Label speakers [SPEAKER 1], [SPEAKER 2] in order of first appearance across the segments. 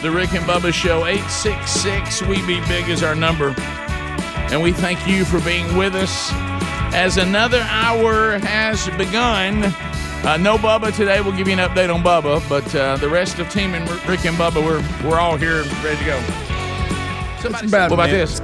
[SPEAKER 1] The Rick and Bubba Show, 866 We Be Big is our number. And we thank you for being with us as another hour has begun. Uh, no Bubba today. We'll give you an update on Bubba, but uh, the rest of Team and Rick and Bubba, we're, we're all here ready to go. Somebody,
[SPEAKER 2] about
[SPEAKER 1] what about
[SPEAKER 2] it, man.
[SPEAKER 1] this?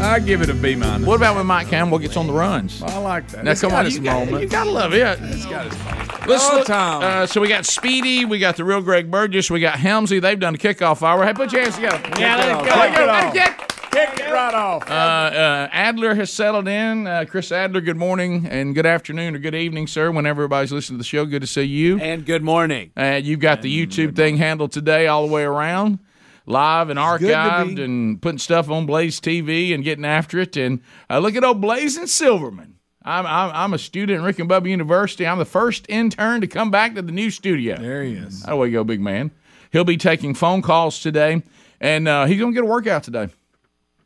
[SPEAKER 2] I give it a B minus.
[SPEAKER 1] What about when Mike Campbell gets on the runs?
[SPEAKER 2] I like that.
[SPEAKER 1] Now,
[SPEAKER 2] It's
[SPEAKER 1] come
[SPEAKER 2] got
[SPEAKER 1] on,
[SPEAKER 2] its
[SPEAKER 1] you gotta, you
[SPEAKER 2] moment.
[SPEAKER 1] gotta love it.
[SPEAKER 2] It's got its moment.
[SPEAKER 1] Let's
[SPEAKER 2] All
[SPEAKER 1] look.
[SPEAKER 2] time.
[SPEAKER 1] Uh, so we got Speedy, we got the real Greg Burgess, we got Helmsy. They've done a kickoff hour. Hey, put your hands together.
[SPEAKER 3] Yeah, let it
[SPEAKER 2] go.
[SPEAKER 1] Let it go.
[SPEAKER 2] Let it
[SPEAKER 1] Let it kick.
[SPEAKER 2] Kick it right off.
[SPEAKER 1] Uh, uh, Adler has settled in. Uh, Chris Adler, good morning and good afternoon or good evening, sir. When everybody's listening to the show, good to see you.
[SPEAKER 4] And good morning.
[SPEAKER 1] Uh, you've got the YouTube thing handled today all the way around, live and
[SPEAKER 2] good to
[SPEAKER 1] archived,
[SPEAKER 2] be-
[SPEAKER 1] and putting stuff on Blaze TV and getting after it. And uh, look at old Blaze and Silverman. I'm, I'm I'm a student at Rick and Bubba University. I'm the first intern to come back to the new studio.
[SPEAKER 2] There he is.
[SPEAKER 1] That way you go, big man. He'll be taking phone calls today, and uh, he's gonna get a workout today.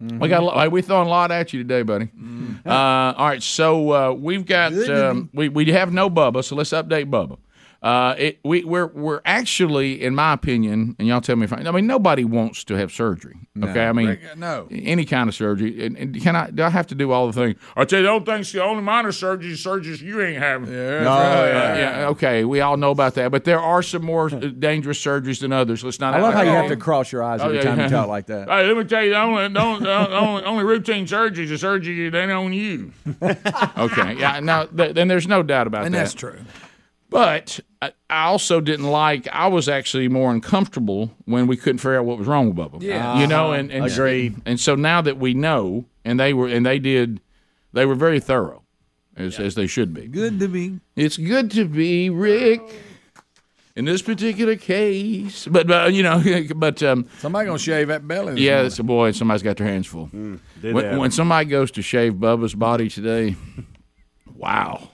[SPEAKER 1] We got a
[SPEAKER 4] Mm-hmm.
[SPEAKER 1] lot, we throwing a lot at you today, buddy. Uh, all right, so uh, we've got um, we we have no Bubba, so let's update Bubba. Uh, it, we we're we're actually, in my opinion, and y'all tell me if I, I mean nobody wants to have surgery. okay, I mean
[SPEAKER 2] Rick, no.
[SPEAKER 1] any kind of surgery. And, and can I do I have to do all the things? I tell you, don't think the only minor surgery is surgeries you ain't having.
[SPEAKER 2] Yeah, that's
[SPEAKER 1] Uh,
[SPEAKER 2] right.
[SPEAKER 1] yeah, okay. We all know about that, but there are some more uh, dangerous surgeries than others. Let's not.
[SPEAKER 4] I love how you have to cross your
[SPEAKER 2] Oh,
[SPEAKER 4] eyes every
[SPEAKER 1] yeah,
[SPEAKER 4] time
[SPEAKER 1] yeah.
[SPEAKER 4] you talk like that.
[SPEAKER 1] Hey, let me tell you, the only, the only, the only, only routine surgery is a surgery that ain't on you. okay, yeah, now, th- then there's no doubt about
[SPEAKER 2] And
[SPEAKER 1] that.
[SPEAKER 2] that's true.
[SPEAKER 1] But I, I also didn't like, I was actually more uncomfortable when we couldn't figure out what was wrong with Bubba. Yeah. You know, and, and agreed. And so now that we know, and they were, and they did, they were very thorough, as, as they should be.
[SPEAKER 2] Good to be.
[SPEAKER 1] It's good to be Rick in this particular case, but, but you know, but um,
[SPEAKER 2] Somebody gonna shave that belly. this
[SPEAKER 1] yeah,
[SPEAKER 2] morning.
[SPEAKER 1] it's a boy. Somebody's got their hands full.
[SPEAKER 2] Mm,
[SPEAKER 1] when, when somebody goes to shave Bubba's body today, wow,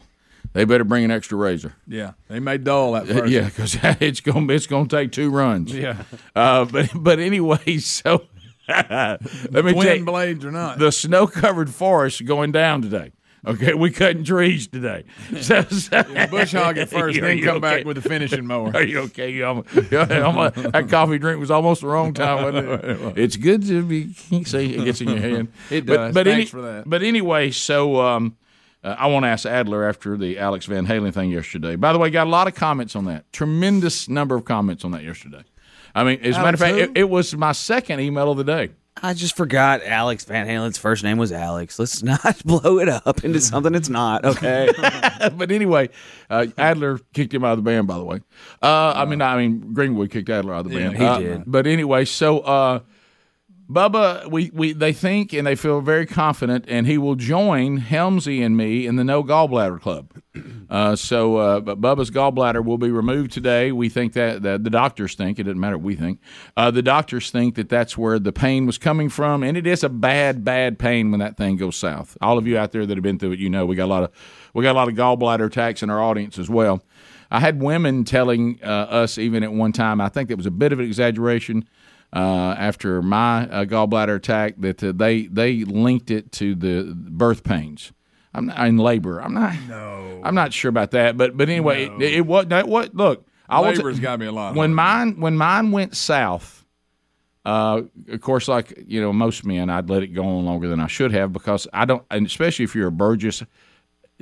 [SPEAKER 1] they better bring an extra razor.
[SPEAKER 2] Yeah. They may dull that person.
[SPEAKER 1] Yeah, because it's gonna it's gonna take two runs.
[SPEAKER 2] Yeah.
[SPEAKER 1] Uh, but but anyway, so let me tell
[SPEAKER 2] Twin
[SPEAKER 1] you,
[SPEAKER 2] blades or not.
[SPEAKER 1] the snow covered forest going down today. Okay, we cutting trees today. So, so
[SPEAKER 2] Bush hog at first,
[SPEAKER 1] You're-
[SPEAKER 2] then
[SPEAKER 1] you're
[SPEAKER 2] come back
[SPEAKER 1] okay.
[SPEAKER 2] with the finishing mower.
[SPEAKER 1] Are you okay? You almost, you almost- that coffee drink was almost the wrong time. Wasn't it? It's good to be. See, it gets in your hand.
[SPEAKER 2] It does. Thanks for that.
[SPEAKER 1] But anyway, so um, uh, I want to ask Adler after the Alex Van Halen thing yesterday. By the way, got a lot of comments on that. Tremendous number of comments on that yesterday. I mean, as a matter of fact, it, it was my second email of the day.
[SPEAKER 5] I just forgot Alex Van Halen's first name was Alex. Let's not blow it up into something it's not, okay?
[SPEAKER 1] but anyway, uh, Adler kicked him out of the band. By the way, uh, I mean, I mean Greenwood kicked Adler out of the band.
[SPEAKER 5] he
[SPEAKER 1] Uh,
[SPEAKER 5] did.
[SPEAKER 1] But anyway, so uh, Bubba, we, we they think and they feel very confident, and he will join Helmsy and me in the No Gallbladder Club. Uh, so, uh, but Bubba's gallbladder will be removed today. We think that, that the doctors think it doesn't matter. what We think uh, the doctors think that that's where the pain was coming from, and it is a bad, bad pain when that thing goes south. All of you out there that have been through it, you know we got a lot of we got a lot of gallbladder attacks in our audience as well. I had women telling uh, us even at one time. I think it was a bit of an exaggeration uh, after my uh, gallbladder attack that uh, they they linked it to the birth pains. I'm not, in labor. I'm not. No. I'm not sure about that. But but anyway, it, it was that what look. I was-
[SPEAKER 2] Labor's gotta be a lot
[SPEAKER 1] When
[SPEAKER 2] harder.
[SPEAKER 1] mine when mine went south, uh, of course, like you know most men, I'd let it go on longer than I should have because I don't, and especially if you're a Burgess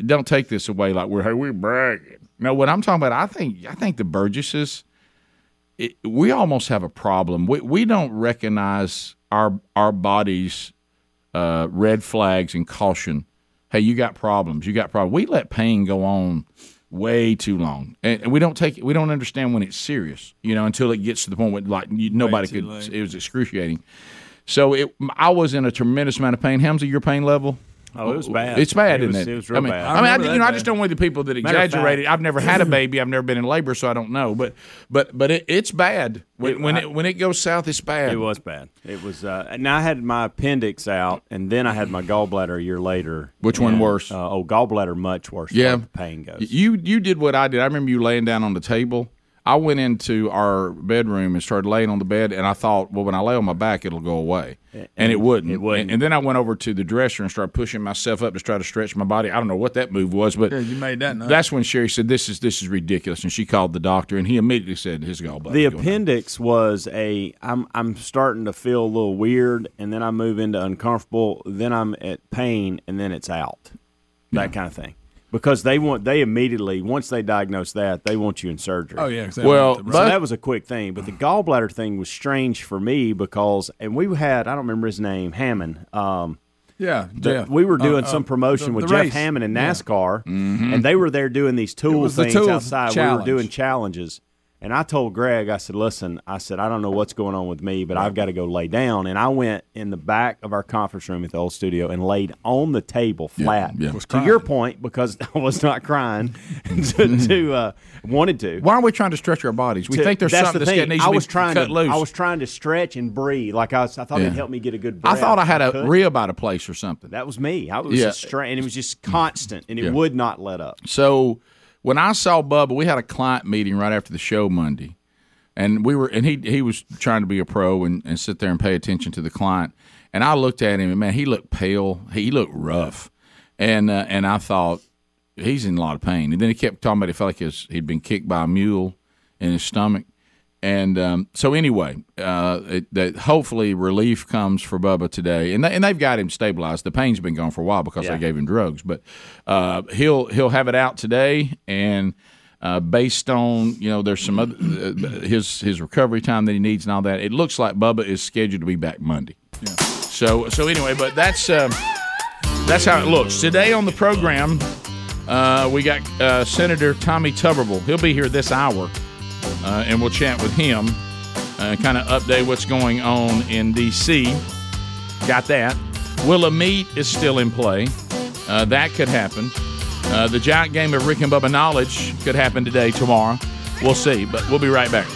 [SPEAKER 1] don't take this away like we're hey, we're bragging. No, what I'm talking about, I think I think the Burgesses, it, we almost have a problem. We we don't recognize our our bodies uh, red flags and caution. Hey, you got problems. You got problems. We let pain go on way too long, and, and we don't take we don't understand when it's serious. You know, until it gets to the point where like you, nobody could. It was excruciating. So it, I was in a tremendous amount of pain. Hamza, your pain level?
[SPEAKER 6] Oh, it was bad.
[SPEAKER 1] It's bad,
[SPEAKER 6] It
[SPEAKER 1] isn't
[SPEAKER 6] was-
[SPEAKER 1] it?
[SPEAKER 6] it was real
[SPEAKER 1] I mean,
[SPEAKER 6] bad. I
[SPEAKER 1] I, mean, I,
[SPEAKER 2] remember
[SPEAKER 1] you
[SPEAKER 2] that
[SPEAKER 1] know, I
[SPEAKER 2] bad.
[SPEAKER 1] just don't want the people that
[SPEAKER 6] Matter of fact-
[SPEAKER 1] exaggerate it. I've never had a baby. I've never been in labor, so I don't know. But but but it, it's bad when it, when, it, when it goes south. It's bad.
[SPEAKER 6] It was bad. It was, uh, and I had my appendix out, and then I had my gallbladder a year later.
[SPEAKER 1] Which one
[SPEAKER 6] And,
[SPEAKER 1] worse?
[SPEAKER 6] Uh, oh, gallbladder much worse.
[SPEAKER 1] Yeah.
[SPEAKER 6] Yeah, the pain goes.
[SPEAKER 1] You you did what I did. I remember you laying down on the table. I went into our bedroom and started laying on the bed, and I thought, well, when I lay on my back, it'll go away, and, it wouldn't. It
[SPEAKER 6] wouldn't.
[SPEAKER 1] And, and then I went over to the dresser and started pushing myself up to try to stretch my body. I don't know what that move was, but
[SPEAKER 2] you made that nut.
[SPEAKER 1] that's when Sherry said, "This is this is ridiculous," and she called the doctor, and he immediately said, "His gallbladder."
[SPEAKER 6] the
[SPEAKER 1] going out."
[SPEAKER 6] appendix was a. I'm I'm starting to feel a little weird, and then I move into uncomfortable. Then I'm at pain, and then it's out. That kind of thing. Because they want they immediately once they diagnose that they want you in surgery.
[SPEAKER 2] Oh yeah. 'cause they
[SPEAKER 1] Well,
[SPEAKER 2] went to-
[SPEAKER 6] So
[SPEAKER 1] But-
[SPEAKER 6] that was a quick thing, but the gallbladder thing was strange for me because, and we had I don't remember his name Hammond. Um,
[SPEAKER 2] yeah,
[SPEAKER 6] the-
[SPEAKER 2] yeah.
[SPEAKER 6] we were doing
[SPEAKER 2] Uh, uh,
[SPEAKER 6] some promotion
[SPEAKER 2] the-
[SPEAKER 6] with
[SPEAKER 2] the
[SPEAKER 6] Jeff
[SPEAKER 2] race.
[SPEAKER 6] Hammond and
[SPEAKER 2] Yeah.
[SPEAKER 6] NASCAR,
[SPEAKER 1] Mm-hmm.
[SPEAKER 6] and they were there doing these tool
[SPEAKER 2] was the
[SPEAKER 6] things
[SPEAKER 2] tool
[SPEAKER 6] outside. We were
[SPEAKER 2] challenge.
[SPEAKER 6] doing challenges, and I told Greg, I said, "Listen, I said I don't know what's going on with me, but I've got to go lay down." And I went in the back of our conference room at the old studio and laid on the table flat.
[SPEAKER 1] yeah. Was
[SPEAKER 6] To your point, because I was not crying, to, to uh, wanted to.
[SPEAKER 1] Mm-hmm. Why are we trying to stretch our bodies? We
[SPEAKER 6] to-
[SPEAKER 1] think there's
[SPEAKER 6] that's
[SPEAKER 1] something
[SPEAKER 6] the
[SPEAKER 1] that's
[SPEAKER 6] thing.
[SPEAKER 1] getting needs
[SPEAKER 6] I
[SPEAKER 1] to be
[SPEAKER 6] was trying
[SPEAKER 1] cut
[SPEAKER 6] to,
[SPEAKER 1] loose.
[SPEAKER 6] I was trying to stretch and breathe. Like I, was, I thought
[SPEAKER 1] Yeah.
[SPEAKER 6] it helped me get a good
[SPEAKER 1] I
[SPEAKER 6] breath.
[SPEAKER 1] thought I had a
[SPEAKER 6] couldn't.
[SPEAKER 1] rib out of place or something.
[SPEAKER 6] That was me. I was
[SPEAKER 1] Yeah.
[SPEAKER 6] just stra- and it was just constant, and it
[SPEAKER 1] Yeah.
[SPEAKER 6] would not let up.
[SPEAKER 1] So when I saw Bubba, we had a client meeting right after the show Monday, and we were and he he was trying to be a pro and, and sit there and pay attention to the client. And I looked at him and man, he looked pale. He looked rough, and uh, and I thought he's in a lot of pain. And then he kept talking about it felt like his, he'd been kicked by a mule in his stomach. And um, so anyway, uh, it, that hopefully relief comes for Bubba today, and they, and they've got him stabilized. The pain's been gone for a while because they gave him drugs, but uh, he'll he'll have it out today. And uh, based on you know, there's some other uh, his his recovery time that he needs and all that. It looks like Bubba is scheduled to be back Monday. So so anyway, but that's um, that's how it looks today on the program. Uh, we got uh, Senator Tommy Tuberville. He'll be here this hour, uh, and we'll chat with him, uh, kind of update what's going on in D.C. Got that. Willa Meat is still in play. Uh, that could happen. Uh, the giant game of Rick and Bubba knowledge could happen today, tomorrow. We'll see, but we'll be right back.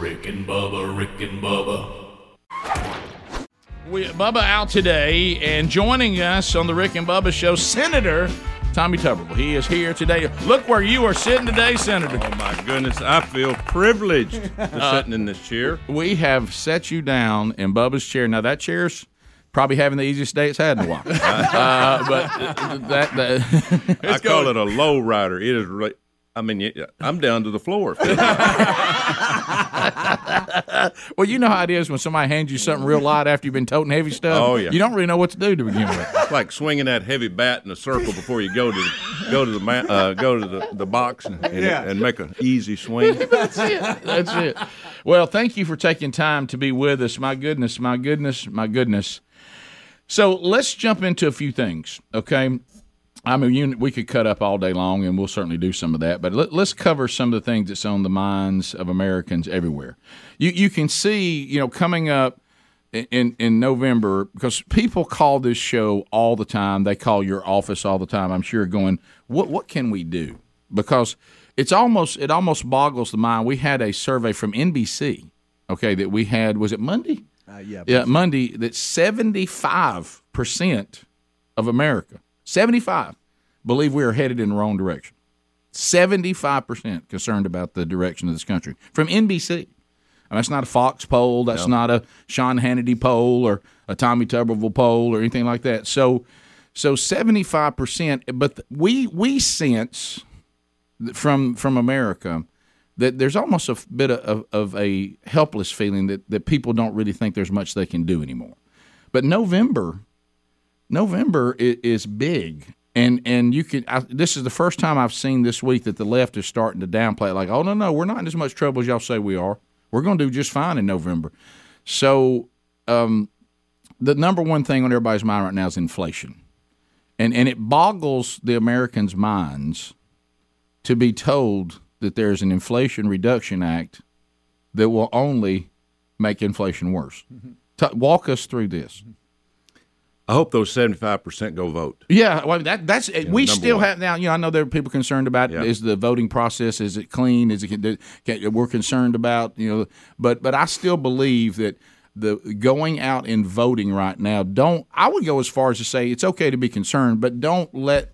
[SPEAKER 7] Rick and Bubba, Rick and Bubba,
[SPEAKER 1] We, Bubba out today, and joining us on the Rick and Bubba show, Senator Tommy Tuberville. He is here today. Look where you are sitting today, Senator.
[SPEAKER 8] Oh my goodness, I feel privileged to sitting in this chair.
[SPEAKER 1] We have set you down in Bubba's chair. Now that chair's probably having the easiest day it's had in a while. uh, but that, that
[SPEAKER 8] I call it a low rider. It is. Re- I mean, y- I'm down to the floor.
[SPEAKER 1] well, you know how it is when somebody hands you something real light after you've been toting heavy stuff.
[SPEAKER 8] Oh, yeah.
[SPEAKER 1] you don't really know what to do to begin with.
[SPEAKER 8] It's like swinging that heavy bat in a circle before you go to the, go to the ma- uh, go to the, the box and, and, and make an easy swing.
[SPEAKER 1] That's it. That's it. Well, thank you for taking time to be with us. My goodness, my goodness, my goodness. So let's jump into a few things, okay? I mean, you, we could cut up all day long, and we'll certainly do some of that. But let, let's cover some of the things that's on the minds of Americans everywhere. You you can see, you know, coming up in in November because people call this show all the time. They call your office all the time. I'm sure going, what what can we do? Because it's almost it almost boggles the mind. We had a survey from NBC, okay, that we had was it Monday? Uh, yeah, yeah, Monday. That seventy five percent of America, seventy five, believe we are headed in the wrong direction. Seventy five percent concerned about the direction of this country from NBC. And that's not a Fox poll. That's not a Sean Hannity poll or a Tommy Tuberville poll or anything like that. So, so seventy five percent. But th- we we sense th- from from America that there's almost a f- bit of, of a helpless feeling that that people don't really think there's much they can do anymore. But November, November is, is big And and you can. I, this is the first time I've seen this week that the left is starting to downplay it. Like, oh no, no, we're not in as much trouble as y'all say we are. We're going to do just fine in November. So, um, the number one thing on everybody's mind right now is inflation, and and it boggles the Americans' minds to be told that there's an Inflation Reduction Act that will only make inflation worse. Ta- walk us through this.
[SPEAKER 8] I hope those seventy five percent go vote.
[SPEAKER 1] Yeah, well, that that's we
[SPEAKER 8] number
[SPEAKER 1] still
[SPEAKER 8] one.
[SPEAKER 1] have now. You know, I know there are people concerned about
[SPEAKER 8] Yeah.
[SPEAKER 1] is the voting process is it clean? Is it can, we're concerned about you know? But but I still believe that the going out and voting right now. Don't I would go as far as to say it's okay to be concerned, but don't let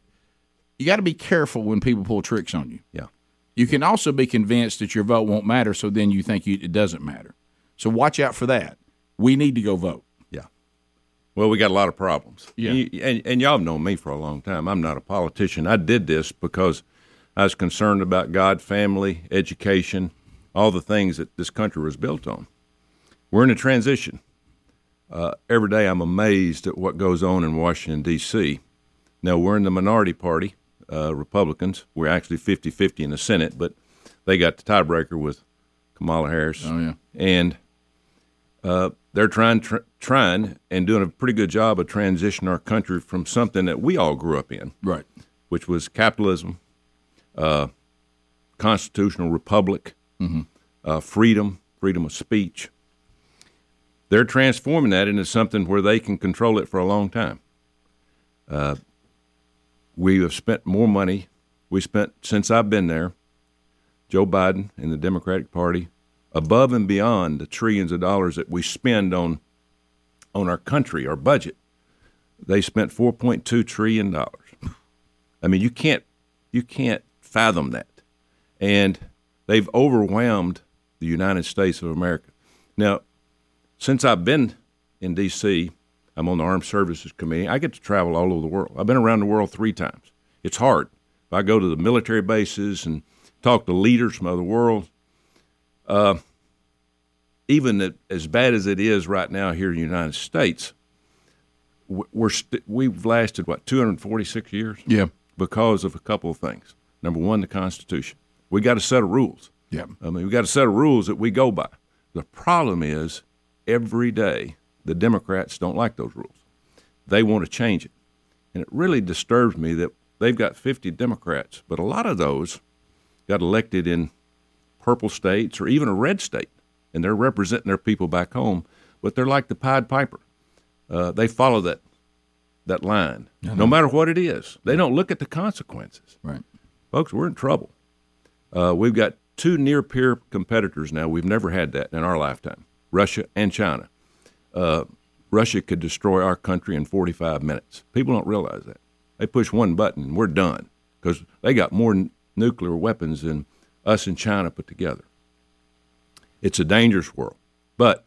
[SPEAKER 1] you got to be careful when people pull tricks on you.
[SPEAKER 8] Yeah.
[SPEAKER 1] You can also be convinced that your vote won't matter, so then you think you, it doesn't matter. So watch out for that. We need to go vote.
[SPEAKER 8] Well, we got a lot of problems.
[SPEAKER 1] Yeah.
[SPEAKER 8] You- and, and y'all have known me for a long time. I'm not a politician. I did this because I was concerned about God, family, education, all the things that this country was built on. We're in a transition. Uh, every day I'm amazed at what goes on in Washington, D.C. Now, we're in the minority party, uh, Republicans. We're actually 50 50 in the Senate, but they got the tiebreaker with Kamala Harris.
[SPEAKER 1] Oh, yeah.
[SPEAKER 8] And uh, they're trying, tr- trying and doing a pretty good job of transitioning our country from something that we all grew up in,
[SPEAKER 1] Right.
[SPEAKER 8] which was capitalism, uh, constitutional republic, uh, freedom, freedom of speech. They're transforming that into something where they can control it for a long time. Uh, we have spent more money. We spent since I've been there. Joe Biden and the Democratic Party, above and beyond the trillions of dollars that we spend on on our country, our budget. They spent 4.2 trillion dollars. I mean, you can't you can't fathom that. And they've overwhelmed the United States of America. Now, since I've been in D.C., I'm on the Armed Services Committee. I get to travel all over the world. I've been around the world three times. It's hard. If I go to the military bases and talk to leaders from other world, uh, even at- as bad as it is right now here in the United States, w- we're st- we've lasted what 246 years
[SPEAKER 1] Yeah.
[SPEAKER 8] because of a couple of things. Number one, the Constitution. We got a set of rules.
[SPEAKER 1] Yeah.
[SPEAKER 8] I mean, we got a set of rules that we go by. The problem is every day the Democrats don't like those rules. They want to change it. And it really disturbs me that they've got 50 Democrats, but a lot of those got elected in purple states or even a red state, and they're representing their people back home, but they're like the Pied Piper. Uh, they follow that that line, no matter what it is. They don't look at the consequences.
[SPEAKER 1] Right.
[SPEAKER 8] Folks, we're in trouble. Uh, we've got two near peer competitors now. We've never had that in our lifetime Russia and China. Uh, Russia could destroy our country in 45 minutes. People don't realize that. They push one button and we're done because they got more n- nuclear weapons than us and China put together. It's a dangerous world. But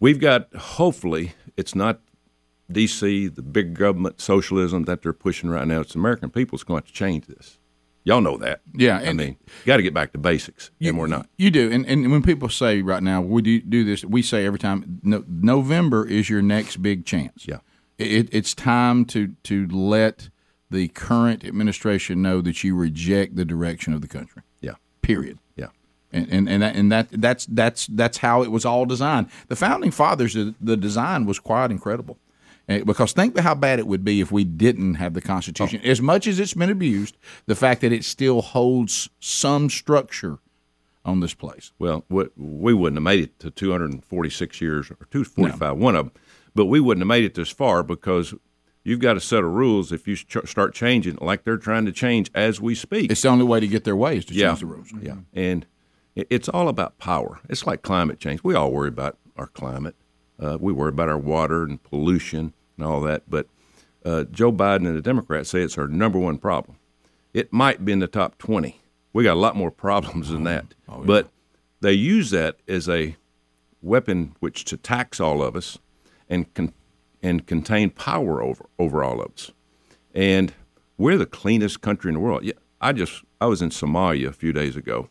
[SPEAKER 8] we've got, hopefully, it's not D.C., the big government socialism that they're pushing right now. It's the American people's going to have to change this. Y'all know that.
[SPEAKER 1] Yeah,
[SPEAKER 8] I
[SPEAKER 1] and-
[SPEAKER 8] mean, got to get back to basics, and we're not.
[SPEAKER 1] You do, and and when people say right now, we do do this. We say every time, no, November is your next big chance.
[SPEAKER 8] Yeah.
[SPEAKER 1] it, it's time to to let the current administration know that you reject the direction of the country.
[SPEAKER 8] Yeah.
[SPEAKER 1] Period.
[SPEAKER 8] Yeah.
[SPEAKER 1] And and and that, and that that's that's that's how it was all designed. The founding fathers, the, the design was quite incredible. Eh, Because think how bad it would be if we didn't have the Constitution.
[SPEAKER 8] Oh.
[SPEAKER 1] As much as it's been abused, the fact that it still holds some structure on this place.
[SPEAKER 8] Well, we, we wouldn't have made it to 246 years or 245, one of them, but we wouldn't have made it this far because you've got a set of rules if you ch- start changing like they're trying to change as we speak.
[SPEAKER 1] It's the only way to get their way is to
[SPEAKER 8] Yeah.
[SPEAKER 1] change the rules.
[SPEAKER 8] Yeah. And i- it's all about power. It's like climate change. We all worry about our climate. Uh, we worry about our water and pollution and all that. But uh, Joe Biden and the Democrats say it's our number one problem. It might be in the top 20. We got a lot more problems
[SPEAKER 1] Oh,
[SPEAKER 8] than that. But they use that as a weapon which to tax all of us and con- and contain power over over all of us. And we're the cleanest country in the world. Yeah, I just I was in Somalia a few days ago,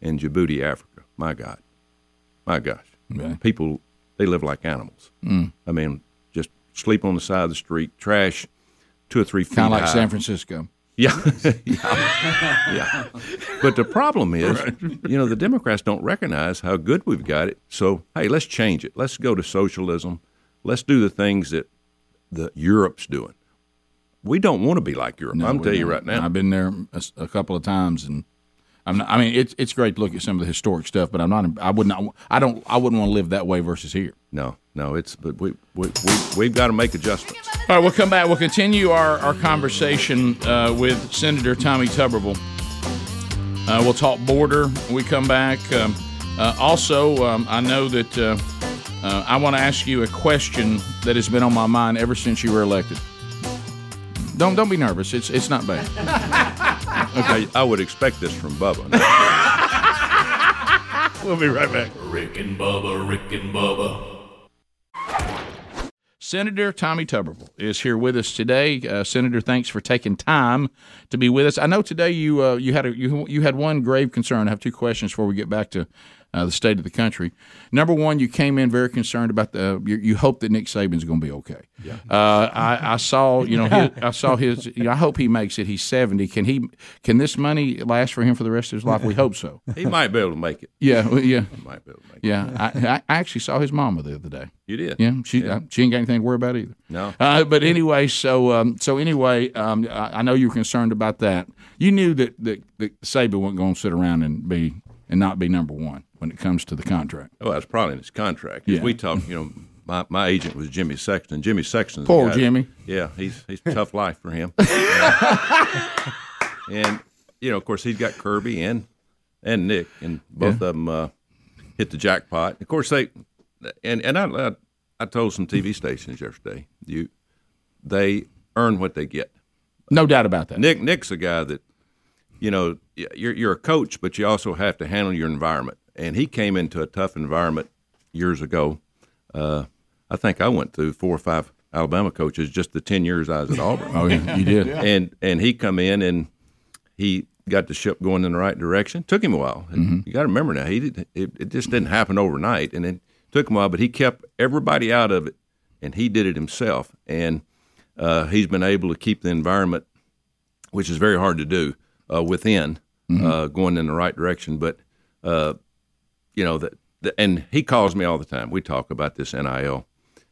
[SPEAKER 8] in Djibouti, Africa. My God, my gosh,
[SPEAKER 1] Okay.
[SPEAKER 8] people
[SPEAKER 1] Mm.
[SPEAKER 8] they live like animals. I mean, just sleep on the side of the street, trash. two or three feet
[SPEAKER 1] Kind of like
[SPEAKER 8] high.
[SPEAKER 1] San Francisco.
[SPEAKER 8] Yeah. yeah. Yeah. But the problem is, you know, the Democrats don't recognize how good we've got it. So, hey, let's change it. Let's go to socialism. Let's do the things that the Europe's doing. We don't want to be like Europe. I'm
[SPEAKER 1] we
[SPEAKER 8] telling you
[SPEAKER 1] don't.
[SPEAKER 8] right now.
[SPEAKER 1] I've been there a, s- a couple of times, and I'm not, I mean, it's it's great to look at some of the historic stuff, but I'm not. I would not. I don't. I wouldn't want to live that way versus here.
[SPEAKER 8] No, no, it's but we we we we've got to make adjustments.
[SPEAKER 1] All right, we'll come back. We'll continue our, our conversation uh, with Senator Tommy Tuberville. Uh, we'll talk border. when We come back. Um, uh, also, um, I know that uh, uh, I want to ask you a question that has been on my mind ever since you were elected. Don't don't be nervous. It's it's not bad.
[SPEAKER 8] Okay, I would expect this from Bubba.
[SPEAKER 1] We'll be right back.
[SPEAKER 7] Rick and Bubba, Rick and Bubba,
[SPEAKER 1] Senator Tommy Tuberville is here with us today. Uh, Senator, thanks for taking time to be with us. I know today you uh, you had a, you you had one grave concern. I have two questions before we get back to uh, the state of the country. Number one, you came in very concerned about the you, you hope that Nick Saban's going to be okay. Yeah. Uh, I, I saw you know his, I saw his you know, I hope he makes it. He's seventy. Can he can this money last for him for the rest of his life? We hope so.
[SPEAKER 8] he might be able to make it.
[SPEAKER 1] Yeah. well, Yeah.
[SPEAKER 8] Might be able to make it.
[SPEAKER 1] Yeah. I, I actually saw his mama the other day.
[SPEAKER 8] You did.
[SPEAKER 1] Yeah, she uh, she ain't got anything to worry about either.
[SPEAKER 8] No.
[SPEAKER 1] Uh, but anyway, so um, so anyway, um, I, I know you were concerned about that. You knew that that, that Saban wasn't going to sit around and be and not be number one when it comes to the contract.
[SPEAKER 8] Well, that's probably in his contract. 'Cause
[SPEAKER 1] Yeah.
[SPEAKER 8] We talked, you know, my, my agent was Jimmy Sexton. Jimmy Sexton.
[SPEAKER 1] Poor Jimmy.
[SPEAKER 8] yeah, he's he's tough life for him. and you know, of course, he's got Kirby and and Nick, and both of 'em of them uh, hit the jackpot. Of course, they and and I I, I told some TV stations yesterday, you they earn what they get.
[SPEAKER 1] No doubt about that.
[SPEAKER 8] Nick Nick's a guy that, you know, y- you're you're a coach, but you also have to handle your environment. And he came into a tough environment years ago. Uh, I think I went through four or five Alabama coaches just the ten years I was at Auburn.
[SPEAKER 1] Oh, yeah, you did.
[SPEAKER 8] And and he come in and he got the ship going in the right direction. Took him a while.
[SPEAKER 1] Mm-hmm.
[SPEAKER 8] You got to remember now he did it, it just didn't happen overnight, and it took him a while. But he kept everybody out of it, and he did it himself. And uh, he's been able to keep the environment which is very hard to do uh, within
[SPEAKER 1] Mm-hmm.
[SPEAKER 8] uh, going in the right direction. But uh, you know that, that- and he calls me all the time. We talk about this nil,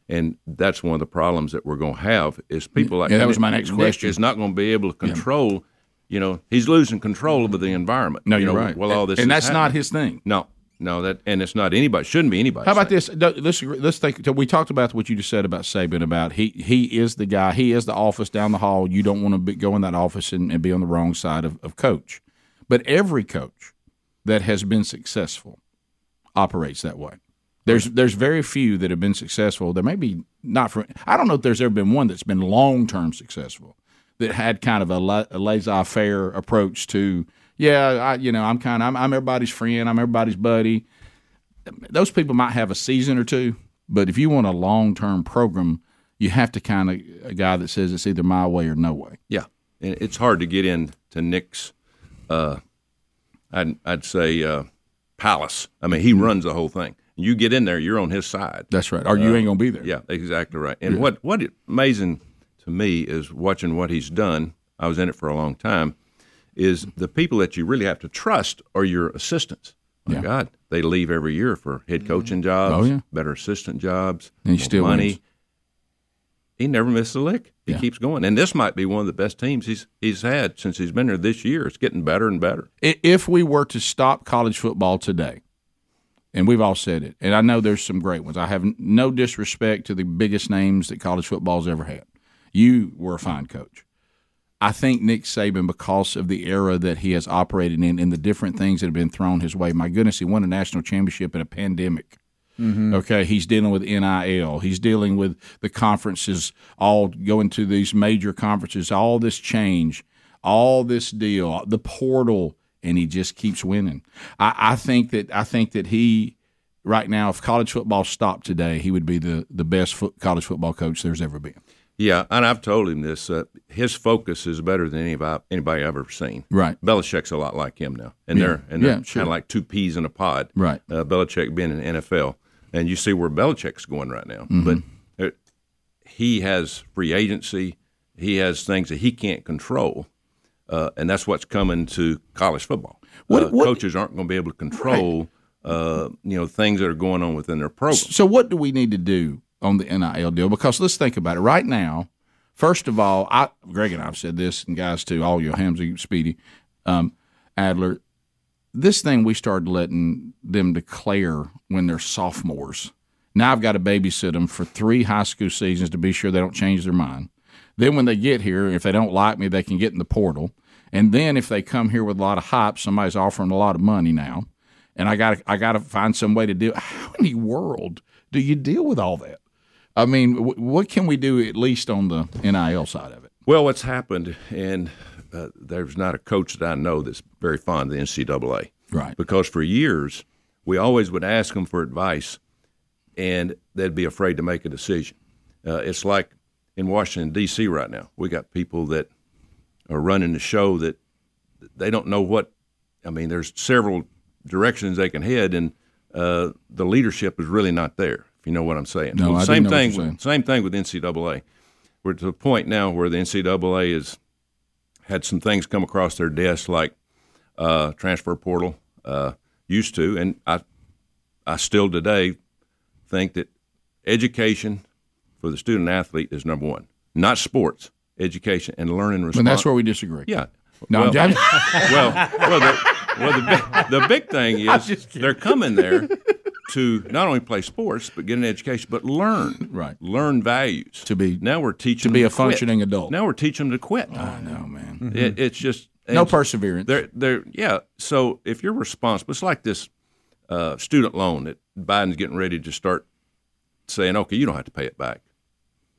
[SPEAKER 8] and that's one of the problems that we're going to have is people like
[SPEAKER 1] Yeah, that was my
[SPEAKER 8] Nick-
[SPEAKER 1] next
[SPEAKER 8] Nick
[SPEAKER 1] question.
[SPEAKER 8] Is not going to be able to control. You know, he's losing control over the environment.
[SPEAKER 1] No,
[SPEAKER 8] you
[SPEAKER 1] you're
[SPEAKER 8] know,
[SPEAKER 1] right.
[SPEAKER 8] Well, all this
[SPEAKER 1] and
[SPEAKER 8] is
[SPEAKER 1] that's not
[SPEAKER 8] happening.
[SPEAKER 1] his thing.
[SPEAKER 8] No, no, that and it's not anybody. Shouldn't be anybody.
[SPEAKER 1] How about this? No, Let's let's think. We talked about what you just said about Saban. About he he is the guy. He is the office down the hall. You don't want to be, go in that office and, and be on the wrong side of, of coach. But every coach that has been successful operates that way. There's there's very few that have been successful. There may be not for. I don't know if there's ever been one that's been long term successful that had kind of a, la- a laissez faire approach to. Yeah, I you know I'm kind of I'm, I'm everybody's friend. I'm everybody's buddy those people might have a season or two, but if you want a long term program, you have to kind of a guy that says it's either my way or no way.
[SPEAKER 8] Yeah, and it's hard to get into Nick's. Uh, I'd I'd say uh, palace. I mean, he runs the whole thing. You get in there, you're on his side.
[SPEAKER 1] That's right. Or you ain't gonna be there.
[SPEAKER 8] Yeah, exactly right. And what what it- amazing to me is watching what he's done. I was in it for a long time. Is the people that you really have to trust are your assistants. My
[SPEAKER 1] Yeah.
[SPEAKER 8] God, they leave every year for head coaching jobs,
[SPEAKER 1] Oh, yeah.
[SPEAKER 8] better assistant jobs,
[SPEAKER 1] And he
[SPEAKER 8] more
[SPEAKER 1] still
[SPEAKER 8] money.
[SPEAKER 1] wins.
[SPEAKER 8] He never misses a lick. He
[SPEAKER 1] Yeah.
[SPEAKER 8] keeps going, and this might be one of the best teams he's he's had since he's been there this year. It's getting better and better.
[SPEAKER 1] I- If we were to stop college football today, and we've all said it, and I know there's some great ones. I have n- no disrespect to the biggest names that college football's ever had. You were a fine coach. I think Nick Saban, because of the era that he has operated in and the different things that have been thrown his way, my goodness, he won a national championship in a pandemic. Okay, he's dealing with NIL. He's dealing with the conferences all going to these major conferences, all this change, all this deal, the portal, and he just keeps winning. I, I think that I think that he right now, if college football stopped today, he would be the the best fo- college football coach there's ever been.
[SPEAKER 8] Yeah, and I've told him this. Uh, his focus is better than any of I- anybody I've ever seen.
[SPEAKER 1] Right.
[SPEAKER 8] Belichick's a lot like him now, and they're and
[SPEAKER 1] Yeah,
[SPEAKER 8] they're
[SPEAKER 1] sure.
[SPEAKER 8] kind of like two peas in a pod.
[SPEAKER 1] Right.
[SPEAKER 8] Uh, Belichick being in the NFL, and you
[SPEAKER 1] Mm-hmm.
[SPEAKER 8] see where Belichick's going right now. But uh, he has free agency. he has things that he can't control, uh, and that's what's coming to college football.
[SPEAKER 1] What-
[SPEAKER 8] Uh,
[SPEAKER 1] what-
[SPEAKER 8] coaches aren't going to be able to control, uh, you know, things that are going on within their program.
[SPEAKER 1] So what do we need to do on the NIL deal? Because let's think about it right now. First of all, I Greg and I've said this, and guys too, all you Hamzy, Speedy, um, Adler. This thing we started letting them declare when they're sophomores. Now I've got to babysit them for three high school seasons to be sure they don't change their mind. Then when they get here, if they don't like me, they can get in the portal. And then if they come here with a lot of hype, somebody's offering a lot of money now, and I got I got to find some way to deal. How in the world do you deal with all that? I mean, w- what can we do at least on the NIL side of it?
[SPEAKER 8] Well, what's happened, and uh, there's not a coach that I know that's very fond of the NCAA.
[SPEAKER 1] Right.
[SPEAKER 8] Because for years, we always would ask them for advice, and they'd be afraid to make a decision. Uh, it's like in Washington, D.C. right now. We got people that are running the show that they don't know what. I mean, there's several directions they can head, and uh, the leadership is really not there. If you know what I'm saying.
[SPEAKER 1] No, I do
[SPEAKER 8] same
[SPEAKER 1] know what
[SPEAKER 8] thing.
[SPEAKER 1] you're
[SPEAKER 8] with, same thing with NCAA. We're to the point now where the NCAA has had some things come across their desk, like uh, transfer portal uh, used to, and I, I still today think that education for the student athlete is number one, not sports. Education and learning response.
[SPEAKER 1] And that's where we disagree.
[SPEAKER 8] Yeah.
[SPEAKER 1] No,
[SPEAKER 8] well,
[SPEAKER 1] I'm joking.
[SPEAKER 8] well, well, the, well, the, bi- the big thing is they're coming there to not only play sports but get an education, but learn,
[SPEAKER 1] Right.
[SPEAKER 8] Learn values.
[SPEAKER 1] To be-
[SPEAKER 8] now we're teaching
[SPEAKER 1] to be
[SPEAKER 8] them
[SPEAKER 1] a
[SPEAKER 8] quit.
[SPEAKER 1] functioning adult.
[SPEAKER 8] Now we're teaching them to quit.
[SPEAKER 1] I know, man.
[SPEAKER 8] It, it's just
[SPEAKER 1] No
[SPEAKER 8] it's-
[SPEAKER 1] perseverance.
[SPEAKER 8] They're, they're, yeah. So if you're responsible, it's like this uh, student loan that Biden's getting ready to start saying, okay, you don't have to pay it back.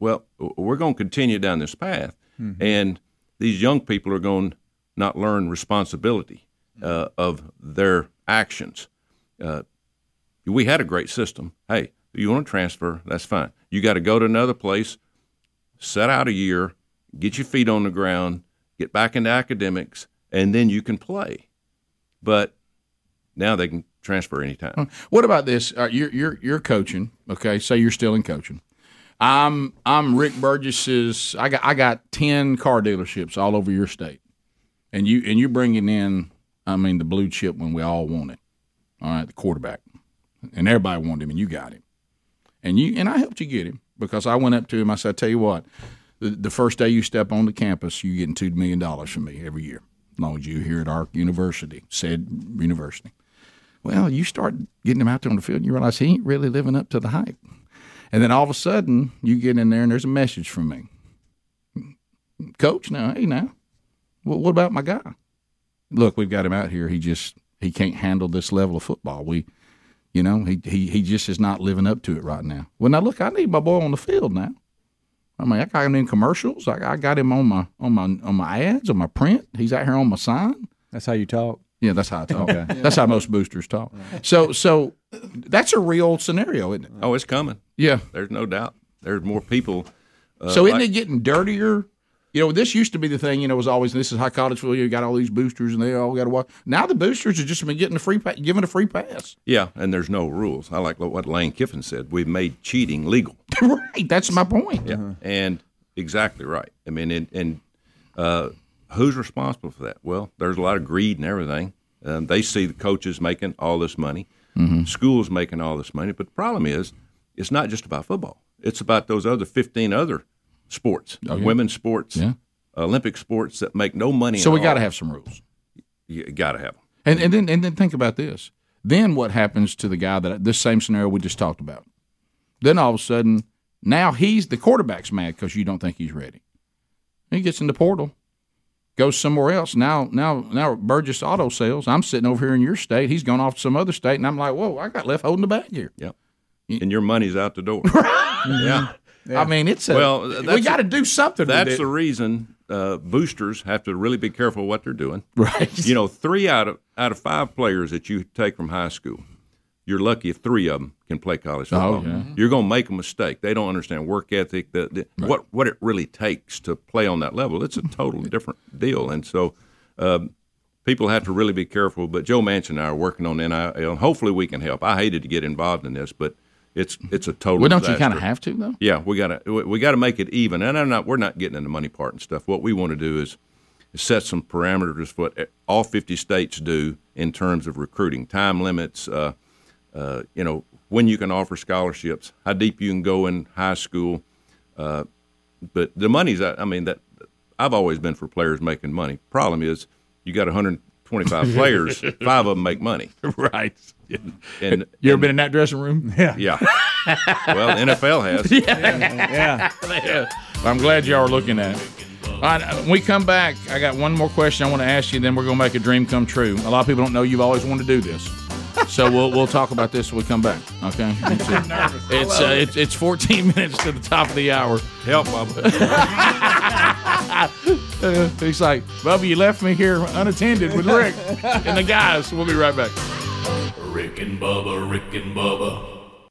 [SPEAKER 8] Well, w- we're going to continue down this path, and these young people are going to not learn responsibility uh, of their actions. Uh, we had a great system. Hey, you want to transfer? That's fine. You got to go to another place set out a year, get your feet on the ground, get back into academics, and then you can play. But now they can transfer anytime.
[SPEAKER 1] What about this? Uh, you're, you're you're coaching. Okay, say you're still in coaching. I'm I'm Rick Burgess's. I got I got ten car dealerships all over your state, and you and you're bringing in. I mean the blue chip when we all want it. All right, the quarterback, and everybody wanted him, and you got him, and you and I helped you get him because I went up to him. I said, I tell you what, the, the first day you step on the campus, you're getting two million dollars from me every year, as long as you're here at our university, said university. Well, you start getting him out there on the field and you realize he ain't really living up to the hype. And then all of a sudden, you get in there and there's a message from me. Coach, now, hey, now, well, what about my guy? Look, we've got him out here. He just, he can't handle this level of football. We, you know, he, he, he just is not living up to it right now. Well, now, look, I need my boy on the field now. I mean, I got him in commercials. I, I got him on my, on my, on my ads, on my print. He's out here on my sign.
[SPEAKER 4] That's how you talk.
[SPEAKER 1] Yeah, that's how I talk. That's how most boosters talk. So, so that's a real scenario, isn't it?
[SPEAKER 8] Oh, it's coming.
[SPEAKER 1] Yeah.
[SPEAKER 8] There's no doubt. There's more people.
[SPEAKER 1] Uh, so, isn't
[SPEAKER 8] like-
[SPEAKER 1] it getting dirtier? You know, this used to be the thing. You know, was always this is high college football. You got all these boosters, and they all got to watch. Now the boosters have just been getting a free, pa- given a free pass.
[SPEAKER 8] Yeah, and there's no rules. I like what Lane Kiffin said. We've made cheating legal.
[SPEAKER 1] right. That's my point.
[SPEAKER 8] Yeah, and exactly right. I mean, and, and uh, who's responsible for that? Well, there's a lot of greed and everything. Um, they see the coaches making all this money,
[SPEAKER 1] Mm-hmm.
[SPEAKER 8] schools making all this money, but the problem is, it's not just about football. It's about those other 15 other sports, women's sports,
[SPEAKER 1] Oh, Yeah.
[SPEAKER 8] Olympic sports that make no money.
[SPEAKER 1] So
[SPEAKER 8] at
[SPEAKER 1] we got to
[SPEAKER 8] all.
[SPEAKER 1] have some rules.
[SPEAKER 8] you got to have them.
[SPEAKER 1] And and then and then think about this. Then what happens to the guy that this same scenario we just talked about? Then all of a sudden, now he's the quarterback's mad because you don't think he's ready. He gets in the portal, goes somewhere else. Now now now Burgess Auto Sales. I'm sitting over here in your state. He's gone off to some other state, and I'm like, whoa, I got left holding the bag here.
[SPEAKER 8] And your money's out the door. yeah.
[SPEAKER 1] I mean, it's a,
[SPEAKER 8] Well,
[SPEAKER 1] well. We
[SPEAKER 8] that's-
[SPEAKER 1] got to do something. with
[SPEAKER 8] That's
[SPEAKER 1] it.
[SPEAKER 8] the reason uh, boosters have to really be careful what they're doing.
[SPEAKER 1] right.
[SPEAKER 8] you know, three out of out of five players that you take from high school, you're lucky if three of them can play college football.
[SPEAKER 1] Oh, yeah.
[SPEAKER 8] You're going to make a mistake. They don't understand work ethic, the, the, what what it really takes to play on that level. It's a total different deal, and so. Um, People have to really be careful, but Joe Manchin and I are working on NIL. Hopefully, we can help. I hated to get involved in this, but It's it's a total.
[SPEAKER 1] Well, don't you
[SPEAKER 8] disaster.
[SPEAKER 1] kinda have to, though?
[SPEAKER 8] Yeah, we gotta we, we gotta make it even. And I'm not we're not getting into money part and stuff. What we want to do is set some parameters for what e, all 50 states do in terms of recruiting, time limits. Uh, uh, you know when you can offer scholarships, how deep you can go in high school. Uh, but the money's I, I mean that I've always been for players making money. Problem is you got 125 players, five of them make money.
[SPEAKER 1] Right.
[SPEAKER 8] And
[SPEAKER 1] You ever been in that dressing room? Yeah.
[SPEAKER 8] yeah. well, NFL has.
[SPEAKER 1] Yeah. I'm glad y'all are looking at it. All right, when we come back, I got one more question I want to ask you, then we're going to make a dream come true. A lot of people don't know you've always wanted to do this. So we'll, we'll talk about this when we come back. Okay? It's, uh, it's, uh, it's, it's 14 minutes to the top of the hour.
[SPEAKER 8] Help, Bubba.
[SPEAKER 1] Uh, he's like, Bubba, you left me here unattended with Rick and the guys. We'll be right back.
[SPEAKER 7] Rick and Bubba, Rick and Bubba,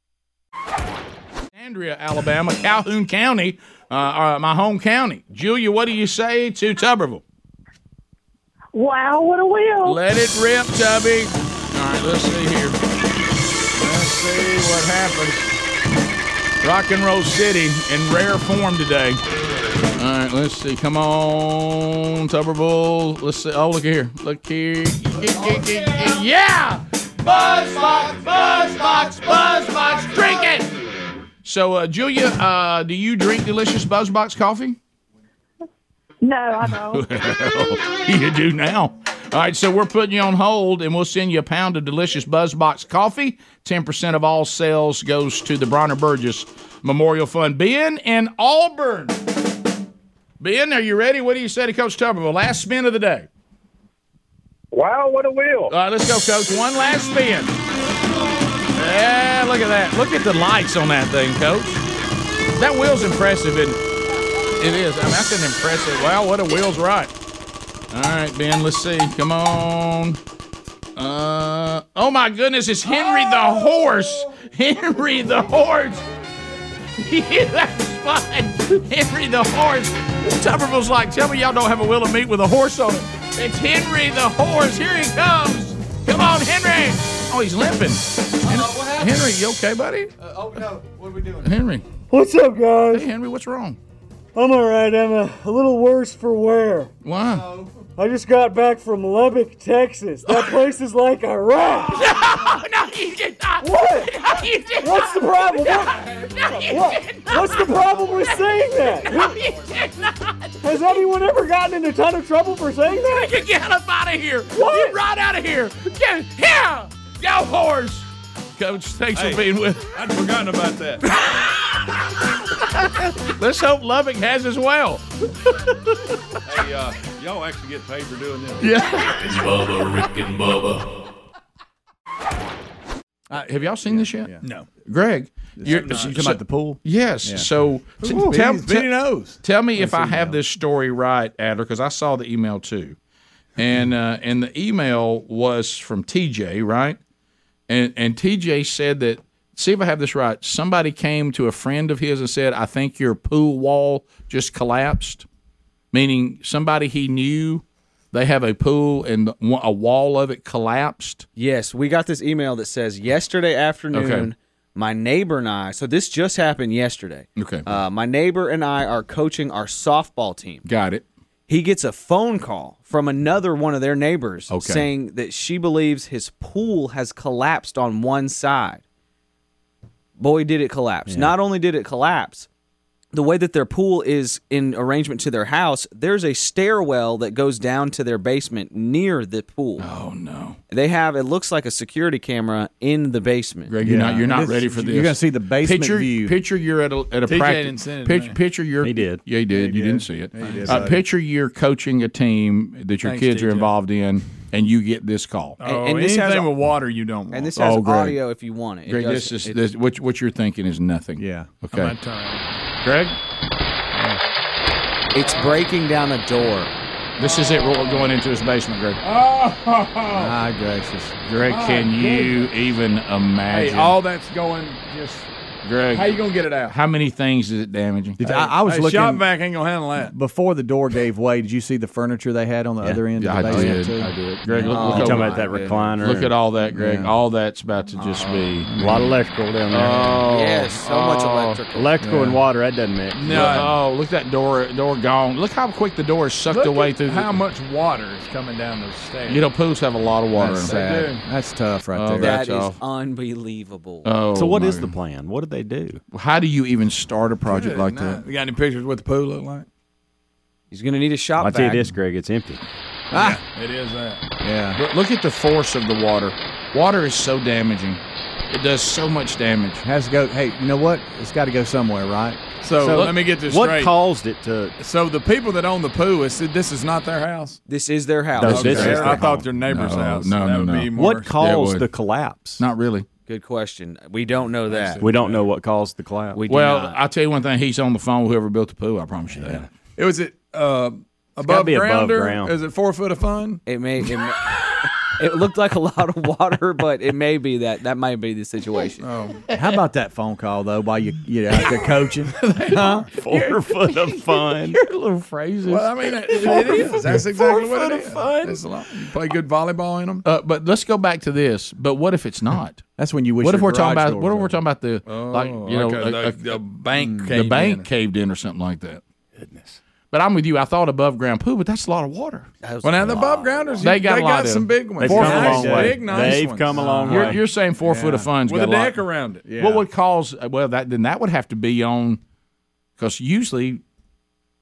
[SPEAKER 1] Alexandria, Alabama, Calhoun County, uh, uh, my home county. Julia, what do you say to Tuberville?
[SPEAKER 9] Wow, what a will.
[SPEAKER 1] Let it rip, Tubby. All right, let's see here. Let's see what happens. Rock and Roll City in rare form today. All right, let's see. Come on, Tuberville. Let's see. Oh, look here. Look here. Yeah! Buzzbox, Buzzbox, Buzzbox, drink it! So, uh, Julia, uh, do you drink delicious Buzzbox coffee?
[SPEAKER 9] No, I don't.
[SPEAKER 1] you do now. All right, so we're putting you on hold, and we'll send you a pound of delicious BuzzBox coffee. Ten percent of all sales goes to the Bronner Burgess Memorial Fund. Ben in Auburn. Ben, are you ready? What do you say to Coach Tuberville? Last spin of the day.
[SPEAKER 10] Wow, what a wheel.
[SPEAKER 1] All right, let's go, Coach. One last spin. Yeah, look at that. Look at the lights on that thing, Coach. That wheel's impressive, isn't it? It is. I mean, that's an impressive. Wow, what a wheel's right. All right, Ben, let's see. Come on. Uh, oh my goodness, it's Henry the horse. Henry the horse. Yeah, that's fun. Henry the horse. Tupperville's like, tell me y'all don't have a wheel of meat with a horse on it. It's Henry the horse. Here he comes. Come on, Henry. Oh, he's limping.
[SPEAKER 4] Uh,
[SPEAKER 1] Henry, you okay, buddy?
[SPEAKER 4] oh no, what are we doing?
[SPEAKER 1] Henry.
[SPEAKER 11] What's up, guys?
[SPEAKER 1] Hey, Henry, what's wrong?
[SPEAKER 11] I'm all right. I'm a, a little worse for wear.
[SPEAKER 4] Uh,
[SPEAKER 1] Why?
[SPEAKER 11] I just got back from Lubbock, Texas. That place is like Iraq.
[SPEAKER 1] No, you did not.
[SPEAKER 11] What?
[SPEAKER 1] No, you did
[SPEAKER 11] What's the problem?
[SPEAKER 1] What? No, you
[SPEAKER 11] What?
[SPEAKER 1] did not.
[SPEAKER 11] What's the problem with saying that?
[SPEAKER 1] No, you did not.
[SPEAKER 11] Has anyone ever gotten in a ton of trouble for saying that?
[SPEAKER 1] You get up out of here.
[SPEAKER 11] What?
[SPEAKER 1] Get right out of here. Get here. Go horse. Coach, thanks for being with.
[SPEAKER 2] I'd forgotten about that.
[SPEAKER 1] Let's hope Lubbock has as well.
[SPEAKER 2] hey, uh, y'all actually get paid for doing this.
[SPEAKER 7] Rick and Bubba, Rick and Bubba,
[SPEAKER 1] Uh, have y'all seen this yet?
[SPEAKER 2] No.
[SPEAKER 1] Greg, you're,
[SPEAKER 4] You talking about the pool?
[SPEAKER 1] Yes. So t-
[SPEAKER 2] Ooh,
[SPEAKER 1] tell,
[SPEAKER 2] Benny-
[SPEAKER 1] t-
[SPEAKER 2] Benny knows.
[SPEAKER 1] tell me if I have this story right, Adler, because I saw the email too, and uh, and the email was from TJ, right? And and TJ said that. See if I have this right. Somebody came to a friend of his and said, "I think your pool wall just collapsed," meaning somebody he knew. They have a pool and the- a wall of it collapsed.
[SPEAKER 5] Yes, we got this email that says yesterday afternoon,
[SPEAKER 1] Okay.
[SPEAKER 5] my neighbor and I. So this just happened yesterday.
[SPEAKER 1] Okay.
[SPEAKER 5] Uh, my neighbor and I are coaching our softball team.
[SPEAKER 1] Got it.
[SPEAKER 5] He gets a phone call from another one of their neighbors
[SPEAKER 1] Okay.
[SPEAKER 5] saying that she believes his pool has collapsed on one side. Boy, did it collapse. Not only did it collapse, the way that their pool is in arrangement to their house, there's a stairwell that goes down to their basement near the pool.
[SPEAKER 1] Oh no,
[SPEAKER 5] They have it looks like a security camera in the basement.
[SPEAKER 1] Greg, you're
[SPEAKER 4] Yeah.
[SPEAKER 1] not you're not
[SPEAKER 4] This-
[SPEAKER 1] ready for this.
[SPEAKER 4] you're gonna see the basement
[SPEAKER 1] picture,
[SPEAKER 4] view.
[SPEAKER 1] Picture you're at a at a
[SPEAKER 2] TJ
[SPEAKER 1] practice.
[SPEAKER 2] didn't send it to
[SPEAKER 1] picture,
[SPEAKER 2] me.
[SPEAKER 1] picture you're
[SPEAKER 4] He did.
[SPEAKER 1] Yeah, he did. you
[SPEAKER 2] did.
[SPEAKER 1] didn't see it.
[SPEAKER 2] He did,
[SPEAKER 1] uh,
[SPEAKER 2] buddy.
[SPEAKER 1] picture you're coaching a team that your
[SPEAKER 2] Thanks,
[SPEAKER 1] kids are
[SPEAKER 2] TJ.
[SPEAKER 1] involved in, and you get this call.
[SPEAKER 2] Oh,
[SPEAKER 5] and this
[SPEAKER 2] anything
[SPEAKER 5] has a-
[SPEAKER 2] with water you don't want.
[SPEAKER 5] And this has
[SPEAKER 1] Oh, Greg.
[SPEAKER 5] audio if you want it. It
[SPEAKER 1] Greg, this
[SPEAKER 5] does-
[SPEAKER 1] is
[SPEAKER 5] it-
[SPEAKER 1] this, what what you're thinking is nothing.
[SPEAKER 4] Yeah.
[SPEAKER 1] Okay.
[SPEAKER 2] I'm not tired.
[SPEAKER 1] Greg,
[SPEAKER 5] it's breaking down a door.
[SPEAKER 1] this is it. We're going into his basement, Greg.
[SPEAKER 2] Oh.
[SPEAKER 4] My gracious.
[SPEAKER 1] Greg, can you even
[SPEAKER 2] Hey,
[SPEAKER 1] imagine?
[SPEAKER 2] all that's going just
[SPEAKER 1] Greg,
[SPEAKER 4] How you gonna get it out?
[SPEAKER 1] How many things is it damaging?
[SPEAKER 4] Did- I, I was looking.
[SPEAKER 1] back
[SPEAKER 2] ain't gonna handle that.
[SPEAKER 4] Before the door gave way, did you see the furniture they had on the other end? Of
[SPEAKER 1] I
[SPEAKER 4] the
[SPEAKER 1] did.
[SPEAKER 4] basement Too?
[SPEAKER 1] I did. Greg, look,
[SPEAKER 4] Oh,
[SPEAKER 1] look over- Look at all that, Greg.
[SPEAKER 4] Yeah.
[SPEAKER 1] All that's about to just be
[SPEAKER 12] A lot of electrical down there.
[SPEAKER 1] Oh, oh.
[SPEAKER 12] Electrical
[SPEAKER 1] Yeah.
[SPEAKER 12] and water, that doesn't mix.
[SPEAKER 1] No, oh, look at that door door gone. Look how quick the door is sucked
[SPEAKER 12] Look
[SPEAKER 1] away
[SPEAKER 12] at
[SPEAKER 1] through.
[SPEAKER 12] how
[SPEAKER 1] the,
[SPEAKER 12] much water is coming down those stairs.
[SPEAKER 1] you know, pools have a lot of water.
[SPEAKER 4] That's
[SPEAKER 1] in them.
[SPEAKER 4] sad. That's tough, right
[SPEAKER 1] Oh,
[SPEAKER 4] there.
[SPEAKER 1] that's
[SPEAKER 5] That is
[SPEAKER 1] awful.
[SPEAKER 5] unbelievable.
[SPEAKER 1] Oh,
[SPEAKER 6] so what
[SPEAKER 1] my
[SPEAKER 6] is the
[SPEAKER 1] goodness.
[SPEAKER 6] plan? What did they do?
[SPEAKER 1] How do you even start a project like that?
[SPEAKER 5] You got any pictures what the pool look like? He's going to need a shop
[SPEAKER 6] I tell you
[SPEAKER 5] vac.
[SPEAKER 6] this, Greg, it's empty.
[SPEAKER 5] Ah.
[SPEAKER 12] It is that.
[SPEAKER 1] Yeah. Look, look at the force of the water. Water is so damaging. It does so much damage.
[SPEAKER 4] Has to go. Hey, you know what? It's got to go somewhere, right?
[SPEAKER 12] So, let me get this straight.
[SPEAKER 6] it to?
[SPEAKER 12] So the people that own the poo is this is not their house.
[SPEAKER 5] This is their house.
[SPEAKER 12] Okay, I thought their neighbor's
[SPEAKER 1] No,
[SPEAKER 12] house.
[SPEAKER 1] no,
[SPEAKER 12] that
[SPEAKER 1] no,
[SPEAKER 12] would
[SPEAKER 1] no.
[SPEAKER 12] Be more,
[SPEAKER 6] What caused
[SPEAKER 1] would.
[SPEAKER 6] the collapse?
[SPEAKER 1] Not really.
[SPEAKER 5] Good question. We don't know that.
[SPEAKER 6] We don't know what caused the collapse.
[SPEAKER 5] We do
[SPEAKER 1] well,
[SPEAKER 5] not.
[SPEAKER 1] I'll tell you one thing. He's on the phone. with Whoever built the pool, I promise you that.
[SPEAKER 12] It was it uh, above
[SPEAKER 1] be
[SPEAKER 12] ground.
[SPEAKER 1] above ground.
[SPEAKER 12] or Is it four foot of fun?
[SPEAKER 5] It may. It, may- it looked like a lot of water, but it may be that that might be the situation.
[SPEAKER 4] How about that phone call though? While you you out there coaching, huh?
[SPEAKER 6] Four foot of fun.
[SPEAKER 1] Your little phrases.
[SPEAKER 12] Well, I mean, it, it is. That's exactly what it is. It's a lot. You play good volleyball in them.
[SPEAKER 1] Uh, but let's go back to this. But what if it's not?
[SPEAKER 4] That's when you wish
[SPEAKER 1] What if
[SPEAKER 4] your
[SPEAKER 1] we're talking
[SPEAKER 4] garage
[SPEAKER 1] about?
[SPEAKER 4] door
[SPEAKER 1] What if
[SPEAKER 4] was
[SPEAKER 1] we're talking about the like
[SPEAKER 12] Oh,
[SPEAKER 1] you know
[SPEAKER 12] like a- like the bank
[SPEAKER 1] the
[SPEAKER 12] caved
[SPEAKER 1] bank
[SPEAKER 12] in.
[SPEAKER 1] caved in or something like that. Goodness. But I'm with you. I thought above ground poo, but that's a lot of water.
[SPEAKER 12] Well, now the Bob Grounders,
[SPEAKER 1] They
[SPEAKER 12] you-
[SPEAKER 1] got a
[SPEAKER 12] they
[SPEAKER 1] lot
[SPEAKER 12] got
[SPEAKER 1] of
[SPEAKER 12] some
[SPEAKER 1] them.
[SPEAKER 12] big ones.
[SPEAKER 1] They've come a
[SPEAKER 12] nice,
[SPEAKER 1] long way.
[SPEAKER 12] Big, nice
[SPEAKER 6] They've
[SPEAKER 12] ones.
[SPEAKER 6] come a long
[SPEAKER 1] You're,
[SPEAKER 6] way.
[SPEAKER 1] you're saying four foot of fun's
[SPEAKER 12] With
[SPEAKER 1] got
[SPEAKER 12] a
[SPEAKER 1] lot-
[SPEAKER 12] deck around it.
[SPEAKER 1] What would cause? uh, Well, that then that would have to be on because usually.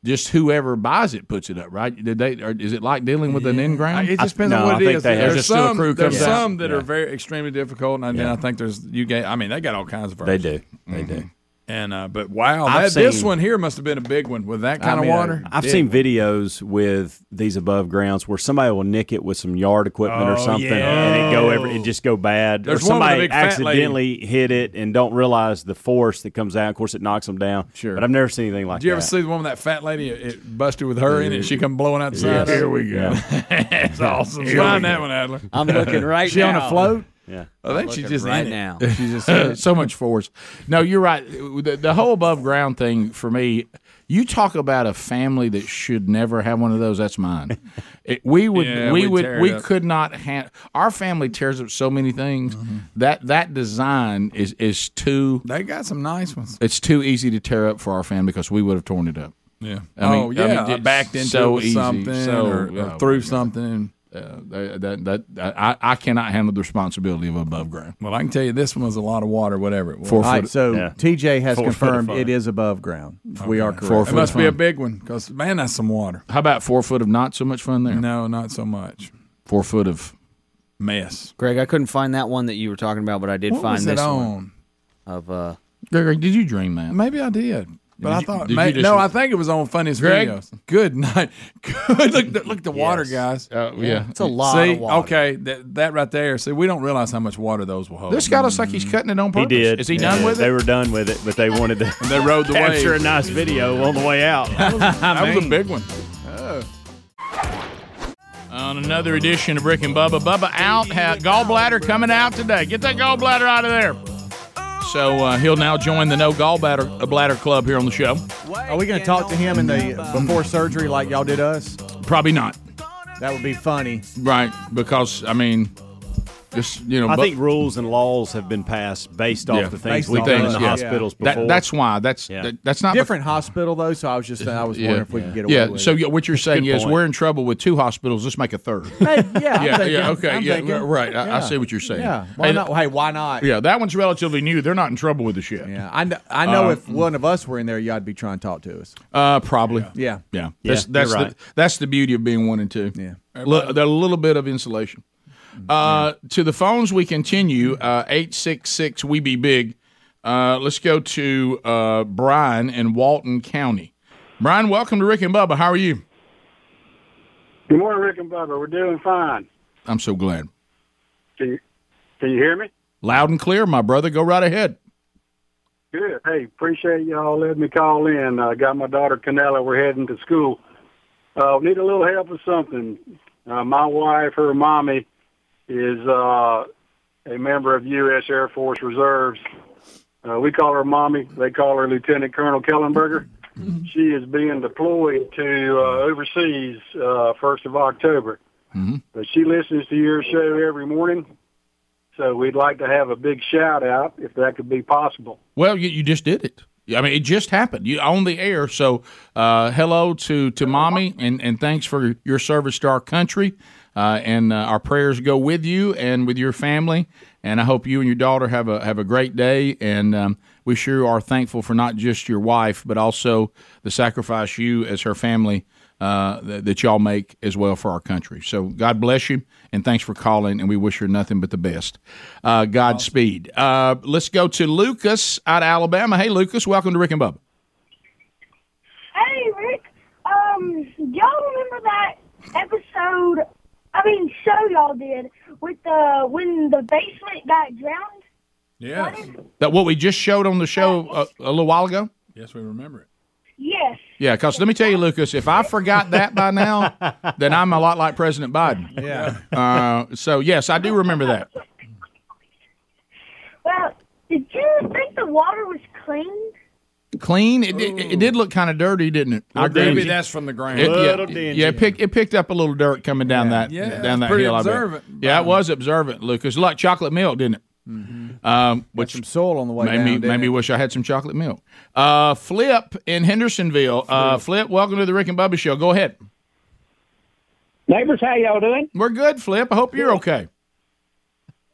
[SPEAKER 1] Just whoever buys it puts it up, right? Did they? Or is it like dealing with an in ground?
[SPEAKER 12] It just depends on what it is. There's some, there's some that
[SPEAKER 1] Yeah.
[SPEAKER 12] are very extremely difficult, and then I think there's you get. I mean, they got all kinds of.
[SPEAKER 6] They
[SPEAKER 12] Versions.
[SPEAKER 6] do. They do.
[SPEAKER 12] And uh, but wow,
[SPEAKER 6] I've
[SPEAKER 12] that, this
[SPEAKER 6] seen-
[SPEAKER 12] one here must have been a big one with that
[SPEAKER 6] I
[SPEAKER 12] kind
[SPEAKER 6] mean,
[SPEAKER 12] of water.
[SPEAKER 6] I've seen videos with these above grounds where somebody will nick it with some yard equipment or
[SPEAKER 12] Oh,
[SPEAKER 6] something,
[SPEAKER 12] yeah.
[SPEAKER 6] and it go every, it just go bad.
[SPEAKER 12] There's
[SPEAKER 6] or
[SPEAKER 12] one with a
[SPEAKER 6] somebody
[SPEAKER 12] big fat lady.
[SPEAKER 6] accidentally hit it and don't realize the force that comes out. Of course, it knocks them down. Sure, but I've never seen anything like
[SPEAKER 12] Did you
[SPEAKER 6] that.
[SPEAKER 12] ever see the one with that fat lady? It, it busted with her in it. She come blowing outside.
[SPEAKER 6] Yes. Here we
[SPEAKER 1] go.
[SPEAKER 12] That's awesome.
[SPEAKER 1] Here
[SPEAKER 12] Find
[SPEAKER 1] we
[SPEAKER 12] that
[SPEAKER 1] go.
[SPEAKER 12] one, Adler.
[SPEAKER 1] I'm looking right
[SPEAKER 12] she on
[SPEAKER 1] now.
[SPEAKER 12] a float.
[SPEAKER 6] Yeah,
[SPEAKER 12] I think she's just in it.
[SPEAKER 1] She's just so much force. No, you're right. The, the whole above ground thing for me. You talk about a family that should never have one of those. That's mine. It- we would.
[SPEAKER 12] Yeah, we'd
[SPEAKER 1] we would.
[SPEAKER 12] tear
[SPEAKER 1] We
[SPEAKER 12] it up.
[SPEAKER 1] could not. Ha- Our family tears up so many things. That that design is is too.
[SPEAKER 12] They got some nice ones.
[SPEAKER 1] It's too easy to tear up for our family because we would have torn it up.
[SPEAKER 12] Yeah.
[SPEAKER 1] I mean,
[SPEAKER 12] oh
[SPEAKER 1] I
[SPEAKER 12] yeah.
[SPEAKER 1] mean,
[SPEAKER 12] I
[SPEAKER 1] it's
[SPEAKER 12] backed into
[SPEAKER 1] so
[SPEAKER 12] it with
[SPEAKER 1] easy,
[SPEAKER 12] something
[SPEAKER 1] so-
[SPEAKER 12] or, or
[SPEAKER 1] oh,
[SPEAKER 12] through something.
[SPEAKER 1] Uh, that, that, that I, I cannot handle the responsibility of above ground.
[SPEAKER 12] Well, I can tell you this one was a lot of water. Whatever it was.
[SPEAKER 1] Four
[SPEAKER 4] All right, so TJ has
[SPEAKER 12] Four foot of
[SPEAKER 4] confirmed
[SPEAKER 12] fun.
[SPEAKER 4] it is above ground. We are correct.
[SPEAKER 12] It must be a big one because man, that's some water.
[SPEAKER 1] How about four foot of not so much fun there?
[SPEAKER 12] No, not so much.
[SPEAKER 1] Four foot of
[SPEAKER 12] mess.
[SPEAKER 5] Greg, I couldn't find that one that you were talking about, but I did
[SPEAKER 12] What
[SPEAKER 5] find
[SPEAKER 12] was it
[SPEAKER 5] this
[SPEAKER 12] on?
[SPEAKER 5] one of uh.
[SPEAKER 1] Greg, did you dream that?
[SPEAKER 12] Maybe I did. But
[SPEAKER 1] Did
[SPEAKER 12] I
[SPEAKER 1] you-
[SPEAKER 12] thought,
[SPEAKER 1] did you
[SPEAKER 12] may-
[SPEAKER 1] just-
[SPEAKER 12] no, I think it was on funniest
[SPEAKER 1] Greg?
[SPEAKER 12] videos. Good night. Good. look, look, look at the water, guys.
[SPEAKER 1] Oh, yeah. It's a
[SPEAKER 5] lot
[SPEAKER 12] See,
[SPEAKER 5] of water.
[SPEAKER 12] okay, that, that right there. See, we don't realize how much water those will hold.
[SPEAKER 1] This guy looks like he's cutting it on
[SPEAKER 6] He
[SPEAKER 1] purpose.
[SPEAKER 6] did.
[SPEAKER 1] Is he
[SPEAKER 6] Yeah.
[SPEAKER 1] done with
[SPEAKER 6] They
[SPEAKER 1] it?
[SPEAKER 6] were done with it, but they wanted to.
[SPEAKER 12] they rode the wave.
[SPEAKER 6] capture a nice video on the way out.
[SPEAKER 12] that was a big one.
[SPEAKER 1] On another edition of Brick and Bubba, Bubba out, ha- gallbladder coming out today. Get that gallbladder out of there. So uh, he'll now join the No Gallbladder uh, Bladder Club here on the show.
[SPEAKER 4] Are we going to talk to him in the before surgery like y'all did us?
[SPEAKER 1] Probably not,
[SPEAKER 4] That would be funny.
[SPEAKER 1] right? Because I mean, just you know,
[SPEAKER 6] I
[SPEAKER 1] Bu-
[SPEAKER 6] think rules and laws have been passed based off
[SPEAKER 1] Yeah.
[SPEAKER 6] the things
[SPEAKER 1] Based
[SPEAKER 6] we've
[SPEAKER 1] on
[SPEAKER 6] done in
[SPEAKER 1] things,
[SPEAKER 6] the
[SPEAKER 1] yeah.
[SPEAKER 6] hospitals
[SPEAKER 1] That-
[SPEAKER 6] before.
[SPEAKER 1] that's why. That's
[SPEAKER 6] Yeah.
[SPEAKER 1] that- that's not because-
[SPEAKER 4] Different hospital though, so I was just I was wondering if we could get away
[SPEAKER 1] yeah.
[SPEAKER 4] with
[SPEAKER 1] So
[SPEAKER 4] it.
[SPEAKER 1] yeah, what you're saying
[SPEAKER 4] Good
[SPEAKER 1] is
[SPEAKER 4] point.
[SPEAKER 1] we're in trouble with two hospitals. Let's make a third.
[SPEAKER 4] Hey, yeah, I'm
[SPEAKER 1] yeah,
[SPEAKER 4] thinking,
[SPEAKER 1] yeah. Okay.
[SPEAKER 4] I'm
[SPEAKER 1] yeah.
[SPEAKER 4] thinking.
[SPEAKER 1] r- Right. I, I
[SPEAKER 4] Yeah.
[SPEAKER 1] see what you're saying.
[SPEAKER 4] Yeah. Why
[SPEAKER 1] Hey,
[SPEAKER 4] not? Hey, why not?
[SPEAKER 1] Yeah, that one's relatively new. They're not in trouble with the shit.
[SPEAKER 4] Yeah, I know, I know
[SPEAKER 1] Uh,
[SPEAKER 4] if one of us were in there, y'all'd be trying to talk to us.
[SPEAKER 1] Uh, probably.
[SPEAKER 4] Yeah.
[SPEAKER 1] Yeah.
[SPEAKER 4] Yeah,
[SPEAKER 1] That's that's
[SPEAKER 4] you're
[SPEAKER 1] the
[SPEAKER 4] right.
[SPEAKER 1] that's the beauty of being one and two. Yeah. Look, a little bit of insulation.
[SPEAKER 4] Mm-hmm.
[SPEAKER 1] Uh, to the phones we continue. Uh, eight six six. We be big. Uh, let's go to uh, Brian in Walton County. Brian, welcome to Rick and Bubba. How are you?
[SPEAKER 13] Good morning, Rick and Bubba. We're doing fine.
[SPEAKER 1] I'm so glad.
[SPEAKER 13] Can you, can you hear me?
[SPEAKER 1] Loud and clear, my brother. Go right ahead.
[SPEAKER 13] Good. Hey, appreciate y'all letting me call in. I got my daughter Canella. We're heading to school. Uh, need a little help with something. Uh, my wife, her mommy, is uh, a member of U.S. Air Force Reserves. Uh, we call her Mommy. They call her Lieutenant Colonel Kellenberger. She is being deployed to uh, overseas uh, first of October. But she listens to your show every morning, so we'd like to have a big shout out if that could be possible.
[SPEAKER 1] Well, you, you just did it. I mean, it just happened. You on the air. So, uh, hello to to mommy, and and thanks for your service to our country. Uh, and uh, our prayers go with you and with your family. And I hope you and your daughter have a have a great day. And um, we sure are thankful for not just your wife, but also the sacrifice you as her family uh, that, that y'all make as well for our country. So God bless you, and thanks for calling. And we wish her nothing but the best. Uh, Godspeed. Uh, let's go to Lucas out of Alabama. Hey, Lucas, welcome to Rick and Bubba.
[SPEAKER 14] Hey, Rick. Um, y'all remember that episode? I mean, show y'all did with the when the basement got drowned.
[SPEAKER 1] Yes. That what we just showed on the show a, a little while ago.
[SPEAKER 12] Yes, we remember it.
[SPEAKER 14] Yes.
[SPEAKER 1] Yeah, because let me tell you, Lucas, if I forgot that by now, then I'm a lot like President Biden.
[SPEAKER 12] Yeah.
[SPEAKER 1] Uh, so yes, I do remember that.
[SPEAKER 14] Well, did you think the water was clean?
[SPEAKER 1] Clean. It, it, it did look kind of dirty, didn't it?
[SPEAKER 12] Well,
[SPEAKER 1] agree
[SPEAKER 12] maybe
[SPEAKER 1] with you.
[SPEAKER 12] that's from the ground.
[SPEAKER 1] It,
[SPEAKER 12] Little
[SPEAKER 1] yeah,
[SPEAKER 12] dingy.
[SPEAKER 1] yeah it, picked, it picked up a little dirt coming down that
[SPEAKER 12] Yeah, that's
[SPEAKER 1] down that
[SPEAKER 12] pretty
[SPEAKER 1] hill. I bet.
[SPEAKER 12] observant.
[SPEAKER 1] Yeah, it was observant, Lucas. Like chocolate milk, didn't it? Um, which some
[SPEAKER 4] soil on the way
[SPEAKER 1] made
[SPEAKER 4] down,
[SPEAKER 1] me
[SPEAKER 4] didn't
[SPEAKER 1] made me
[SPEAKER 4] it?
[SPEAKER 1] wish I had some chocolate milk. Uh, Flip in Hendersonville. Uh, Flip, welcome to the Rick and Bubba Show. Go ahead.
[SPEAKER 15] Neighbors, how y'all doing?
[SPEAKER 1] We're good, Flip. I hope you're okay.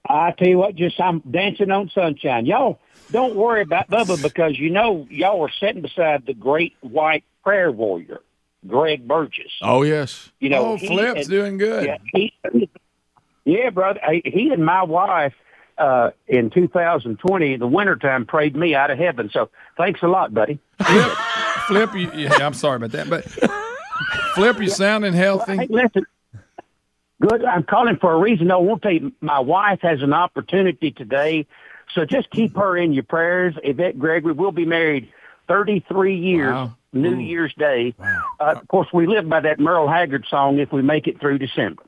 [SPEAKER 15] I tell you what, just I'm dancing on sunshine. Y'all don't worry about Bubba because you know y'all are sitting beside the great white prayer warrior, Greg Burgess.
[SPEAKER 1] Oh yes.
[SPEAKER 15] You know,
[SPEAKER 12] oh,
[SPEAKER 15] he
[SPEAKER 12] Flip's
[SPEAKER 15] and-
[SPEAKER 12] doing good.
[SPEAKER 15] Yeah, he, yeah brother. He- He and my wife uh, in 2020, the wintertime, prayed me out of heaven. So thanks a lot, buddy.
[SPEAKER 12] Flip, you, yeah, I'm sorry about that, but Flip, you sounding healthy.
[SPEAKER 15] Hey, listen. Good. I'm calling for a reason. though. I want to tell you, my wife has an opportunity today, so just keep her in your prayers. Yvette Gregory, we'll be married 33 years, New Year's Day. Uh, of course, we live by that Merle Haggard song, If We Make It Through December.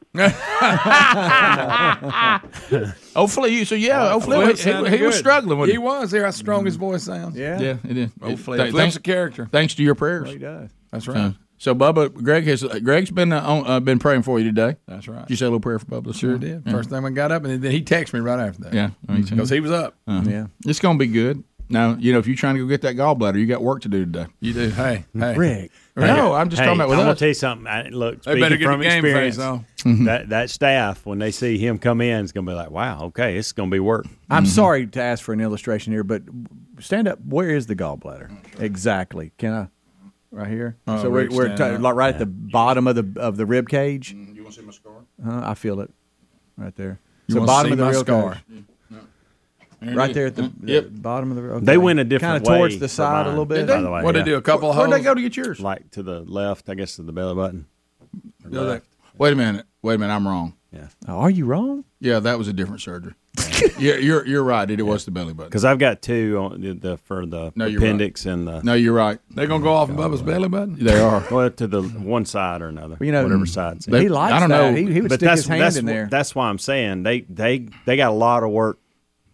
[SPEAKER 1] Hopefully, you. So yeah, hopefully
[SPEAKER 12] Flip
[SPEAKER 1] he,
[SPEAKER 12] sounded
[SPEAKER 1] he was
[SPEAKER 12] good.
[SPEAKER 1] struggling with
[SPEAKER 12] He
[SPEAKER 1] it. Mm-hmm.
[SPEAKER 12] was. Hear how strong his voice sounds. Yeah.
[SPEAKER 1] Yeah, it is.
[SPEAKER 12] Oh,
[SPEAKER 1] It-
[SPEAKER 12] Flip.
[SPEAKER 1] th-
[SPEAKER 12] Flip's
[SPEAKER 1] thanks-
[SPEAKER 12] a character.
[SPEAKER 1] Thanks to your prayers.
[SPEAKER 12] He does. That's
[SPEAKER 1] So-
[SPEAKER 12] right.
[SPEAKER 1] So, Bubba, Greg has uh, Greg's been uh, on, uh, been praying for you today.
[SPEAKER 12] That's right.
[SPEAKER 1] Did you say a little prayer for Bubba?
[SPEAKER 12] Sure did.
[SPEAKER 1] Yeah.
[SPEAKER 12] First time I got up, and then he texted me right after that.
[SPEAKER 1] Yeah,
[SPEAKER 12] because he was up.
[SPEAKER 1] Yeah, Mm-hmm. it's gonna be good. Now you know if you're trying to go get that gallbladder, you got work to do today. You do. Hey, hey,
[SPEAKER 16] Rick.
[SPEAKER 1] No, I'm just
[SPEAKER 16] Hey,
[SPEAKER 1] talking about with
[SPEAKER 16] I'm gonna
[SPEAKER 1] us. Mm-hmm.
[SPEAKER 16] tell you something. I, look,
[SPEAKER 1] They better
[SPEAKER 16] speaking
[SPEAKER 1] get
[SPEAKER 16] from
[SPEAKER 1] the game
[SPEAKER 16] experience,
[SPEAKER 1] face on.
[SPEAKER 16] that that staff when they see him come in is going to be like, "Wow, okay, it's going to be work."
[SPEAKER 4] I'm sorry to ask for an illustration here, but stand up. Where is the gallbladder exactly? Can I? Right here.
[SPEAKER 12] Oh,
[SPEAKER 4] so we're,
[SPEAKER 12] Rick's
[SPEAKER 4] we're
[SPEAKER 12] standing
[SPEAKER 4] ta-
[SPEAKER 12] up.
[SPEAKER 4] like right at the bottom of the of the rib cage.
[SPEAKER 1] Mm-hmm. You want to see my scar?
[SPEAKER 4] Uh, I feel it right there.
[SPEAKER 16] You
[SPEAKER 4] So
[SPEAKER 16] wanna
[SPEAKER 4] bottom
[SPEAKER 16] see
[SPEAKER 4] of the
[SPEAKER 16] my
[SPEAKER 4] rib
[SPEAKER 16] scar?
[SPEAKER 4] cage.
[SPEAKER 1] Mm-hmm. There it
[SPEAKER 4] Right
[SPEAKER 1] is. Mm-hmm.
[SPEAKER 4] there at the,
[SPEAKER 1] Yep.
[SPEAKER 4] the bottom of the. Okay.
[SPEAKER 16] They went a different
[SPEAKER 4] Kinda towards
[SPEAKER 16] way
[SPEAKER 4] the
[SPEAKER 16] for
[SPEAKER 4] side a
[SPEAKER 16] mine,
[SPEAKER 4] little bit.
[SPEAKER 16] By the way, yeah.
[SPEAKER 1] to get yours?
[SPEAKER 16] Like to the left, I guess, to the belly button.
[SPEAKER 1] No, that- Wait a minute. Wait a minute. I'm wrong.
[SPEAKER 16] Yeah.
[SPEAKER 4] are you wrong?
[SPEAKER 1] Yeah, that was a different surgery. yeah, you're you're right. It, was the belly button.
[SPEAKER 16] Because I've got two on the, the for the
[SPEAKER 1] No, you're right.
[SPEAKER 16] appendix and the.
[SPEAKER 1] No, you're right.
[SPEAKER 12] They're gonna go off in Bubba's belly button.
[SPEAKER 1] They are.
[SPEAKER 16] well, to the one side or another.
[SPEAKER 12] You know,
[SPEAKER 16] whatever side's
[SPEAKER 12] they- He likes I don't that. know. He- he would
[SPEAKER 16] but
[SPEAKER 12] stick
[SPEAKER 16] that's,
[SPEAKER 12] his hand
[SPEAKER 16] that's,
[SPEAKER 12] in there.
[SPEAKER 16] That's why I'm saying they they they got a lot of work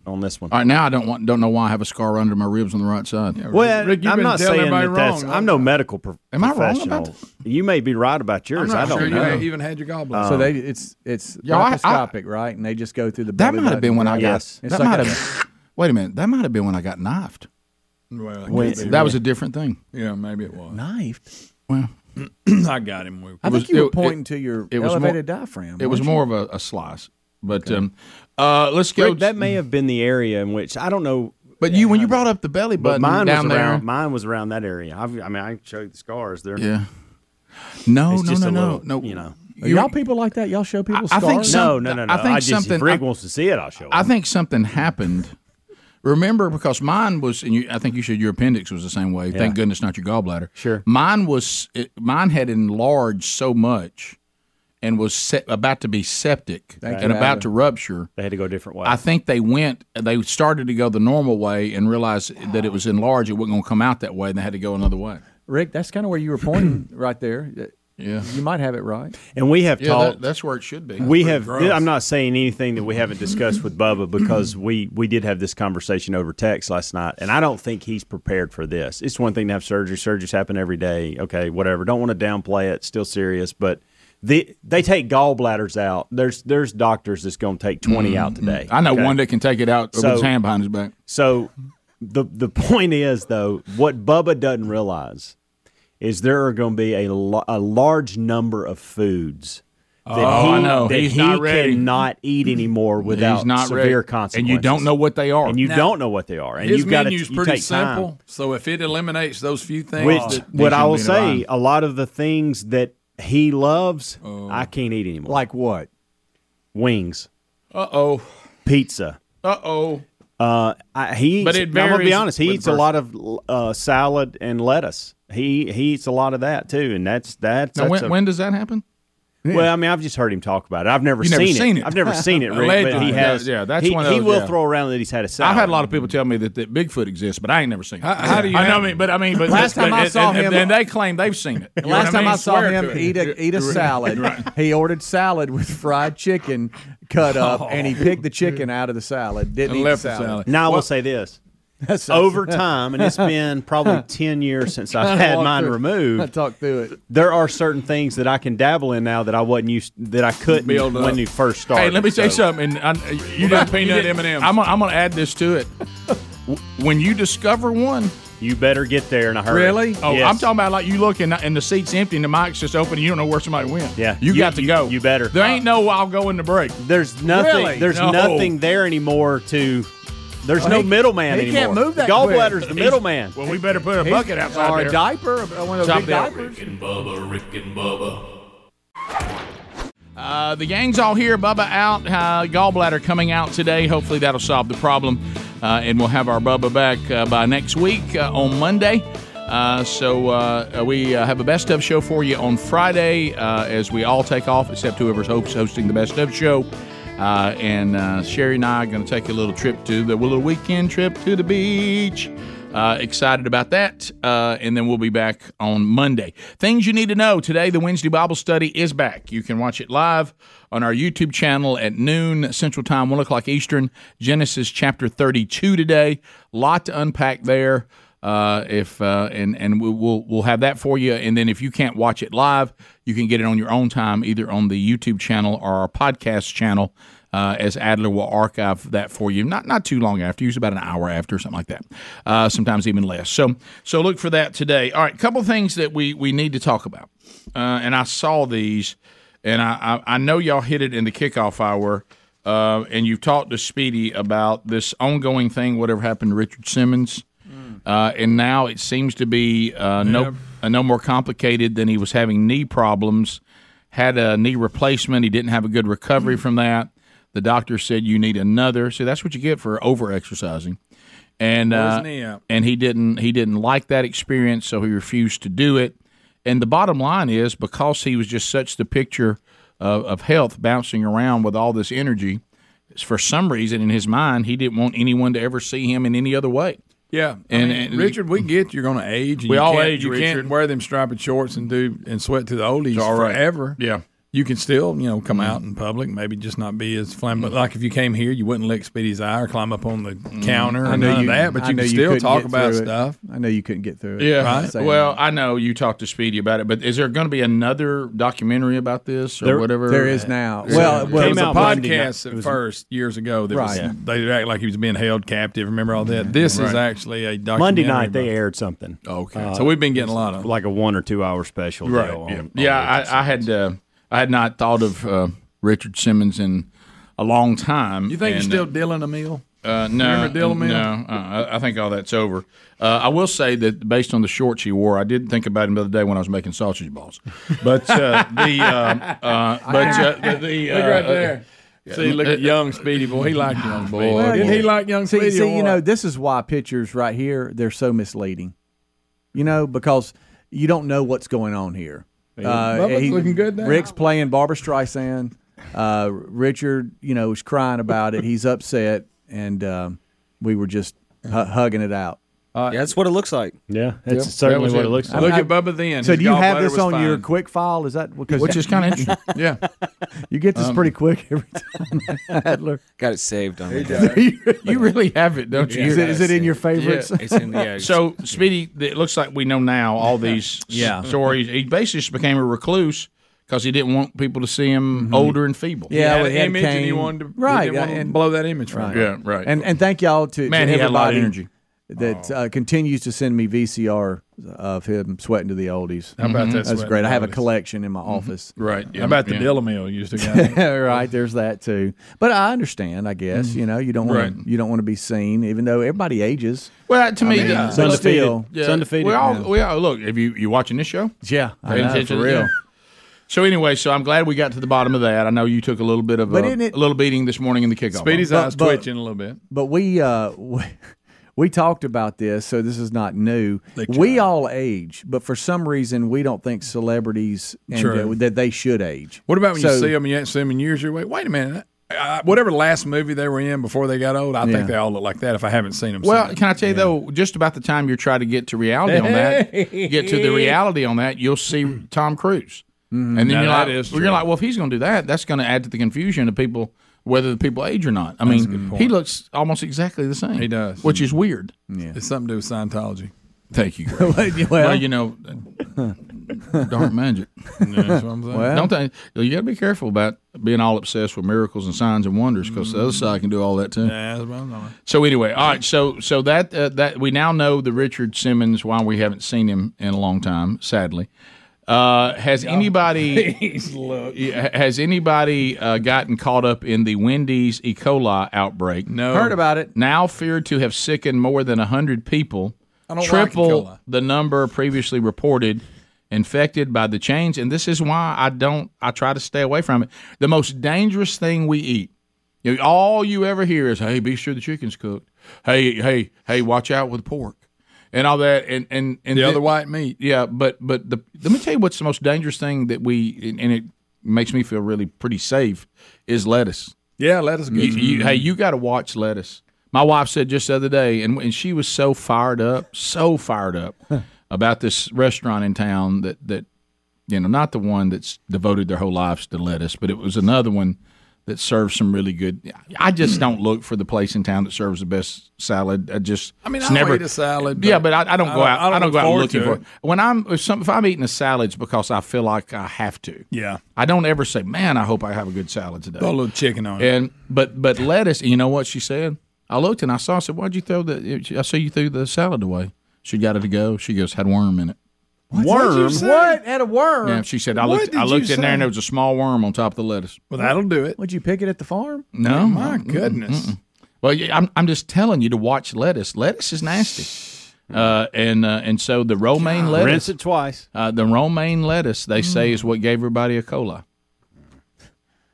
[SPEAKER 16] on this one.
[SPEAKER 1] All right, now I don't want don't know why I have a scar under my ribs on the right side.
[SPEAKER 16] Well, I'm not saying that that's. I'm no medical pro-
[SPEAKER 1] Am I wrong about
[SPEAKER 16] professional. You may be right about yours.
[SPEAKER 12] not
[SPEAKER 16] I don't
[SPEAKER 12] sure you
[SPEAKER 16] know.
[SPEAKER 12] even- even had your gallbladder.
[SPEAKER 4] so they it's it's
[SPEAKER 12] Yeah, Oh. I- I-
[SPEAKER 4] laparoscopic, right? And they just go through the.
[SPEAKER 1] That
[SPEAKER 4] belly
[SPEAKER 1] might have
[SPEAKER 4] button.
[SPEAKER 1] been when I
[SPEAKER 4] Yes.
[SPEAKER 1] got.
[SPEAKER 4] It's
[SPEAKER 1] That
[SPEAKER 4] like
[SPEAKER 1] might
[SPEAKER 4] a-
[SPEAKER 1] have. Wait a minute. That might have been when I got knifed.
[SPEAKER 12] Well, it
[SPEAKER 1] Wait,
[SPEAKER 12] could be.
[SPEAKER 1] that was a different thing.
[SPEAKER 12] Yeah, maybe it was
[SPEAKER 4] knifed.
[SPEAKER 1] Well,
[SPEAKER 12] I got him. We-
[SPEAKER 4] I
[SPEAKER 1] It
[SPEAKER 4] think
[SPEAKER 1] was-
[SPEAKER 4] you were
[SPEAKER 1] it-
[SPEAKER 4] pointing
[SPEAKER 1] it-
[SPEAKER 4] to your
[SPEAKER 1] it was
[SPEAKER 4] elevated
[SPEAKER 1] more-
[SPEAKER 4] diaphragm.
[SPEAKER 1] It was
[SPEAKER 4] weren't
[SPEAKER 1] more
[SPEAKER 4] you?
[SPEAKER 1] of a, a slice, but um, uh, let's go.
[SPEAKER 16] Rick, that may have been the area in which I don't know.
[SPEAKER 1] But you, when you brought up the belly
[SPEAKER 16] But
[SPEAKER 1] button
[SPEAKER 16] mine
[SPEAKER 1] down
[SPEAKER 16] was
[SPEAKER 1] there,
[SPEAKER 16] around. Mine was around that area. I've, I mean, I can show you the scars. There.
[SPEAKER 1] Yeah. no,
[SPEAKER 16] It's
[SPEAKER 1] no,
[SPEAKER 16] just
[SPEAKER 1] no,
[SPEAKER 16] a
[SPEAKER 1] no,
[SPEAKER 16] little,
[SPEAKER 1] no,
[SPEAKER 16] you know.
[SPEAKER 4] Are y'all people like that? Y'all show people
[SPEAKER 1] I- I
[SPEAKER 4] scars?
[SPEAKER 1] think some-
[SPEAKER 16] no, no, no, no.
[SPEAKER 1] I think
[SPEAKER 16] just,
[SPEAKER 1] something-
[SPEAKER 16] If Rick
[SPEAKER 1] I-
[SPEAKER 16] wants to see it, I'll show. Him.
[SPEAKER 1] I think something happened. Remember, because mine was, and you, I think you said your appendix was the same way.
[SPEAKER 16] Yeah.
[SPEAKER 1] Thank goodness, not your gallbladder. Sure. Mine was. It, mine had enlarged so much, and was se- about to be septic
[SPEAKER 16] Thank you,
[SPEAKER 1] and about
[SPEAKER 16] Adam.
[SPEAKER 1] to rupture.
[SPEAKER 16] They had to go a different way.
[SPEAKER 1] I think they went. They started to go the normal way and realized that it was enlarged. It wasn't going to come out that way, and they had to go another way.
[SPEAKER 4] Rick, that's kind of where you were pointing right there.
[SPEAKER 1] Yeah.
[SPEAKER 4] You might have it right.
[SPEAKER 6] And we have
[SPEAKER 1] Yeah,
[SPEAKER 6] talked.
[SPEAKER 1] that- that's where it should be.
[SPEAKER 6] we
[SPEAKER 1] That's
[SPEAKER 6] have.
[SPEAKER 1] pretty gross.
[SPEAKER 6] I'm not saying anything that we haven't discussed with Bubba because we we did have this conversation over text last night, and I don't think he's prepared for this. It's one thing to have surgery. Surgeries happen every day. Okay, whatever. Don't want to downplay it. Still serious, but. The, they take gallbladders out. There's there's doctors that's going to take 20 out today.
[SPEAKER 1] Mm-hmm. I know
[SPEAKER 6] okay?
[SPEAKER 1] one that can take it out with
[SPEAKER 6] So-
[SPEAKER 1] his hand behind his back.
[SPEAKER 6] So the the point is though, what Bubba doesn't realize is there are going to be a, lo- a large number of foods that
[SPEAKER 1] Oh,
[SPEAKER 6] he,
[SPEAKER 1] I know.
[SPEAKER 6] That
[SPEAKER 1] He's
[SPEAKER 6] he
[SPEAKER 1] not ready.
[SPEAKER 6] cannot eat anymore without
[SPEAKER 1] He's not
[SPEAKER 6] severe
[SPEAKER 1] ready.
[SPEAKER 6] consequences.
[SPEAKER 1] And you don't know what they are.
[SPEAKER 6] And you
[SPEAKER 1] Now,
[SPEAKER 6] don't know what they are. And
[SPEAKER 12] His
[SPEAKER 6] you've got to
[SPEAKER 12] menu's
[SPEAKER 6] you
[SPEAKER 12] pretty
[SPEAKER 6] take time.
[SPEAKER 12] simple. So if it eliminates those few things,
[SPEAKER 6] Which,
[SPEAKER 12] that-
[SPEAKER 6] what I will say, a lot of the things that he loves,
[SPEAKER 1] Oh.
[SPEAKER 6] I can't eat anymore.
[SPEAKER 4] Like what?
[SPEAKER 6] Wings,
[SPEAKER 1] Uh oh.
[SPEAKER 6] pizza.
[SPEAKER 1] Uh oh.
[SPEAKER 6] Uh, I, he eats,
[SPEAKER 1] But it
[SPEAKER 6] I'm gonna be
[SPEAKER 1] varies
[SPEAKER 6] honest. He
[SPEAKER 1] with
[SPEAKER 6] eats
[SPEAKER 1] the
[SPEAKER 6] a lot of uh, salad and lettuce. He he eats a lot of that too, and that's that's.
[SPEAKER 1] Now,
[SPEAKER 6] that's
[SPEAKER 1] when,
[SPEAKER 6] a-
[SPEAKER 1] when does that happen?
[SPEAKER 6] well, I mean, I've just heard him talk about it. I've never,
[SPEAKER 1] You never
[SPEAKER 6] seen,
[SPEAKER 1] seen
[SPEAKER 6] it.
[SPEAKER 1] it.
[SPEAKER 6] I've never seen it. Rick, but
[SPEAKER 1] Allegedly.
[SPEAKER 6] he has.
[SPEAKER 1] Yeah, yeah, that's
[SPEAKER 6] he,
[SPEAKER 1] one of
[SPEAKER 6] He
[SPEAKER 1] those,
[SPEAKER 6] will
[SPEAKER 1] yeah.
[SPEAKER 6] throw around that he's had a salad.
[SPEAKER 1] I've had a lot of people tell me that, that Bigfoot exists, but I ain't never seen it. How,
[SPEAKER 6] how do you
[SPEAKER 1] I, know,
[SPEAKER 6] have-
[SPEAKER 1] I mean, but I mean, but
[SPEAKER 4] Last
[SPEAKER 1] but-
[SPEAKER 4] time I
[SPEAKER 1] and-
[SPEAKER 4] saw
[SPEAKER 1] and-
[SPEAKER 4] him-
[SPEAKER 1] and they claim they've seen it. You know what
[SPEAKER 4] Last time
[SPEAKER 1] mean?
[SPEAKER 4] I saw
[SPEAKER 1] Swear
[SPEAKER 4] him
[SPEAKER 1] to it.
[SPEAKER 4] eat a eat a salad, he ordered salad with fried chicken cut
[SPEAKER 1] Oh.
[SPEAKER 4] up, and he picked the chicken out of the salad. Didn't eat the salad.
[SPEAKER 6] Now I will say this:
[SPEAKER 4] That's-
[SPEAKER 6] over time, and it's been probably ten years since I've
[SPEAKER 4] I
[SPEAKER 6] had
[SPEAKER 4] walked
[SPEAKER 6] mine
[SPEAKER 4] through-
[SPEAKER 6] removed.
[SPEAKER 4] I talked through it.
[SPEAKER 6] There are certain things that I can dabble in now that I wasn't used that I couldn't
[SPEAKER 1] Build up.
[SPEAKER 6] when you first started.
[SPEAKER 1] Hey, let me say
[SPEAKER 6] so-
[SPEAKER 1] something. And I, you
[SPEAKER 12] got
[SPEAKER 1] didn't-
[SPEAKER 12] peanut
[SPEAKER 1] you didn't-
[SPEAKER 12] M&Ms.
[SPEAKER 1] I'm, gonna- I'm going to add this to it. W- When you discover one,
[SPEAKER 6] you better get there in a hurry.
[SPEAKER 1] Really? Oh,
[SPEAKER 6] Yes.
[SPEAKER 1] I'm talking about like you look and, and the seat's empty and the mic's just open. And you don't know where somebody went.
[SPEAKER 6] Yeah,
[SPEAKER 1] you, got to go.
[SPEAKER 6] You better.
[SPEAKER 1] There ain't no I'll go in the break.
[SPEAKER 6] There's nothing.
[SPEAKER 1] Really?
[SPEAKER 6] There's
[SPEAKER 1] No.
[SPEAKER 6] nothing there anymore. To there's
[SPEAKER 1] Well,
[SPEAKER 6] no
[SPEAKER 1] he-
[SPEAKER 6] middleman
[SPEAKER 1] he
[SPEAKER 6] anymore.
[SPEAKER 1] can't move
[SPEAKER 6] The
[SPEAKER 1] that
[SPEAKER 6] Gallbladder's
[SPEAKER 1] quick.
[SPEAKER 6] the
[SPEAKER 1] He's-
[SPEAKER 6] middleman.
[SPEAKER 1] Well, we better put a
[SPEAKER 4] He's-
[SPEAKER 1] bucket outside
[SPEAKER 4] or
[SPEAKER 1] there.
[SPEAKER 4] a diaper, uh, one of those
[SPEAKER 1] Top
[SPEAKER 4] big
[SPEAKER 1] there.
[SPEAKER 4] diapers.
[SPEAKER 7] Rick and Bubba, Rick and Bubba,
[SPEAKER 1] Uh, the gang's all here. Bubba out. Uh, gallbladder coming out today. Hopefully that'll solve the problem, uh, and we'll have our Bubba back uh, by next week uh, on Monday. Uh, so uh, we uh, have a best of show for you on Friday uh, as we all take off, except whoever's hopes hosting the best of show. Uh, and uh, Sherry and I are going to take a little trip to the little weekend trip to the beach. Uh, excited about that. Uh, and then we'll be back on Monday. Things you need to know today, the Wednesday Bible study is back. You can watch it live on our YouTube channel at noon Central Time, 1 o'clock Eastern, Genesis chapter 32 today. lot to unpack there. Uh, if uh, and and we- we'll we'll have that for you, and then if you can't watch it live, you can get it on your own time, either on the YouTube channel or our podcast channel uh, as Adler will archive that for you. Not not too long after, usually about an hour after, something like that. Uh, sometimes even less. So so look for that today. All right, couple things that we we need to talk about, uh, and I saw these, and I, I I know y'all hit it in the kickoff hour. Uh, and you've talked to Speedy about this ongoing thing, whatever happened to Richard Simmons, uh, and now it seems to be uh, no uh, no more complicated than he was having knee problems had a knee replacement. He didn't have a good recovery
[SPEAKER 12] Mm.
[SPEAKER 1] from that. The doctor said you need another. So that's what you get for over exercising. And
[SPEAKER 12] Blows
[SPEAKER 1] uh,
[SPEAKER 12] his knee out.
[SPEAKER 1] and he didn't he didn't like that experience, so he refused to do it. And the bottom line is because he was just such the picture of, of health, bouncing around with all this energy. For some reason, in his mind, he didn't want anyone to ever see him in any other way.
[SPEAKER 12] Yeah,
[SPEAKER 1] And-
[SPEAKER 12] and,
[SPEAKER 1] and-
[SPEAKER 12] Richard, we get you're going to age. and
[SPEAKER 1] We
[SPEAKER 12] you
[SPEAKER 1] all
[SPEAKER 12] can't-
[SPEAKER 1] age,
[SPEAKER 12] You
[SPEAKER 1] Richard.
[SPEAKER 12] can't wear them striped shorts and do and sweat to the oldies
[SPEAKER 1] It's all right.
[SPEAKER 12] forever.
[SPEAKER 1] Yeah,
[SPEAKER 12] you can still you know come
[SPEAKER 4] Mm-hmm.
[SPEAKER 12] out in public, maybe just not be as flamboyant. Like if you came here, you wouldn't lick Speedy's eye or climb up on the counter or none of that. But
[SPEAKER 4] Mm-hmm. I
[SPEAKER 12] you
[SPEAKER 4] know
[SPEAKER 12] can still
[SPEAKER 4] couldn't
[SPEAKER 12] talk
[SPEAKER 4] get
[SPEAKER 12] about
[SPEAKER 4] through it.
[SPEAKER 12] stuff.
[SPEAKER 4] I know you couldn't get through it.
[SPEAKER 1] Yeah.
[SPEAKER 4] I'm saying
[SPEAKER 1] Well, I know you talked to Speedy about it, but is there going to be another documentary about this or
[SPEAKER 4] There-
[SPEAKER 1] whatever?
[SPEAKER 4] there is now. Well,
[SPEAKER 12] it
[SPEAKER 4] well,
[SPEAKER 12] was a
[SPEAKER 4] Came out Monday night.
[SPEAKER 12] podcast
[SPEAKER 4] It
[SPEAKER 12] at
[SPEAKER 4] was-
[SPEAKER 12] first years ago. That was,
[SPEAKER 4] Right. Yeah.
[SPEAKER 12] They act like he was being held captive. Remember all that? This is
[SPEAKER 6] Right.
[SPEAKER 12] actually a documentary.
[SPEAKER 6] Monday night
[SPEAKER 12] about-
[SPEAKER 6] they aired something.
[SPEAKER 12] Okay, so we've been getting a lot of
[SPEAKER 6] like a one or two hour special.
[SPEAKER 1] Oh. Right.
[SPEAKER 6] Deal Uh, on-
[SPEAKER 1] yeah,
[SPEAKER 6] on
[SPEAKER 1] yeah I, I had uh, I had not thought of uh, Richard Simmons in a long time.
[SPEAKER 12] You think
[SPEAKER 1] and,
[SPEAKER 12] he's
[SPEAKER 1] uh,
[SPEAKER 12] still dealing a meal?
[SPEAKER 1] Uh, no,
[SPEAKER 12] Remember Dylan Mill?
[SPEAKER 1] No, uh, I- I think all that's over. Uh, I will say that based on the shorts he wore, I did think about him the other day when I was making sausage balls. But uh, the uh, uh, but uh, the, the uh,
[SPEAKER 12] look right there.
[SPEAKER 1] uh,
[SPEAKER 12] See, look at young Speedy boy. He liked young boy.
[SPEAKER 4] Well,
[SPEAKER 12] Did
[SPEAKER 4] yeah.
[SPEAKER 12] he like young
[SPEAKER 4] see,
[SPEAKER 12] Speedy?
[SPEAKER 4] see,
[SPEAKER 12] or
[SPEAKER 4] you
[SPEAKER 12] what?
[SPEAKER 4] know, this is why pictures right here they're so misleading. You know, because you don't know what's going on here. Uh,
[SPEAKER 12] Bubba's looking good now.
[SPEAKER 4] Rick's playing Barbara Streisand. Uh, Richard, you know,
[SPEAKER 1] Uh-huh.
[SPEAKER 4] is crying about it. He's upset, and um, we were just hu- hugging it out.
[SPEAKER 5] yeah, that's what it looks like.
[SPEAKER 16] Yeah,
[SPEAKER 5] that's certainly what it looks like.
[SPEAKER 1] Look at Bubba then.
[SPEAKER 4] So
[SPEAKER 1] His
[SPEAKER 4] do you have
[SPEAKER 1] gallbladder
[SPEAKER 4] this
[SPEAKER 1] was
[SPEAKER 4] on your
[SPEAKER 1] fine.
[SPEAKER 4] quick file? Is that because
[SPEAKER 1] Which is kinda interesting. Yeah.
[SPEAKER 4] you get this
[SPEAKER 1] Um,
[SPEAKER 4] pretty quick every time. Adler.
[SPEAKER 5] Got it saved on
[SPEAKER 1] He
[SPEAKER 5] me.
[SPEAKER 1] does. you really have it, don't you?
[SPEAKER 4] Is it- is it in your favorites?
[SPEAKER 1] Yeah.
[SPEAKER 4] It's in- yeah, it's-
[SPEAKER 1] so, Speedy, it looks like we know now all these
[SPEAKER 4] Yeah.
[SPEAKER 1] s- stories. He basically just became a recluse because he didn't want people to see him older and feeble.
[SPEAKER 4] Yeah,
[SPEAKER 12] had
[SPEAKER 4] with
[SPEAKER 12] an
[SPEAKER 4] head
[SPEAKER 12] image and Mm-hmm. he
[SPEAKER 4] cane.
[SPEAKER 12] wanted to- he
[SPEAKER 4] right,
[SPEAKER 12] didn't want to
[SPEAKER 4] and-
[SPEAKER 12] blow that image from him.
[SPEAKER 1] Yeah, right.
[SPEAKER 4] And and thank y'all to to
[SPEAKER 1] Man, he had a lot of
[SPEAKER 4] everybody
[SPEAKER 1] energy.
[SPEAKER 12] Oh.
[SPEAKER 4] that uh, continues to send me VCR of him sweating to the oldies. Mm-hmm.
[SPEAKER 12] How about that
[SPEAKER 4] That's
[SPEAKER 12] sweating
[SPEAKER 4] great.
[SPEAKER 12] to
[SPEAKER 4] I
[SPEAKER 12] the
[SPEAKER 4] have a
[SPEAKER 12] oldies?
[SPEAKER 4] collection in my office.
[SPEAKER 1] Right.
[SPEAKER 12] How about the Dillamil you used to get?
[SPEAKER 4] right, there's that too. But I understand. I guess you know you don't want
[SPEAKER 12] Right.
[SPEAKER 4] you don't want to be seen, even though everybody ages.
[SPEAKER 1] Well, to
[SPEAKER 4] I
[SPEAKER 1] me,
[SPEAKER 4] mean,
[SPEAKER 1] the-
[SPEAKER 4] but still-
[SPEAKER 1] Yeah, We all, we all look. If you you watching this show,
[SPEAKER 4] Yeah, I
[SPEAKER 1] Paying
[SPEAKER 4] know, for
[SPEAKER 1] attention to-
[SPEAKER 4] real.
[SPEAKER 1] yeah. So anyway, so I'm glad we got to the bottom of that. I know you took a little bit of
[SPEAKER 4] But
[SPEAKER 1] a,
[SPEAKER 4] isn't it-
[SPEAKER 1] a little beating this morning in the kickoff.
[SPEAKER 12] Speedy's
[SPEAKER 1] But-
[SPEAKER 12] eyes
[SPEAKER 1] but-
[SPEAKER 12] twitching a little bit.
[SPEAKER 4] But we uh we, we talked about this, so this is not new. We all age, but for some reason we don't think celebrities and,
[SPEAKER 12] True.
[SPEAKER 4] uh, that they should age.
[SPEAKER 12] What about when
[SPEAKER 4] So-
[SPEAKER 12] you see them and you haven't seen them in years? You're like, wait a minute. I, whatever last movie they were in before they got old, I
[SPEAKER 1] Yeah.
[SPEAKER 12] think they all look like that if I haven't seen them.
[SPEAKER 1] Well, can I tell you though, just about the time you try to get to reality on that, get to the reality on that, you'll see Tom Cruise, and then
[SPEAKER 12] Mm-hmm. Now,
[SPEAKER 1] you're
[SPEAKER 12] that
[SPEAKER 1] like,
[SPEAKER 12] is
[SPEAKER 1] well, you're
[SPEAKER 12] true.
[SPEAKER 1] like, well, if he's going to do that, that's going to add to the confusion of people whether the people age or not. I mean, he looks almost exactly the same.
[SPEAKER 12] He does. Mm-hmm.
[SPEAKER 1] which is weird.
[SPEAKER 4] Yeah,
[SPEAKER 12] it's something to do with Scientology.
[SPEAKER 1] Thank you. Greg. well, you know, dark magic.
[SPEAKER 12] That's what I'm saying. Well-
[SPEAKER 1] Don't think you got to be careful about being all obsessed with miracles and signs and wonders because the other side can do all that too.
[SPEAKER 12] Yeah, that's what I'm talking about.
[SPEAKER 1] So anyway, all right. So so that uh, that we now know the Richard Simmons. Why we haven't seen him in a long time, sadly. Uh, has anybody
[SPEAKER 12] Please look.
[SPEAKER 1] yeah, has anybody uh, gotten caught up in the Wendy's E. coli outbreak? No,
[SPEAKER 4] Heard about it.
[SPEAKER 1] Now feared to have sickened more than hundred people,
[SPEAKER 12] I don't like E.
[SPEAKER 1] triple
[SPEAKER 12] coli.
[SPEAKER 1] the number previously reported infected by the change. And this is why I don't. I try to stay away from it. The most dangerous thing we eat. You know, all you ever hear is, "Hey, be sure the chicken's cooked." Hey, hey, hey, watch out with pork, and all that, and and and
[SPEAKER 12] The
[SPEAKER 1] thi-
[SPEAKER 12] other white meat.
[SPEAKER 1] Yeah, but but the let me tell you what's the most dangerous thing that we and, and it makes me feel really pretty safe is lettuce.
[SPEAKER 12] Yeah, lettuce.
[SPEAKER 1] You, you, hey, you got to watch lettuce. My wife said just the other day, and and she was so fired up, so fired up about this restaurant in town that that you know, not the one that's devoted their whole lives to lettuce, but it was another one that serves some really good. I
[SPEAKER 12] Hmm.
[SPEAKER 1] just don't look for the place in town that serves the best salad. I just,
[SPEAKER 12] I mean,
[SPEAKER 1] it's
[SPEAKER 12] I'll
[SPEAKER 1] never
[SPEAKER 12] eat a salad,
[SPEAKER 1] Yeah,
[SPEAKER 12] but
[SPEAKER 1] but I, I don't
[SPEAKER 12] I
[SPEAKER 1] go
[SPEAKER 12] don't-
[SPEAKER 1] out.
[SPEAKER 12] I don't
[SPEAKER 1] I don't,
[SPEAKER 12] look
[SPEAKER 1] go out
[SPEAKER 12] forward
[SPEAKER 1] looking
[SPEAKER 12] to
[SPEAKER 1] for
[SPEAKER 12] it.
[SPEAKER 1] it. When I'm if, some, if I'm eating a salad, it's because I feel like I have to.
[SPEAKER 12] Yeah.
[SPEAKER 1] I don't ever say, "Man, I hope I have a good salad today."
[SPEAKER 12] Throw a little chicken on it.
[SPEAKER 1] And but but lettuce. You know what she said? I looked and I saw. I said, "Why'd you throw the?" I saw you threw the salad away. She got it to go. She goes, "Had worm in it."
[SPEAKER 12] Worm.
[SPEAKER 4] What at a worm?
[SPEAKER 1] Yeah, she said. I
[SPEAKER 4] What
[SPEAKER 1] looked.
[SPEAKER 4] did
[SPEAKER 1] I
[SPEAKER 4] you
[SPEAKER 1] looked in there, and
[SPEAKER 4] say?
[SPEAKER 1] there was a small worm on top of the lettuce.
[SPEAKER 12] Well, that'll do it.
[SPEAKER 4] Would you pick it at the farm?
[SPEAKER 1] No,
[SPEAKER 12] My
[SPEAKER 1] Mm-mm,
[SPEAKER 12] goodness.
[SPEAKER 1] mm-mm. Well, yeah, I'm I'm just telling you to watch lettuce. Lettuce is nasty. Uh, and uh, and so the romaine lettuce,
[SPEAKER 16] Rinse it twice.
[SPEAKER 1] Uh, the romaine lettuce, they
[SPEAKER 4] Mm-hmm.
[SPEAKER 1] say, is what gave everybody a cola.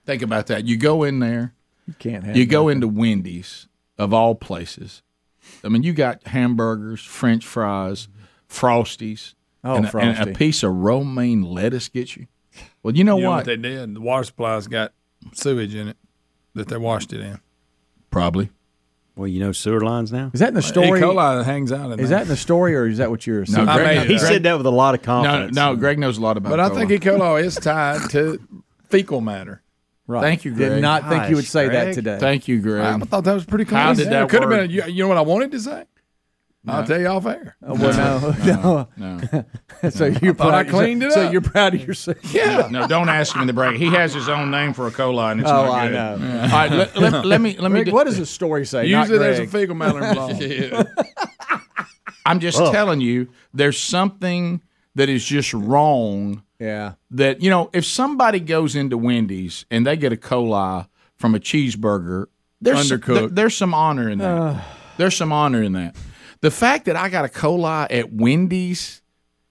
[SPEAKER 1] Think about that. You go in there.
[SPEAKER 4] You can't have.
[SPEAKER 1] You go into Wendy's of all places. I mean, you got hamburgers, French fries, frosties,
[SPEAKER 12] Oh,
[SPEAKER 1] and, a, and
[SPEAKER 12] Frosty.
[SPEAKER 1] a piece of romaine lettuce gets you. Well, you know
[SPEAKER 12] You know
[SPEAKER 1] what?
[SPEAKER 12] what they did? The water supply's got sewage in it that they washed it in.
[SPEAKER 1] Probably.
[SPEAKER 16] Well, you know sewer lines now.
[SPEAKER 4] Is that in the story?
[SPEAKER 12] E. coli hangs out in
[SPEAKER 4] Is
[SPEAKER 12] there.
[SPEAKER 4] that in the story, or is that what you're?
[SPEAKER 12] I made it
[SPEAKER 16] he
[SPEAKER 12] up.
[SPEAKER 16] said that with a lot of confidence.
[SPEAKER 1] No, no, Greg knows a lot about.
[SPEAKER 12] But I think E.
[SPEAKER 1] he could.
[SPEAKER 12] coli is tied to fecal matter.
[SPEAKER 4] Right.
[SPEAKER 1] Thank you, Greg.
[SPEAKER 4] Did not think you would say that
[SPEAKER 12] Greg.
[SPEAKER 4] today.
[SPEAKER 1] Thank you, Greg.
[SPEAKER 12] I thought that was pretty close.
[SPEAKER 1] How did that
[SPEAKER 12] Could have been.
[SPEAKER 1] work?
[SPEAKER 12] A, you, you know what I wanted to say? I'll tell you off air.
[SPEAKER 4] Uh, well, no, no. so you're
[SPEAKER 12] thought I
[SPEAKER 4] proud.
[SPEAKER 12] cleaned it
[SPEAKER 4] so,
[SPEAKER 12] up.
[SPEAKER 4] you're proud of yourself.
[SPEAKER 12] Yeah.
[SPEAKER 1] No, don't ask him to break. He has his own name for a coli, and it's
[SPEAKER 4] Oh,
[SPEAKER 1] not
[SPEAKER 4] I
[SPEAKER 1] good.
[SPEAKER 4] know.
[SPEAKER 1] All right, let, let- let me let me.
[SPEAKER 4] Rick,
[SPEAKER 1] do-
[SPEAKER 4] what does the story say? Not
[SPEAKER 12] Usually there's a
[SPEAKER 4] Greg.
[SPEAKER 12] fecal matter involved.
[SPEAKER 1] I'm just
[SPEAKER 4] Ugh.
[SPEAKER 1] telling you, there's something that is just wrong.
[SPEAKER 4] Yeah.
[SPEAKER 1] That you know, if somebody goes into Wendy's and they get a coli from a cheeseburger, there's some-
[SPEAKER 12] Undercooked.
[SPEAKER 1] there- there's some honor in that. there's some honor in that. The fact that I got a coli at Wendy's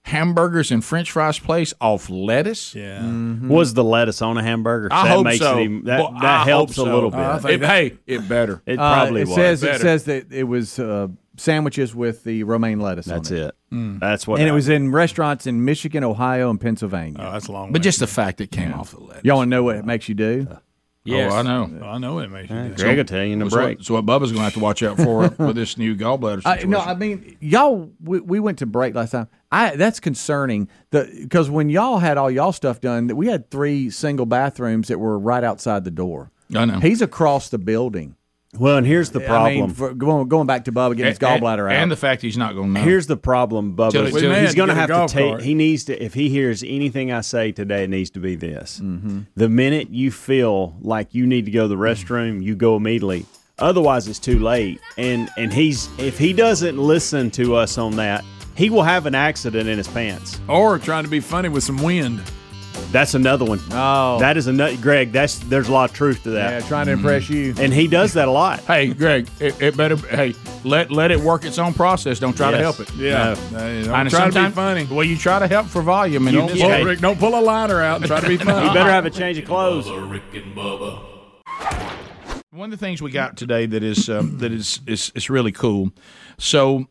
[SPEAKER 1] hamburgers and French fries place off lettuce.
[SPEAKER 12] Yeah.
[SPEAKER 6] Mm-hmm.
[SPEAKER 16] Was the lettuce on a hamburger?
[SPEAKER 1] I
[SPEAKER 16] that
[SPEAKER 1] hope
[SPEAKER 16] makes
[SPEAKER 1] so.
[SPEAKER 16] It, even- that
[SPEAKER 1] Well,
[SPEAKER 16] that
[SPEAKER 1] I hope
[SPEAKER 16] helps
[SPEAKER 1] so.
[SPEAKER 16] a little bit.
[SPEAKER 1] I think- It- hey, it better.
[SPEAKER 16] It
[SPEAKER 4] Uh,
[SPEAKER 16] probably
[SPEAKER 4] it
[SPEAKER 16] was.
[SPEAKER 4] says it
[SPEAKER 16] Better.
[SPEAKER 4] says that it was uh, sandwiches with the romaine lettuce.
[SPEAKER 16] That's
[SPEAKER 4] on it.
[SPEAKER 16] it.
[SPEAKER 1] Mm.
[SPEAKER 16] That's what.
[SPEAKER 4] and it was in restaurants in Michigan, Ohio, and Pennsylvania.
[SPEAKER 12] Oh, that's a long.
[SPEAKER 1] But just the fact it came off the lettuce.
[SPEAKER 4] Y'all want to know what it makes you do?
[SPEAKER 1] Yes.
[SPEAKER 12] Oh, I know. I know it makes you.
[SPEAKER 1] So- so- So what Bubba's going to have to watch out for with this new gallbladder
[SPEAKER 4] I,
[SPEAKER 1] situation.
[SPEAKER 4] Uh, no, I mean y'all. We, we went to break last time. I that's concerning. The because when y'all had all y'all stuff done, that we had three single bathrooms that were right outside the door.
[SPEAKER 1] I know.
[SPEAKER 4] He's across the building.
[SPEAKER 6] Well, and here's the
[SPEAKER 4] I mean,
[SPEAKER 6] problem.
[SPEAKER 4] for- going going back to Bubba getting his
[SPEAKER 6] And- and-
[SPEAKER 4] gallbladder out.
[SPEAKER 6] and the
[SPEAKER 1] fact he's not going
[SPEAKER 6] Here's the problem, Bubba.
[SPEAKER 4] Till-
[SPEAKER 6] is
[SPEAKER 4] We may have
[SPEAKER 6] he's
[SPEAKER 4] to
[SPEAKER 6] going to
[SPEAKER 4] Uh-huh. get a
[SPEAKER 6] have to
[SPEAKER 4] golf
[SPEAKER 6] take.
[SPEAKER 4] cart.
[SPEAKER 6] He needs to. If he hears anything I say today, it needs to be this:
[SPEAKER 4] Mm-hmm.
[SPEAKER 6] the minute you feel like you need to go to the restroom, you go immediately. Otherwise, it's too late. And and he's if he doesn't listen to us on that, he will have an accident in his pants.
[SPEAKER 12] Or trying to be funny with some wind.
[SPEAKER 6] That's another one.
[SPEAKER 4] Oh,
[SPEAKER 6] that is another. Greg, that's there's a lot of truth to that.
[SPEAKER 4] Yeah,
[SPEAKER 12] Mm,
[SPEAKER 4] trying to impress you.
[SPEAKER 6] And he does that a lot.
[SPEAKER 1] Hey, Greg, it, it better. Hey, let let it work its own process. Don't try to
[SPEAKER 12] Yes.
[SPEAKER 1] help it.
[SPEAKER 12] Yeah.
[SPEAKER 1] No.
[SPEAKER 12] No, you don't
[SPEAKER 1] And
[SPEAKER 12] try to be
[SPEAKER 1] sometimes- Well, you try to help for volume, and
[SPEAKER 12] You
[SPEAKER 1] don't
[SPEAKER 12] just- Well, Rick, don't pull a liner out and try to be funny.
[SPEAKER 6] have a change of clothes.
[SPEAKER 7] Rick and Bubba.
[SPEAKER 1] One of the things we got today that is um, that is, is is really cool. So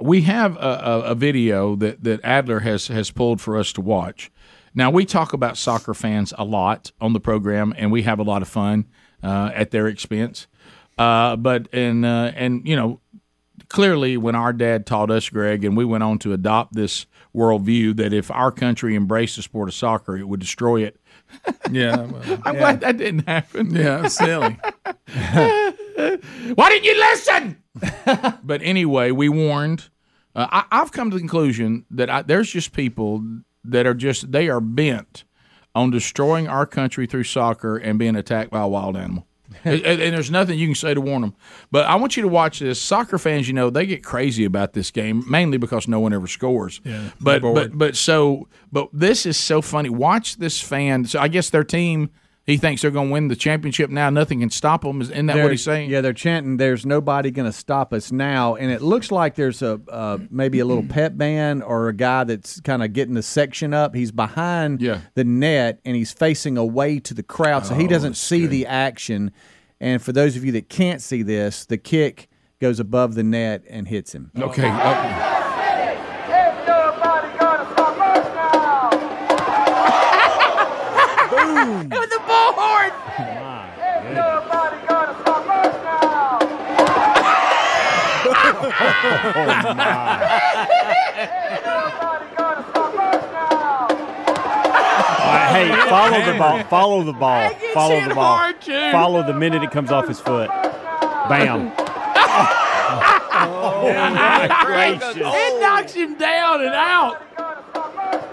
[SPEAKER 1] we have a, a, a video that, that Adler has has pulled for us to watch. Now we talk about soccer fans a lot on the program, and we have a lot of fun uh, at their expense. Uh, but and uh, and you know clearly when our dad taught us, Greg, and we went on to adopt this worldview that if our country embraced the sport of soccer, it would destroy it.
[SPEAKER 12] Yeah.
[SPEAKER 1] I'm glad that didn't happen.
[SPEAKER 12] Yeah, it was silly.
[SPEAKER 1] Why didn't you listen? but anyway, we warned. Uh, I, I've come to the conclusion that I, there's just people that are just they are bent on destroying our country through soccer and being attacked by a wild animal. and, and- and there's nothing you can say to warn them. But I want you to watch this. Soccer fans, you know, they get crazy about this game mainly because no one ever scores.
[SPEAKER 12] Yeah.
[SPEAKER 1] But
[SPEAKER 12] Bored.
[SPEAKER 1] but but so but this is so funny. Watch this fan. So I guess their team. He thinks they're going to win the championship now. Nothing can stop them. Isn't that
[SPEAKER 4] They're-
[SPEAKER 1] what he's saying?
[SPEAKER 4] Yeah, they're chanting, "There's nobody going to stop us now," and it looks like there's a uh, maybe a little pet band or a guy that's kind of getting the section up. He's behind the net and he's facing away to the crowd, so
[SPEAKER 12] Oh,
[SPEAKER 4] he doesn't see the action. And for those of you that can't see this, the kick goes above the net and hits him.
[SPEAKER 1] Okay. uh,
[SPEAKER 4] Boom!
[SPEAKER 17] With the bullhorn.
[SPEAKER 6] Uh, hey, follow the ball. Follow the ball. Follow the ball.
[SPEAKER 17] hard, too.
[SPEAKER 6] Follow the minute it comes off his foot. Bam. Oh,
[SPEAKER 1] It knocks him down and out.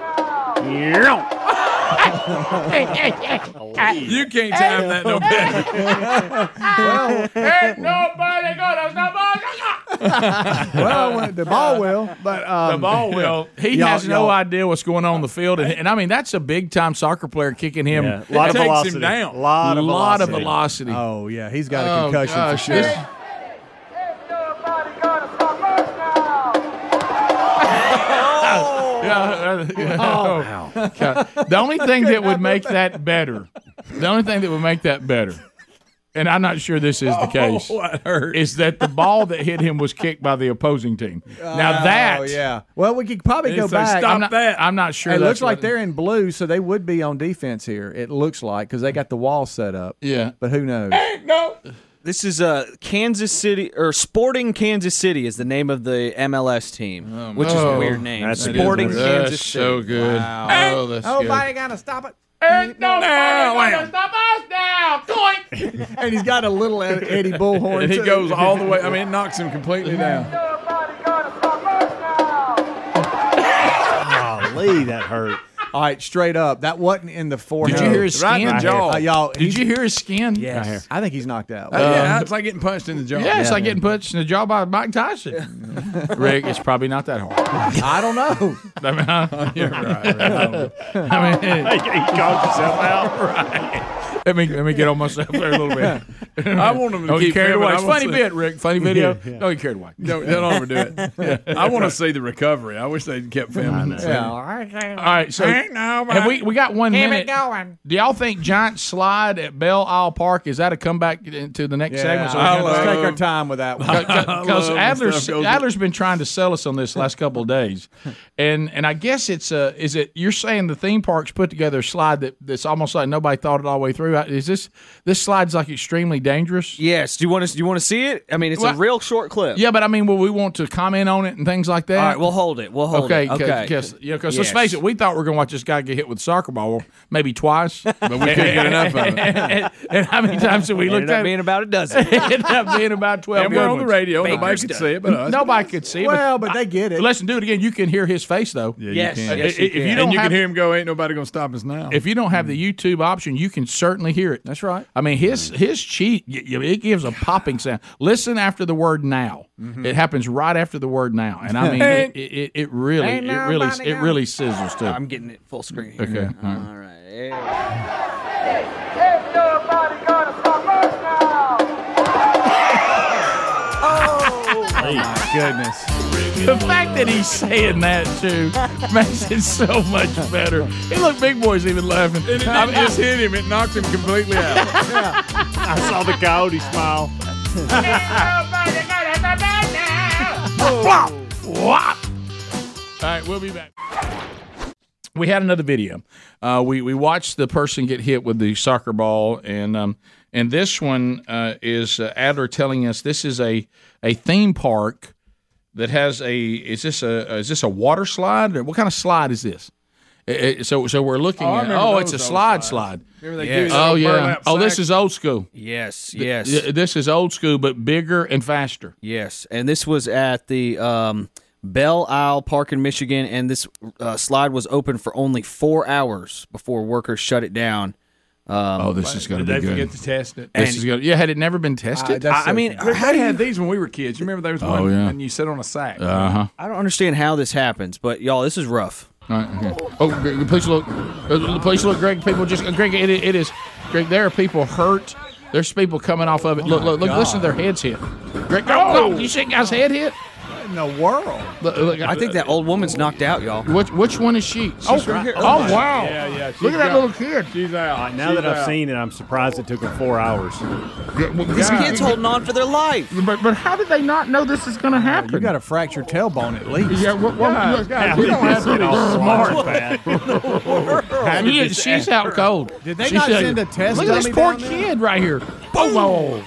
[SPEAKER 12] you can't time that no better.
[SPEAKER 1] Ain't nobody gonna stop us.
[SPEAKER 4] well, the
[SPEAKER 1] Oh,
[SPEAKER 4] ball will, but um,
[SPEAKER 6] uh,
[SPEAKER 1] the ball will. He
[SPEAKER 4] y'all-
[SPEAKER 1] has no
[SPEAKER 4] y'all-
[SPEAKER 1] idea what's going on in the field, and, and I mean that's a big time soccer player kicking him.
[SPEAKER 4] Yeah, lot of velocity. Lot of
[SPEAKER 1] Lot
[SPEAKER 4] velocity.
[SPEAKER 1] velocity.
[SPEAKER 4] Oh yeah, he's got a
[SPEAKER 1] Oh,
[SPEAKER 4] concussion
[SPEAKER 1] gosh,
[SPEAKER 4] for sure.
[SPEAKER 1] this- Yeah, yeah.
[SPEAKER 17] Oh.
[SPEAKER 1] Oh, God. The only thing that would make that better, the only thing that would make that better, and I'm not sure this
[SPEAKER 4] Oh,
[SPEAKER 1] is the case, is that the ball that hit him was kicked by the opposing team. Now
[SPEAKER 4] Oh,
[SPEAKER 1] that,
[SPEAKER 4] yeah. Well, we could probably go
[SPEAKER 1] So
[SPEAKER 4] back.
[SPEAKER 1] stop
[SPEAKER 4] I'm not,
[SPEAKER 1] that. I'm not sure
[SPEAKER 4] It
[SPEAKER 1] that's
[SPEAKER 4] looks like
[SPEAKER 1] what-
[SPEAKER 4] they're in blue, so they would be on defense here. It looks like because they got the wall set up.
[SPEAKER 1] Yeah,
[SPEAKER 4] but who knows?
[SPEAKER 1] no.
[SPEAKER 5] This is uh, Kansas City or Sporting Kansas City is the name of the MLS team, which is a
[SPEAKER 1] Oh.
[SPEAKER 5] weird name.
[SPEAKER 1] That's a good
[SPEAKER 5] Sporting
[SPEAKER 1] one.
[SPEAKER 5] Kansas
[SPEAKER 1] That's
[SPEAKER 5] City.
[SPEAKER 1] so good.
[SPEAKER 5] Wow.
[SPEAKER 1] Oh, that's
[SPEAKER 17] Nobody
[SPEAKER 4] gonna stop it.
[SPEAKER 17] Ain't nobody
[SPEAKER 1] No,
[SPEAKER 17] gonna stop us now. Coink.
[SPEAKER 4] and he's got a little Ed- Eddie Bullhorn.
[SPEAKER 12] And he
[SPEAKER 4] too.
[SPEAKER 12] goes all the way. I mean, it knocks him completely down.
[SPEAKER 4] golly, that hurt. All right, straight up, that wasn't in the forehead.
[SPEAKER 12] you hear his Right in the skin? jaw.
[SPEAKER 4] Uh, y'all,
[SPEAKER 12] Did
[SPEAKER 4] he's-
[SPEAKER 12] you hear his
[SPEAKER 1] skin?
[SPEAKER 4] Yes,
[SPEAKER 12] Right here.
[SPEAKER 4] I think he's knocked out.
[SPEAKER 12] Oh,
[SPEAKER 5] Uh,
[SPEAKER 12] yeah, it's like getting punched in the jaw.
[SPEAKER 1] Yeah, it's like getting punched in the jaw by Mike Tyson. Rick, it's probably not that hard.
[SPEAKER 4] I don't know.
[SPEAKER 1] I mean, I, you're right. right. I, don't know. I mean,
[SPEAKER 6] you called yourself out.
[SPEAKER 1] Right. Let me let me get on myself there a little bit.
[SPEAKER 12] I want him to
[SPEAKER 1] Don't get
[SPEAKER 12] keep
[SPEAKER 1] carried
[SPEAKER 12] coming.
[SPEAKER 1] away.
[SPEAKER 12] I
[SPEAKER 1] It's
[SPEAKER 12] want
[SPEAKER 1] funny
[SPEAKER 12] to-
[SPEAKER 1] bit, Rick. Funny video.
[SPEAKER 12] Yeah, yeah.
[SPEAKER 1] Don't get carried away.
[SPEAKER 12] Don't, don't overdo it. I want to see the recovery. I wish they kept filming. it.
[SPEAKER 1] Yeah, all All right, so
[SPEAKER 12] Ain't nobody-
[SPEAKER 1] have we we got one
[SPEAKER 12] Keep it
[SPEAKER 1] minute.
[SPEAKER 12] going.
[SPEAKER 1] Do y'all think Giant Slide at Belle Isle Park is that a comeback to the next
[SPEAKER 4] Yeah,
[SPEAKER 1] segment?
[SPEAKER 4] I love- Let's take our time with that one. I love
[SPEAKER 1] Because
[SPEAKER 4] when
[SPEAKER 1] Adler's
[SPEAKER 4] stuff goes-
[SPEAKER 1] Adler's been trying to sell us on this last couple of days, and and I guess it's uh is it you're saying the theme parks put together a slide that that's almost like nobody thought it all the way through, through? I- Is this this slide's like extremely dangerous?
[SPEAKER 5] Yes. Do you want to? Do you want to see it? I mean, it's a
[SPEAKER 1] Well,
[SPEAKER 5] real short clip.
[SPEAKER 1] Yeah, but I mean, will we want to comment on it and things like that?
[SPEAKER 5] All right, we'll hold it. We'll hold
[SPEAKER 1] okay,
[SPEAKER 5] it.
[SPEAKER 1] c-
[SPEAKER 5] Okay.
[SPEAKER 1] Cause, yeah, 'cause
[SPEAKER 5] Yes.
[SPEAKER 1] let's face it, we thought we were going to watch this guy get hit with a soccer ball maybe twice, but we couldn't get enough of it. And, and how many times did we
[SPEAKER 5] Ended
[SPEAKER 1] look
[SPEAKER 5] up
[SPEAKER 1] at
[SPEAKER 5] being about a dozen.
[SPEAKER 1] ended up being about 12.
[SPEAKER 5] And we're
[SPEAKER 1] good
[SPEAKER 5] on the
[SPEAKER 1] ones.
[SPEAKER 5] radio, nobody
[SPEAKER 1] Baker's
[SPEAKER 5] could
[SPEAKER 1] done.
[SPEAKER 5] see it but us.
[SPEAKER 1] Nobody could see it.
[SPEAKER 5] Well,
[SPEAKER 1] but they get it. Listen, do it again. You can hear his face, though.
[SPEAKER 12] Yeah, you Yes, can. yes, you
[SPEAKER 1] if
[SPEAKER 12] can.
[SPEAKER 1] you
[SPEAKER 12] And
[SPEAKER 1] don't
[SPEAKER 12] you can
[SPEAKER 1] have-
[SPEAKER 12] hear him go, "Ain't nobody gonna stop us now." Mm.
[SPEAKER 1] If you don't have the YouTube option, you can certainly hear it. That's right. I mean, his his cheat y- y- it gives a popping sound. Listen after the word now.
[SPEAKER 12] Mm-hmm.
[SPEAKER 1] It happens right after the word now, and I mean, it,
[SPEAKER 5] Ain't-
[SPEAKER 1] it, it- it really,
[SPEAKER 5] Ain't
[SPEAKER 1] it really,
[SPEAKER 5] nobody
[SPEAKER 1] it
[SPEAKER 5] gonna-
[SPEAKER 1] really sizzles too.
[SPEAKER 5] I'm getting it full screen. Here.
[SPEAKER 1] Okay, all
[SPEAKER 5] All right.
[SPEAKER 1] my goodness. The fact that he's saying that too makes it so much better. And look, Big Boy's even laughing.
[SPEAKER 12] And it
[SPEAKER 1] I mean,
[SPEAKER 12] didn't just hit him; it knocked him completely out.
[SPEAKER 17] I
[SPEAKER 12] saw the coyote smile.
[SPEAKER 1] Wop, wop. All right, we'll be back. we had another video. Uh, we we watched the person get hit with the soccer ball, and um, and this one uh, is uh, Adler telling us this is a a theme park that has a is this a is this a water slide or what kind of slide is this? Eh, eh, so so we're looking
[SPEAKER 12] Oh, I
[SPEAKER 1] at
[SPEAKER 12] remember
[SPEAKER 1] oh
[SPEAKER 12] those
[SPEAKER 1] it's a
[SPEAKER 12] old
[SPEAKER 1] slide
[SPEAKER 12] slides.
[SPEAKER 1] slide.
[SPEAKER 12] Remember they
[SPEAKER 1] Yeah.
[SPEAKER 12] give you the
[SPEAKER 1] Oh
[SPEAKER 12] old
[SPEAKER 1] yeah.
[SPEAKER 12] burlap
[SPEAKER 1] Oh this
[SPEAKER 12] sack?
[SPEAKER 1] is old school.
[SPEAKER 5] Yes.
[SPEAKER 1] Th-
[SPEAKER 5] Yes.
[SPEAKER 1] th- This is old school, but bigger and faster.
[SPEAKER 5] Yes, and this was at the um, Belle Isle Park in Michigan, and this uh, slide was open for only four hours before workers shut it down. Um,
[SPEAKER 1] Oh, this is gonna
[SPEAKER 12] Did
[SPEAKER 1] be
[SPEAKER 12] they
[SPEAKER 1] good.
[SPEAKER 12] forget to test it?
[SPEAKER 1] This
[SPEAKER 12] And- Uh,
[SPEAKER 1] is good. Yeah, had it never been tested?
[SPEAKER 12] I, I mean, they had these when we were kids. You remember there was
[SPEAKER 1] Oh,
[SPEAKER 12] one,
[SPEAKER 1] yeah.
[SPEAKER 12] and you sit on a sack.
[SPEAKER 1] Uh-huh.
[SPEAKER 5] I don't understand how this happens, but y'all, this is rough.
[SPEAKER 1] All right, okay. Oh, Greg, please look. Uh, Please look, Greg. People just Greg. It, it is Greg. There are people hurt. There's people coming off
[SPEAKER 12] Oh
[SPEAKER 1] of it. Look, look, look. Listen to their heads hit. Greg, oh, you see that guy's head hit?
[SPEAKER 12] In the world.
[SPEAKER 1] Look, look,
[SPEAKER 5] I think that old woman's knocked out, y'all.
[SPEAKER 1] Which which one is she?
[SPEAKER 5] Oh, right here.
[SPEAKER 1] Oh,
[SPEAKER 5] Oh,
[SPEAKER 1] wow.
[SPEAKER 5] yeah, yeah,
[SPEAKER 1] Look
[SPEAKER 5] she's
[SPEAKER 1] at that
[SPEAKER 5] got-
[SPEAKER 1] little kid.
[SPEAKER 12] She's out.
[SPEAKER 16] now that I've seen it, I'm surprised it took them four hours.
[SPEAKER 5] These kids holding on for their life.
[SPEAKER 1] But but how did they not know this is going to happen?
[SPEAKER 4] You got a fractured tailbone at least.
[SPEAKER 1] Yeah, well, well,
[SPEAKER 4] Yeah,
[SPEAKER 1] look,
[SPEAKER 4] God,
[SPEAKER 1] we don't
[SPEAKER 4] this
[SPEAKER 1] have
[SPEAKER 4] is
[SPEAKER 1] to be
[SPEAKER 4] all
[SPEAKER 1] smart.
[SPEAKER 4] smart,
[SPEAKER 1] How did this she's out cold.
[SPEAKER 4] Did they
[SPEAKER 1] She's
[SPEAKER 4] not
[SPEAKER 1] out-
[SPEAKER 4] send a test
[SPEAKER 1] Look at this
[SPEAKER 4] dummy
[SPEAKER 1] poor
[SPEAKER 4] down there?
[SPEAKER 1] kid right here. Oh, Whoa, whoa.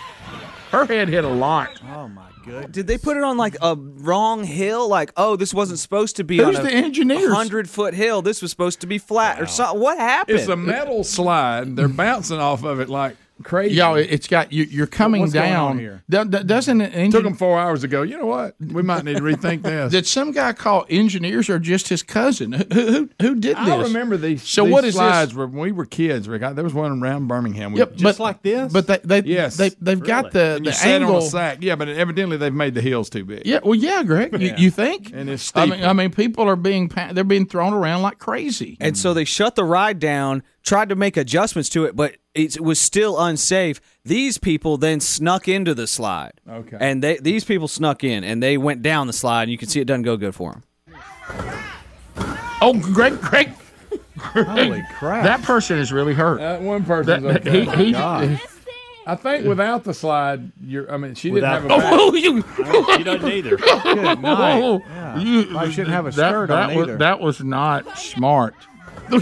[SPEAKER 1] Her head hit a lot.
[SPEAKER 5] Oh my god! Did they put it on like a wrong hill? Like, oh, this wasn't supposed to be
[SPEAKER 1] Who's
[SPEAKER 5] on
[SPEAKER 1] the
[SPEAKER 5] a
[SPEAKER 1] engineers?
[SPEAKER 5] hundred foot hill. This was supposed to be flat or something. What happened?
[SPEAKER 12] It's a metal slide. They're bouncing off of it like crazy.
[SPEAKER 1] Y'all, it- it's got you, you're coming
[SPEAKER 12] What's going
[SPEAKER 1] down.
[SPEAKER 12] on here?
[SPEAKER 1] Do- do- doesn't it engine-
[SPEAKER 12] Took them four hours to go. You know what? We might need to rethink this.
[SPEAKER 1] Did some guy call engineers or just his cousin? Who who, who did this?
[SPEAKER 12] I remember these.
[SPEAKER 1] So
[SPEAKER 12] these
[SPEAKER 1] what is
[SPEAKER 12] slides
[SPEAKER 1] this?
[SPEAKER 12] were when we were kids, Rick. I, there was one around Birmingham. We,
[SPEAKER 1] Yep, but- But they they
[SPEAKER 12] yes,
[SPEAKER 1] they they've got the
[SPEAKER 12] And you
[SPEAKER 1] the
[SPEAKER 12] sat
[SPEAKER 1] angle.
[SPEAKER 12] on a sack. Yeah, but evidently they've made the hills too big.
[SPEAKER 1] Yeah, well, yeah, Greg. You,
[SPEAKER 12] Yeah.
[SPEAKER 1] you think?
[SPEAKER 12] And it's
[SPEAKER 1] I
[SPEAKER 12] steep.
[SPEAKER 1] mean, I mean, people are being pa- they're being thrown around like crazy.
[SPEAKER 5] And so they shut the ride down, tried to make adjustments to it, but it was still unsafe. These people then snuck into the slide.
[SPEAKER 12] Okay.
[SPEAKER 5] And they these people snuck in and they went down the slide, and you can see it doesn't go good for them.
[SPEAKER 1] Oh, Greg, Greg.
[SPEAKER 12] Holy crap.
[SPEAKER 1] That person is really hurt.
[SPEAKER 12] That one person's
[SPEAKER 1] That-
[SPEAKER 12] okay.
[SPEAKER 1] he- he- God.
[SPEAKER 12] I think without the slide, you're. I mean, she didn't
[SPEAKER 1] Without-
[SPEAKER 12] have a.
[SPEAKER 1] Oh, you.
[SPEAKER 12] she
[SPEAKER 16] doesn't either.
[SPEAKER 12] Good
[SPEAKER 1] Oh,
[SPEAKER 12] night.
[SPEAKER 1] you-
[SPEAKER 12] I shouldn't have a
[SPEAKER 1] that-
[SPEAKER 12] skirt
[SPEAKER 1] that
[SPEAKER 12] on
[SPEAKER 1] was,
[SPEAKER 12] either.
[SPEAKER 1] That was not smart. the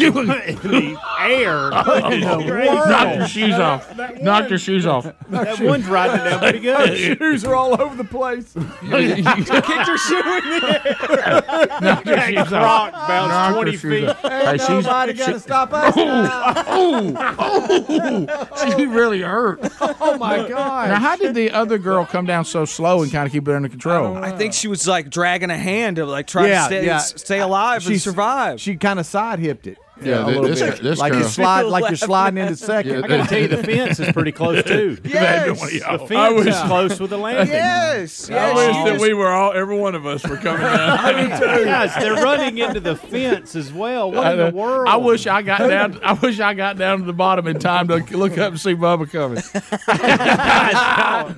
[SPEAKER 16] air.
[SPEAKER 1] Knock your shoes off. Knock your shoes off.
[SPEAKER 16] That one's riding it down pretty good.
[SPEAKER 12] shoes are all over the place.
[SPEAKER 17] Kicked
[SPEAKER 12] her shoe in
[SPEAKER 1] Knock your
[SPEAKER 17] That
[SPEAKER 1] shoes off.
[SPEAKER 17] croc bounced
[SPEAKER 1] Knock your
[SPEAKER 17] 20
[SPEAKER 1] shoes
[SPEAKER 17] feet.
[SPEAKER 1] off.
[SPEAKER 17] Ain't
[SPEAKER 1] Hey, she's-
[SPEAKER 17] nobody gonna
[SPEAKER 1] she-
[SPEAKER 17] stop us
[SPEAKER 1] Oh, oh, oh, she really hurt.
[SPEAKER 12] Oh my god!
[SPEAKER 1] Now, how did the other girl come down so slow and kind of keep it under control?
[SPEAKER 5] I think she was like dragging a hand to like try to stay, stay alive and survive.
[SPEAKER 4] She kind of side hipped it.
[SPEAKER 1] Yeah,
[SPEAKER 4] a
[SPEAKER 1] thi-
[SPEAKER 4] little
[SPEAKER 1] this
[SPEAKER 4] bit.
[SPEAKER 1] guy- this
[SPEAKER 4] like you
[SPEAKER 1] girl-
[SPEAKER 4] slide, like you're sliding into second.
[SPEAKER 1] Yeah, I gotta tell you, the fence is pretty close, too.
[SPEAKER 4] Yeah,
[SPEAKER 1] The fence
[SPEAKER 12] I wish-
[SPEAKER 1] is close with the landing.
[SPEAKER 5] Yes,
[SPEAKER 12] I
[SPEAKER 5] yes,
[SPEAKER 12] wish
[SPEAKER 5] you
[SPEAKER 12] that
[SPEAKER 5] just-
[SPEAKER 12] we were all, every one of us, were coming down.
[SPEAKER 16] Guys, they're running into the fence as well. What
[SPEAKER 1] I,
[SPEAKER 16] in the
[SPEAKER 1] know.
[SPEAKER 16] world?
[SPEAKER 1] I wish I got down. I wish I got down to the bottom in time to look up and see Bubba coming.
[SPEAKER 4] All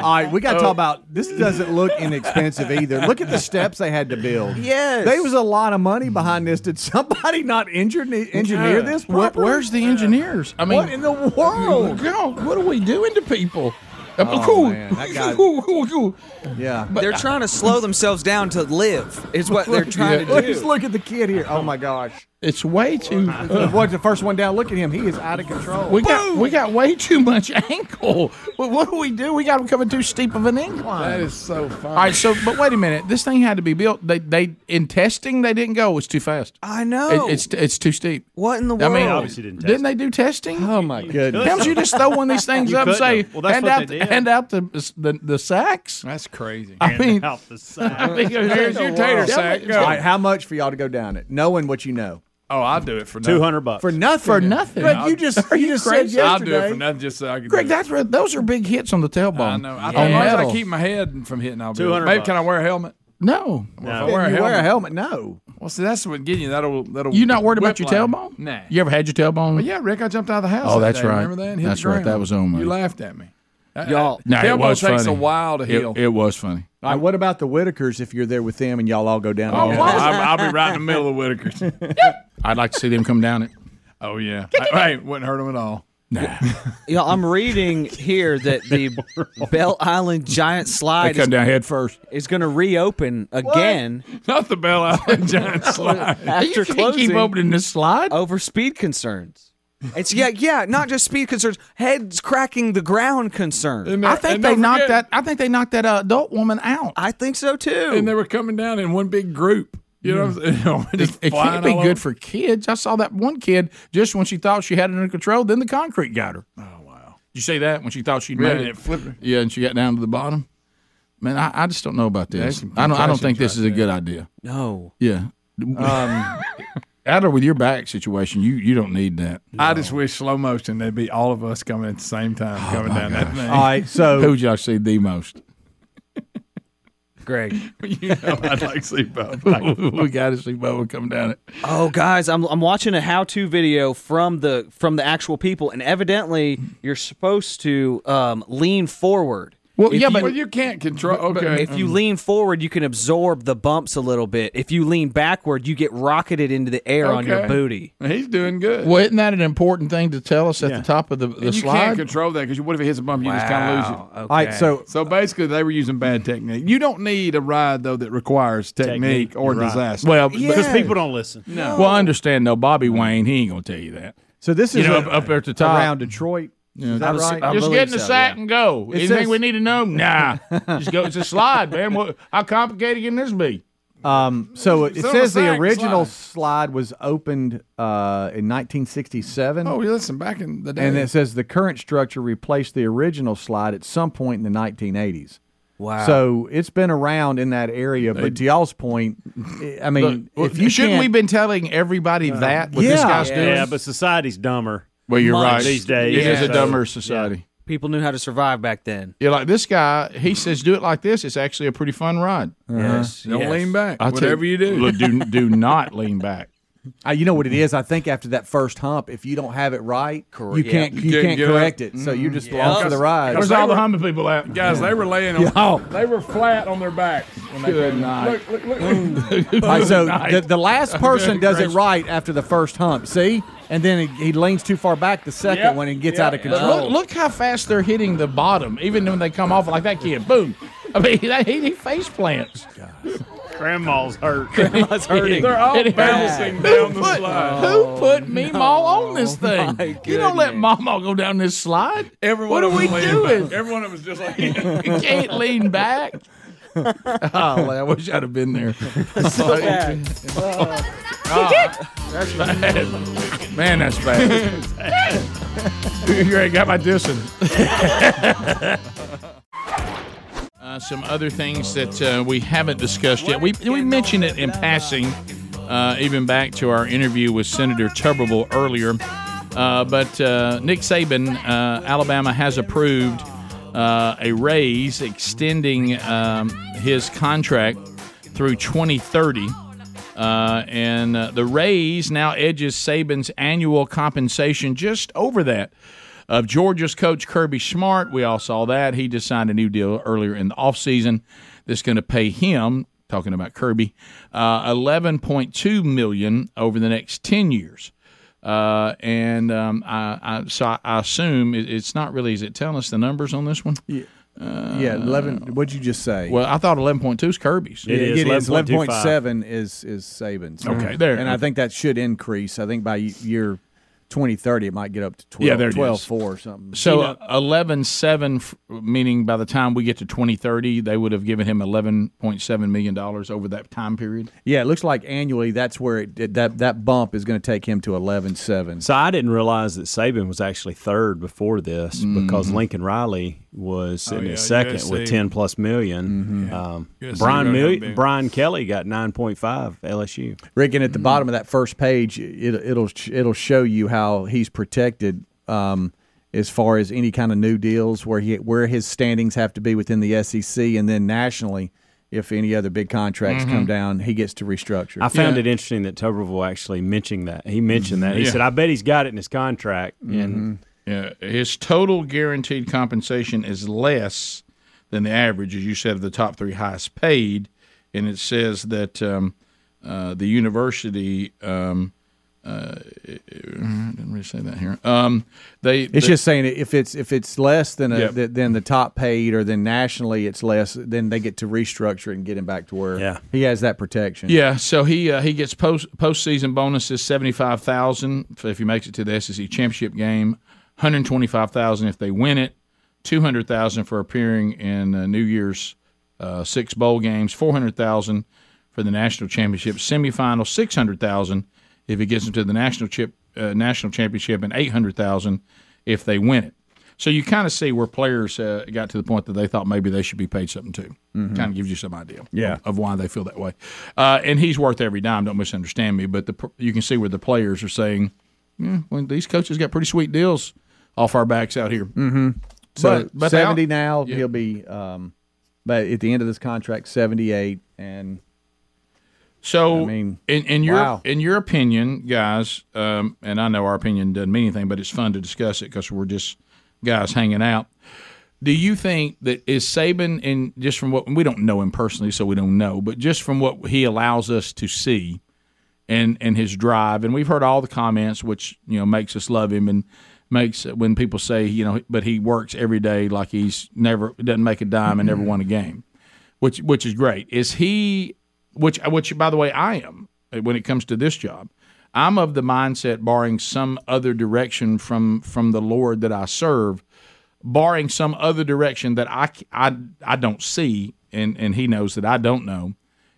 [SPEAKER 4] right, we got to talk about this. Doesn't look inexpensive either. Look at the steps they had to build.
[SPEAKER 5] Yes.
[SPEAKER 4] there was a lot of money behind this. Did somebody not engineer, engineer this?
[SPEAKER 1] Where-
[SPEAKER 4] properly?
[SPEAKER 1] where's the engineers? I mean,
[SPEAKER 4] What in the world?
[SPEAKER 1] God, what are we doing to people?
[SPEAKER 4] Oh, man, that guy- Yeah,
[SPEAKER 5] they're trying to slow themselves down to live. Is what they're trying to do.
[SPEAKER 4] Just look at the kid here. Oh my gosh.
[SPEAKER 1] It's way too.
[SPEAKER 4] What's the first one down? Look at him. He is out of control.
[SPEAKER 1] We got we got way too much ankle. What, what do we do? We got him coming too steep of an incline.
[SPEAKER 12] That is so funny.
[SPEAKER 1] All right, so but wait a minute. This thing had to be built. They they in testing they didn't go. It's too fast.
[SPEAKER 5] I know.
[SPEAKER 1] It, it's it's too steep.
[SPEAKER 5] What in the
[SPEAKER 1] I mean,
[SPEAKER 5] world?
[SPEAKER 1] obviously didn't. Didn't they do testing? Oh my goodness! How you just throw one of these things
[SPEAKER 12] You
[SPEAKER 1] up and say
[SPEAKER 12] couldn't have. Well, that's
[SPEAKER 1] hand
[SPEAKER 12] what
[SPEAKER 1] out
[SPEAKER 12] they
[SPEAKER 1] the,
[SPEAKER 12] did.
[SPEAKER 1] hand out the the, the sacks?
[SPEAKER 12] That's crazy.
[SPEAKER 1] I mean,
[SPEAKER 12] I mean, here's your tater sack. Go.
[SPEAKER 4] All right, how much for y'all to go down it, knowing what you know?
[SPEAKER 12] Oh, I'll do it for
[SPEAKER 4] nothing. 200 bucks. For nothing?
[SPEAKER 1] For nothing.
[SPEAKER 4] Greg, you just-
[SPEAKER 1] Are
[SPEAKER 4] you
[SPEAKER 1] you
[SPEAKER 4] just
[SPEAKER 1] crazy?
[SPEAKER 4] said
[SPEAKER 12] I'll do it
[SPEAKER 4] yesterday.
[SPEAKER 12] for nothing just so I can. do
[SPEAKER 1] Greg,
[SPEAKER 12] it.
[SPEAKER 1] that's right. those are big hits on the tailbone.
[SPEAKER 12] I know. I,
[SPEAKER 1] on
[SPEAKER 12] as long as I
[SPEAKER 1] metal.
[SPEAKER 12] keep my head from hitting. I'll do it.
[SPEAKER 1] 200
[SPEAKER 12] Maybe
[SPEAKER 1] bucks.
[SPEAKER 12] can I wear a helmet?
[SPEAKER 1] No.
[SPEAKER 12] Well, if I wear a helmet,
[SPEAKER 4] No.
[SPEAKER 12] Well, see, that's what getting you. That'll that'll.
[SPEAKER 1] You not worried about your
[SPEAKER 12] whiplash.
[SPEAKER 1] tailbone?
[SPEAKER 12] Nah.
[SPEAKER 1] You ever had your tailbone?
[SPEAKER 12] Well, yeah, Rick, I jumped out of the house.
[SPEAKER 1] Oh,
[SPEAKER 12] that
[SPEAKER 1] that's
[SPEAKER 12] day.
[SPEAKER 1] right.
[SPEAKER 12] Remember that? And hit
[SPEAKER 1] That's
[SPEAKER 12] the
[SPEAKER 1] right.
[SPEAKER 12] ground.
[SPEAKER 1] That was on, man.
[SPEAKER 12] You laughed at me.
[SPEAKER 5] Y'all,
[SPEAKER 1] No, it
[SPEAKER 12] tailbone
[SPEAKER 1] was
[SPEAKER 12] takes
[SPEAKER 1] funny.
[SPEAKER 12] a while to
[SPEAKER 1] It-
[SPEAKER 12] heal.
[SPEAKER 1] It, was funny.
[SPEAKER 4] All right, Uh, what about the Whitakers if you're there with them and y'all all go down?
[SPEAKER 12] Oh,
[SPEAKER 4] together?
[SPEAKER 12] well, I'll, I'll be right in the middle of Whitaker's.
[SPEAKER 1] I'd like to see them come down it.
[SPEAKER 12] Oh yeah, I, I wouldn't hurt him at all.
[SPEAKER 5] Y'all, I'm reading here that the Bell Island Giant Slide
[SPEAKER 12] They come
[SPEAKER 5] is-
[SPEAKER 12] down head first.
[SPEAKER 5] Is going to reopen again.
[SPEAKER 12] Not the Bell Island Giant Slide.
[SPEAKER 5] After
[SPEAKER 12] You can't keep
[SPEAKER 5] closing,
[SPEAKER 12] opening
[SPEAKER 1] this slide
[SPEAKER 5] over speed concerns. It's yeah, yeah, not just speed concerns, heads cracking the ground concerns.
[SPEAKER 1] I think they knocked that. I think they knocked that uh, adult woman out.
[SPEAKER 5] I think so too.
[SPEAKER 12] And they were coming down in one big group. You know, what I'm saying?
[SPEAKER 1] Hmm. It,
[SPEAKER 12] Just
[SPEAKER 1] it
[SPEAKER 12] flying
[SPEAKER 1] can't be
[SPEAKER 12] all
[SPEAKER 1] good
[SPEAKER 12] over.
[SPEAKER 1] for kids. I saw that one kid just when she thought she had it under control, then the concrete got her. Oh wow! Did you see that when she thought she'd
[SPEAKER 12] Yeah,
[SPEAKER 1] made
[SPEAKER 12] and
[SPEAKER 1] it?
[SPEAKER 12] it flipped her.
[SPEAKER 1] Yeah, and she got down to the bottom. Man, I, I just don't know about
[SPEAKER 12] That's
[SPEAKER 1] this.
[SPEAKER 12] some
[SPEAKER 1] I don't. I don't
[SPEAKER 12] concussions
[SPEAKER 1] think this
[SPEAKER 12] right
[SPEAKER 1] is a good idea.
[SPEAKER 5] No.
[SPEAKER 1] Yeah. Um, Adler, with your back situation, you you don't need that.
[SPEAKER 12] I just
[SPEAKER 4] Oh.
[SPEAKER 12] wish slow motion. They'd be all of us coming at the same time, coming down that thing.
[SPEAKER 1] who'd y'all see the most?
[SPEAKER 5] Greg.
[SPEAKER 12] you know, I'd like to see both.
[SPEAKER 1] we got to see Bubba come down it.
[SPEAKER 5] Oh, guys, I'm I'm watching a how-to video from the from the actual people, and evidently you're supposed to um, lean forward.
[SPEAKER 12] Well,
[SPEAKER 5] If
[SPEAKER 12] yeah,
[SPEAKER 5] you-
[SPEAKER 12] but you can't control.
[SPEAKER 5] but
[SPEAKER 12] Okay,
[SPEAKER 5] if you lean forward, you can absorb the bumps a little bit. If you lean backward, you get rocketed into the air on your
[SPEAKER 12] Okay.
[SPEAKER 5] booty.
[SPEAKER 12] he's doing good.
[SPEAKER 1] Well, isn't that an important thing to tell us at the top of the, the
[SPEAKER 12] And you can't
[SPEAKER 1] slide?
[SPEAKER 12] control that because what if it hits a bump? You just kind of lose
[SPEAKER 1] Wow,
[SPEAKER 12] it.
[SPEAKER 1] okay. All right, so-
[SPEAKER 12] so basically, they were using bad technique. You don't need a ride though that requires technique,
[SPEAKER 1] Technique,
[SPEAKER 12] or
[SPEAKER 1] you're right.
[SPEAKER 12] disaster.
[SPEAKER 1] Well, but- Because people
[SPEAKER 12] don't listen.
[SPEAKER 1] Well, I understand though. Bobby Wayne, he ain't gonna tell you that.
[SPEAKER 4] So this
[SPEAKER 1] You
[SPEAKER 4] is
[SPEAKER 1] know,
[SPEAKER 4] a-
[SPEAKER 1] up, up there at the top
[SPEAKER 4] around Detroit.
[SPEAKER 1] Yeah.
[SPEAKER 4] Is that right?
[SPEAKER 1] just get in the sack and go.
[SPEAKER 4] It
[SPEAKER 1] Anything
[SPEAKER 4] says-
[SPEAKER 1] we need to know? Nah, just go. It's a slide, man. What, how complicated can this be?
[SPEAKER 4] Um, so it, it
[SPEAKER 1] It's on
[SPEAKER 4] says
[SPEAKER 1] the
[SPEAKER 4] the
[SPEAKER 1] sack
[SPEAKER 4] original
[SPEAKER 1] slide.
[SPEAKER 4] slide was opened uh, in 1967.
[SPEAKER 12] Oh, listen, back in the day,
[SPEAKER 4] And it says the current structure replaced the original slide at some point in the 1980s.
[SPEAKER 5] Wow.
[SPEAKER 4] So it's been around in that area, but to y'all's point, I mean,
[SPEAKER 1] Look,
[SPEAKER 4] if you
[SPEAKER 1] shouldn't
[SPEAKER 4] can't-
[SPEAKER 1] we been telling everybody that what this
[SPEAKER 4] yeah.
[SPEAKER 1] guy's doing?
[SPEAKER 4] Yeah,
[SPEAKER 6] but society's dumber.
[SPEAKER 1] Well, you're
[SPEAKER 6] Much.
[SPEAKER 1] right.
[SPEAKER 6] These days,
[SPEAKER 1] it is a
[SPEAKER 6] so-
[SPEAKER 1] dumber society.
[SPEAKER 5] People knew how to survive back then.
[SPEAKER 1] You're like this guy. He says, "Do it like this." It's actually a pretty fun ride.
[SPEAKER 12] Yes, Don't yes. lean back.
[SPEAKER 1] I tell
[SPEAKER 12] Whatever you do.
[SPEAKER 1] look, do do not lean back.
[SPEAKER 4] Uh, you know what it is? I think after that first hump, if you don't have it right, you
[SPEAKER 1] yeah.
[SPEAKER 4] can't you,
[SPEAKER 1] You
[SPEAKER 4] can't
[SPEAKER 1] get up. Mm-hmm.
[SPEAKER 4] correct it. So you're just along for the ride.
[SPEAKER 12] Where's all the
[SPEAKER 1] humming people at?
[SPEAKER 12] Guys, they were laying on.
[SPEAKER 4] Yeah.
[SPEAKER 12] They were flat on their backs. When they
[SPEAKER 4] Good
[SPEAKER 12] came in.
[SPEAKER 4] night.
[SPEAKER 12] Look, look, look.
[SPEAKER 4] All right, so
[SPEAKER 12] Good night.
[SPEAKER 4] the, the last person
[SPEAKER 12] Good
[SPEAKER 4] does it
[SPEAKER 12] gracious.
[SPEAKER 4] right after the first hump, see, and then he, he leans too far back the second
[SPEAKER 1] Yep,
[SPEAKER 4] one and gets
[SPEAKER 1] yep.
[SPEAKER 4] out of
[SPEAKER 1] But
[SPEAKER 4] control.
[SPEAKER 1] Look, look how fast they're hitting the bottom, even when they come off like that kid. Boom! I mean, they, he, he face plants.
[SPEAKER 2] Grandma's hurt.
[SPEAKER 1] Grandma's hurting.
[SPEAKER 2] They're all
[SPEAKER 1] It is.
[SPEAKER 2] bouncing down the slide.
[SPEAKER 1] Who put me on this thing? Oh, You don't let Mama go down this slide.
[SPEAKER 12] Everyone
[SPEAKER 1] what
[SPEAKER 12] of
[SPEAKER 1] are we
[SPEAKER 12] them leaned
[SPEAKER 1] doing?
[SPEAKER 12] back. Everyone of them was just like,
[SPEAKER 1] You can't lean back. oh, I wish I'd have been there.
[SPEAKER 12] So bad.
[SPEAKER 1] Ah, that's bad. Man, that's bad. you ain't got my dissing. uh, some other things that uh, we haven't discussed yet. We, we mentioned it in passing, uh, even back to our interview with Senator Tuberville earlier. Uh, but uh, Nick Saban, uh, Alabama has approved uh, a raise extending um, his contract through 2030. Uh, and uh, the raise now edges Saban's annual compensation just over that of Georgia's coach Kirby Smart. We all saw that. He just signed a new deal earlier in the offseason that's going to pay him, talking about Kirby, uh, $11.2 million over the next 10 years. Uh, and um, I, I, so I assume it, it's not really, is it telling us the numbers on this one? Yeah.
[SPEAKER 4] yeah, eleven. What'd you just say?
[SPEAKER 1] Uh, Well, I thought eleven point two is Kirby's.
[SPEAKER 4] It is. Eleven point seven is is Saban's.
[SPEAKER 1] Okay, there.
[SPEAKER 4] And I think that should increase. I think by y- year twenty thirty, it might get up to 12,
[SPEAKER 1] yeah, there it is.
[SPEAKER 4] 12.4 or something.
[SPEAKER 1] So uh, eleven seven, f- meaning by the time we get to twenty thirty, they would have given him eleven point seven million dollars over that time period.
[SPEAKER 4] yeah, it looks like annually that's where it, it- that that bump is going to take him to eleven seven.
[SPEAKER 16] So I didn't realize that Saban was actually third before this because Lincoln Riley was sitting
[SPEAKER 6] yeah,
[SPEAKER 16] at second with
[SPEAKER 6] USC.
[SPEAKER 16] ten plus 1000000 Um,
[SPEAKER 6] USC
[SPEAKER 16] Brian
[SPEAKER 6] don't have
[SPEAKER 16] Mil-
[SPEAKER 6] big-
[SPEAKER 16] Brian Kelly got nine point five LSU.
[SPEAKER 4] Rick, and at the bottom of that first page, it, it'll it'll show you how he's protected um, as far as any kind of new deals where he where his standings have to be within the SEC, and then nationally, if any other big contracts
[SPEAKER 16] Mhm.
[SPEAKER 4] come down, he gets to restructure.
[SPEAKER 16] I found it interesting that Tuberville actually mentioned that. He mentioned that. He
[SPEAKER 1] Yeah.
[SPEAKER 16] said, "I bet he's got it in his contract." And
[SPEAKER 1] Yeah, his total guaranteed compensation is less than the average, as you said, of the top three highest paid. And it says that um, uh, the university. Um, uh, I didn't really say that here. Um, they.
[SPEAKER 4] It's just saying if it's if it's less than a,
[SPEAKER 1] Yeah.
[SPEAKER 4] th- than the top paid or then nationally it's less, then they get to restructure and get him back to where he has that protection.
[SPEAKER 1] Yeah, so he uh, he gets post postseason bonuses seventy five thousand if he makes it to the SEC championship game, one hundred twenty five thousand if they win it, two hundred thousand for appearing in uh, New Year's uh, six bowl games, four hundred thousand for the national championship semifinal, six hundred thousand if he gets into the national chip uh, national championship, and eight hundred thousand if they win it. So you kind of see where players uh, got to the point that they thought maybe they should be paid something too.
[SPEAKER 12] Mhm.
[SPEAKER 1] Kind of gives you some idea
[SPEAKER 12] Yeah.
[SPEAKER 1] of why they feel that way. Uh, and he's worth every dime. Don't misunderstand me, but the pr- you can see where the players are saying, yeah, well, these coaches got pretty sweet deals off our backs out here.
[SPEAKER 4] Mm-hmm. So
[SPEAKER 1] But- but they
[SPEAKER 4] seventy
[SPEAKER 1] al-
[SPEAKER 4] now, he'll be. Um, but at the end of this contract, seventy-eight, and
[SPEAKER 1] So,
[SPEAKER 4] I mean,
[SPEAKER 1] in, in your
[SPEAKER 4] wow.
[SPEAKER 1] in your opinion, guys, um, and I know our opinion doesn't mean anything, but it's fun to discuss it because we're just guys hanging out. Do you think that is Saban in just from what we don't know him personally, so we don't know, but just from what he allows us to see, and and his drive, and we've heard all the comments, which you know makes us love him and makes when people say you know, but he works every day like he's never doesn't make a dime and never
[SPEAKER 4] Mm-hmm.
[SPEAKER 1] won a game which which is great. Is he which which by the way I am uh, when it comes to this job. I'm of the mindset barring some other direction from from the Lord that I serve, barring some other direction that I c- I, I don't see and and he knows that I don't know.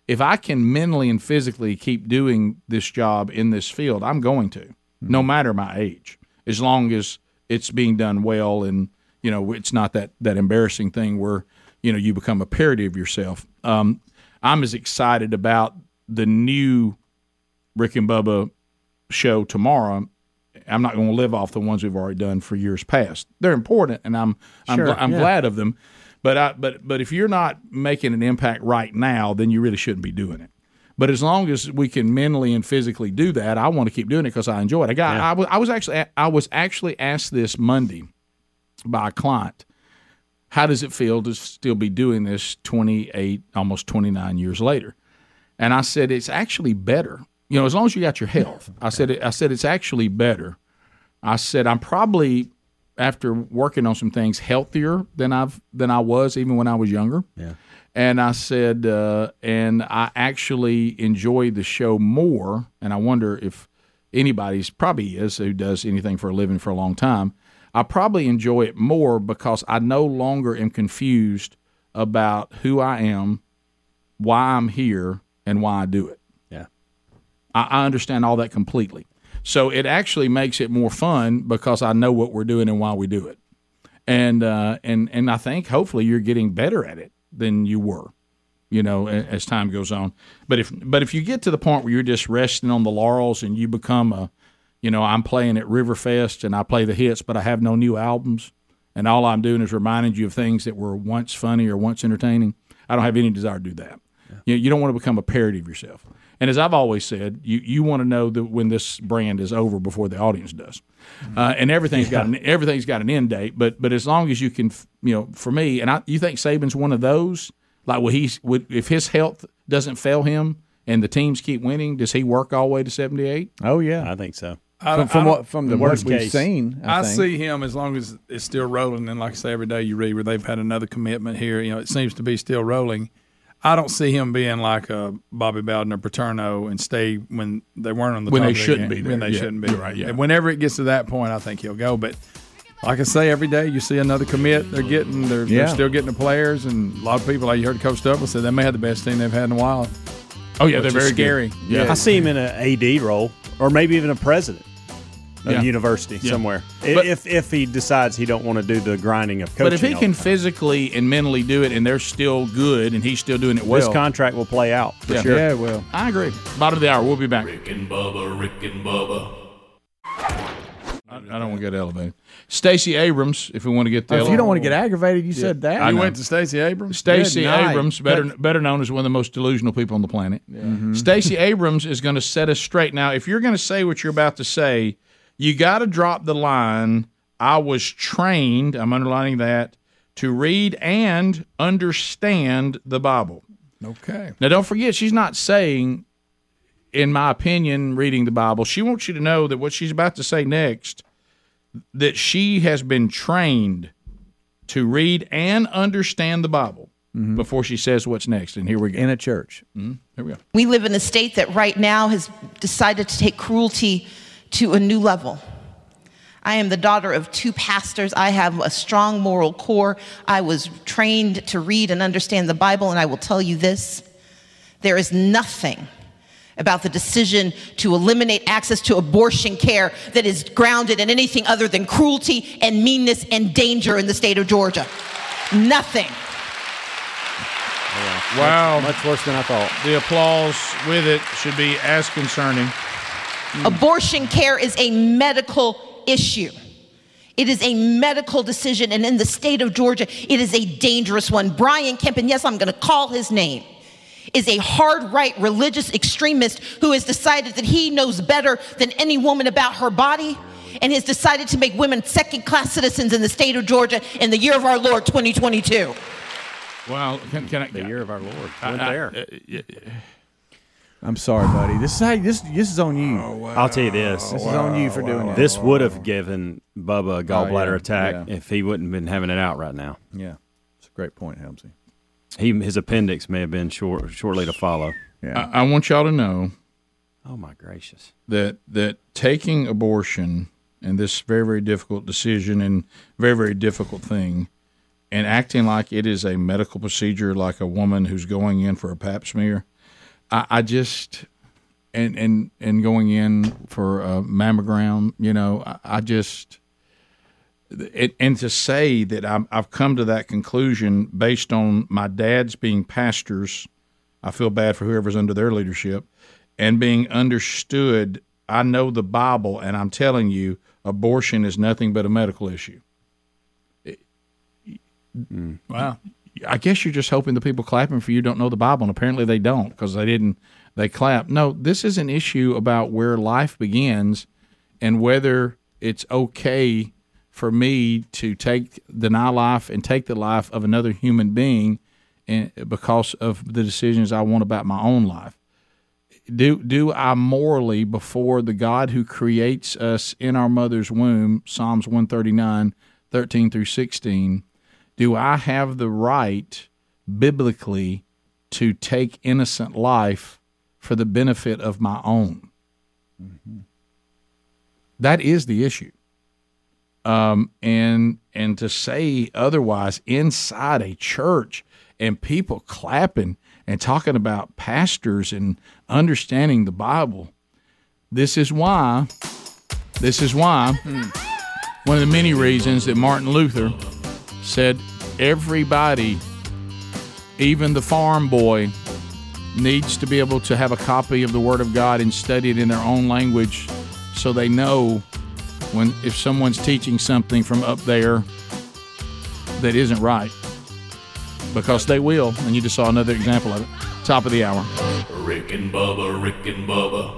[SPEAKER 1] If I can mentally and physically keep doing this job in this field, I'm going to, no matter my age, as long as it's being done well and you know it's not that that embarrassing thing where you know you become a parody of yourself. Um, I'm as excited about the new Rick and Bubba show tomorrow. I'm not going to live off the ones we've already done for years past. They're important, and I'm I'm,
[SPEAKER 12] Sure,
[SPEAKER 1] gl- I'm
[SPEAKER 12] yeah.
[SPEAKER 1] glad of them. But I but but if you're not making an impact right now, then you really shouldn't be doing it. But as long as we can mentally and physically do that, I want to keep doing it because I enjoy it. I got I was I was actually I was actually asked this Monday by a client. How does it feel to still be doing this 28, almost 29 years later? And I said, it's actually better. You know, as long as you got your health. I said, I said it's actually better. I said I'm probably after working on some things healthier than I've than I was even when I was younger.
[SPEAKER 16] Yeah.
[SPEAKER 1] And I said, uh, and I actually enjoy the show more. And I wonder if anybody's probably is who does anything for a living for a long time. I probably enjoy it more because I no longer am confused about who I am, why I'm here, and why I do it.
[SPEAKER 16] Yeah.
[SPEAKER 1] I, I understand all that completely. So it actually makes it more fun because I know what we're doing and why we do it. And uh, and and I think hopefully you're getting better at it than you were, you know, a- as time goes on. But if but if you get to the point where you're just resting on the laurels and you become a, you know, I'm playing at Riverfest and I play the hits, but I have no new albums, and all I'm doing is reminding you of things that were once funny or once entertaining. I don't have any desire to do that. You, you don't want to become a parody of yourself. And as I've always said, you, you want to know that when this brand is over before the audience does,
[SPEAKER 4] Mm-hmm.
[SPEAKER 1] uh, and everything's got an, everything's got an end date. But but as long as you can, f- you know, for me, and I, you think Saban's one of those. Like, will he? Would, if his health doesn't fail him and the teams keep winning, does he work all the way to seventy eight?
[SPEAKER 4] Oh yeah,
[SPEAKER 16] I think so.
[SPEAKER 12] I-
[SPEAKER 4] From-
[SPEAKER 12] I
[SPEAKER 4] from
[SPEAKER 12] don't-
[SPEAKER 4] what- from the The worst work we've case. seen, I think.
[SPEAKER 12] see him as long as it's still rolling. And like I say, every day you read where they've had another commitment here. You know, it seems to be still rolling. I don't see him being like a Bobby Bowden or Paterno and stay when they weren't on the
[SPEAKER 1] When
[SPEAKER 12] top
[SPEAKER 1] they
[SPEAKER 12] of their
[SPEAKER 1] shouldn't
[SPEAKER 12] game,
[SPEAKER 1] be
[SPEAKER 12] when
[SPEAKER 1] there.
[SPEAKER 12] they
[SPEAKER 1] Yeah,
[SPEAKER 12] shouldn't be
[SPEAKER 1] you're right, yeah.
[SPEAKER 12] And whenever it gets to that point, I think he'll go. But like I say, every day you see another commit. They're getting they're,
[SPEAKER 1] Yeah.
[SPEAKER 12] they're still getting the players and a lot of people. Like you heard Coach Stubble said, they may have the best team they've had in a while.
[SPEAKER 1] Oh, yeah,
[SPEAKER 12] Which
[SPEAKER 1] they're
[SPEAKER 12] is
[SPEAKER 1] very good.
[SPEAKER 12] scary.
[SPEAKER 16] I see him in an AD role, or maybe even a president of
[SPEAKER 12] Yeah.
[SPEAKER 16] a university
[SPEAKER 12] Yeah.
[SPEAKER 16] somewhere. I-
[SPEAKER 1] But-
[SPEAKER 16] if if he decides he don't want to do the grinding of coaching,
[SPEAKER 1] But if he
[SPEAKER 16] all
[SPEAKER 1] can
[SPEAKER 16] the time.
[SPEAKER 1] physically and mentally do it, and they're still good, and he's still doing it well,
[SPEAKER 16] this contract will play out for
[SPEAKER 1] Yeah.
[SPEAKER 16] sure.
[SPEAKER 1] Yeah, it
[SPEAKER 4] will.
[SPEAKER 1] I agree. Bottom of the hour, we'll be back.
[SPEAKER 7] Rick and Bubba, Rick and Bubba.
[SPEAKER 1] I, I don't want to get elevated. Stacy Abrams, if we want to get there.
[SPEAKER 4] If you don't want to get aggravated, you said that.
[SPEAKER 1] I
[SPEAKER 12] You
[SPEAKER 1] know.
[SPEAKER 12] went to Stacey Abrams.
[SPEAKER 1] Stacey
[SPEAKER 12] Good night.
[SPEAKER 1] Abrams, better better known as one of the most delusional people on the planet.
[SPEAKER 12] Mm-hmm.
[SPEAKER 1] Stacey Abrams is going to set us straight. Now, if you're going to say what you're about to say, you got to drop the line. I was trained. I'm underlining that to read and understand the Bible.
[SPEAKER 12] Okay.
[SPEAKER 1] Now, don't forget, she's not saying, in my opinion, reading the Bible. She wants you to know that what she's about to say next, that she has been trained to read and understand the Bible before she says what's next. And here we go. In
[SPEAKER 4] a church.
[SPEAKER 1] Mm-hmm. Here we go.
[SPEAKER 18] We live in a state that right now has decided to take cruelty to a new level. I am the daughter of two pastors. I have a strong moral core. I was trained to read and understand the Bible, and I will tell you this there is nothing about the decision to eliminate access to abortion care that is grounded in anything other than cruelty and meanness and danger in the state of Georgia. Nothing.
[SPEAKER 1] Wow.
[SPEAKER 16] Much, much worse than I thought.
[SPEAKER 1] The applause with it should be as concerning.
[SPEAKER 18] Abortion care is a medical issue. It is a medical decision, and in the state of Georgia, it is a dangerous one. Brian Kemp, and yes, I'm going to call his name, is a hard right religious extremist who has decided that he knows better than any woman about her body and has decided to make women second class citizens in the state of Georgia in the year of our Lord 2022.
[SPEAKER 1] Wow. Can, can I, the
[SPEAKER 16] year of our Lord.
[SPEAKER 1] Went there.
[SPEAKER 4] I'm sorry, buddy. This is how, this this is on you.
[SPEAKER 1] Oh,
[SPEAKER 16] I'll tell you this.
[SPEAKER 4] uh, This is on you for doing that.
[SPEAKER 16] This would have given Bubba a gallbladder
[SPEAKER 4] yeah,
[SPEAKER 16] attack if he wouldn't been having it out right now.
[SPEAKER 4] Yeah, it's a great point, Helmsy.
[SPEAKER 16] He his appendix may have been short, shortly to follow.
[SPEAKER 1] Yeah. I, I want y'all to know
[SPEAKER 16] Oh my gracious!
[SPEAKER 1] that that taking abortion and this very very difficult decision and very very difficult thing and acting like it is a medical procedure like a woman who's going in for a pap smear i, I just and and and going in for a mammogram you know i, I just it, and to say that I'm, I've come to that conclusion based on my dad's being pastors, I feel bad for whoever's under their leadership, and being understood. I know the Bible, and I'm telling you, abortion is nothing but a medical issue.
[SPEAKER 12] Wow.
[SPEAKER 1] I guess you're just hoping the people clapping for you don't know the Bible, and apparently they don't because they didn't. They clap. No, this is an issue about where life begins and whether it's okay for me to take deny life and take the life of another human being, and because of the decisions I want about my own life. Do do I morally before the God who creates us in our mother's womb, Psalms 139, 13 through 16, do I have the right biblically to take innocent life for the benefit of my own? That is the issue. Um, and and to say otherwise inside a church and people clapping and talking about pastors and understanding the Bible, this is why. This is why one of the many reasons that Martin Luther said everybody, even the farm boy, needs to be able to have a copy of the Word of God and study it in their own language so they know when if someone's teaching something from up there that isn't right. Because they will, and you just saw another example of it. Top of the hour.
[SPEAKER 7] Rick and Bubba, Rick and Bubba.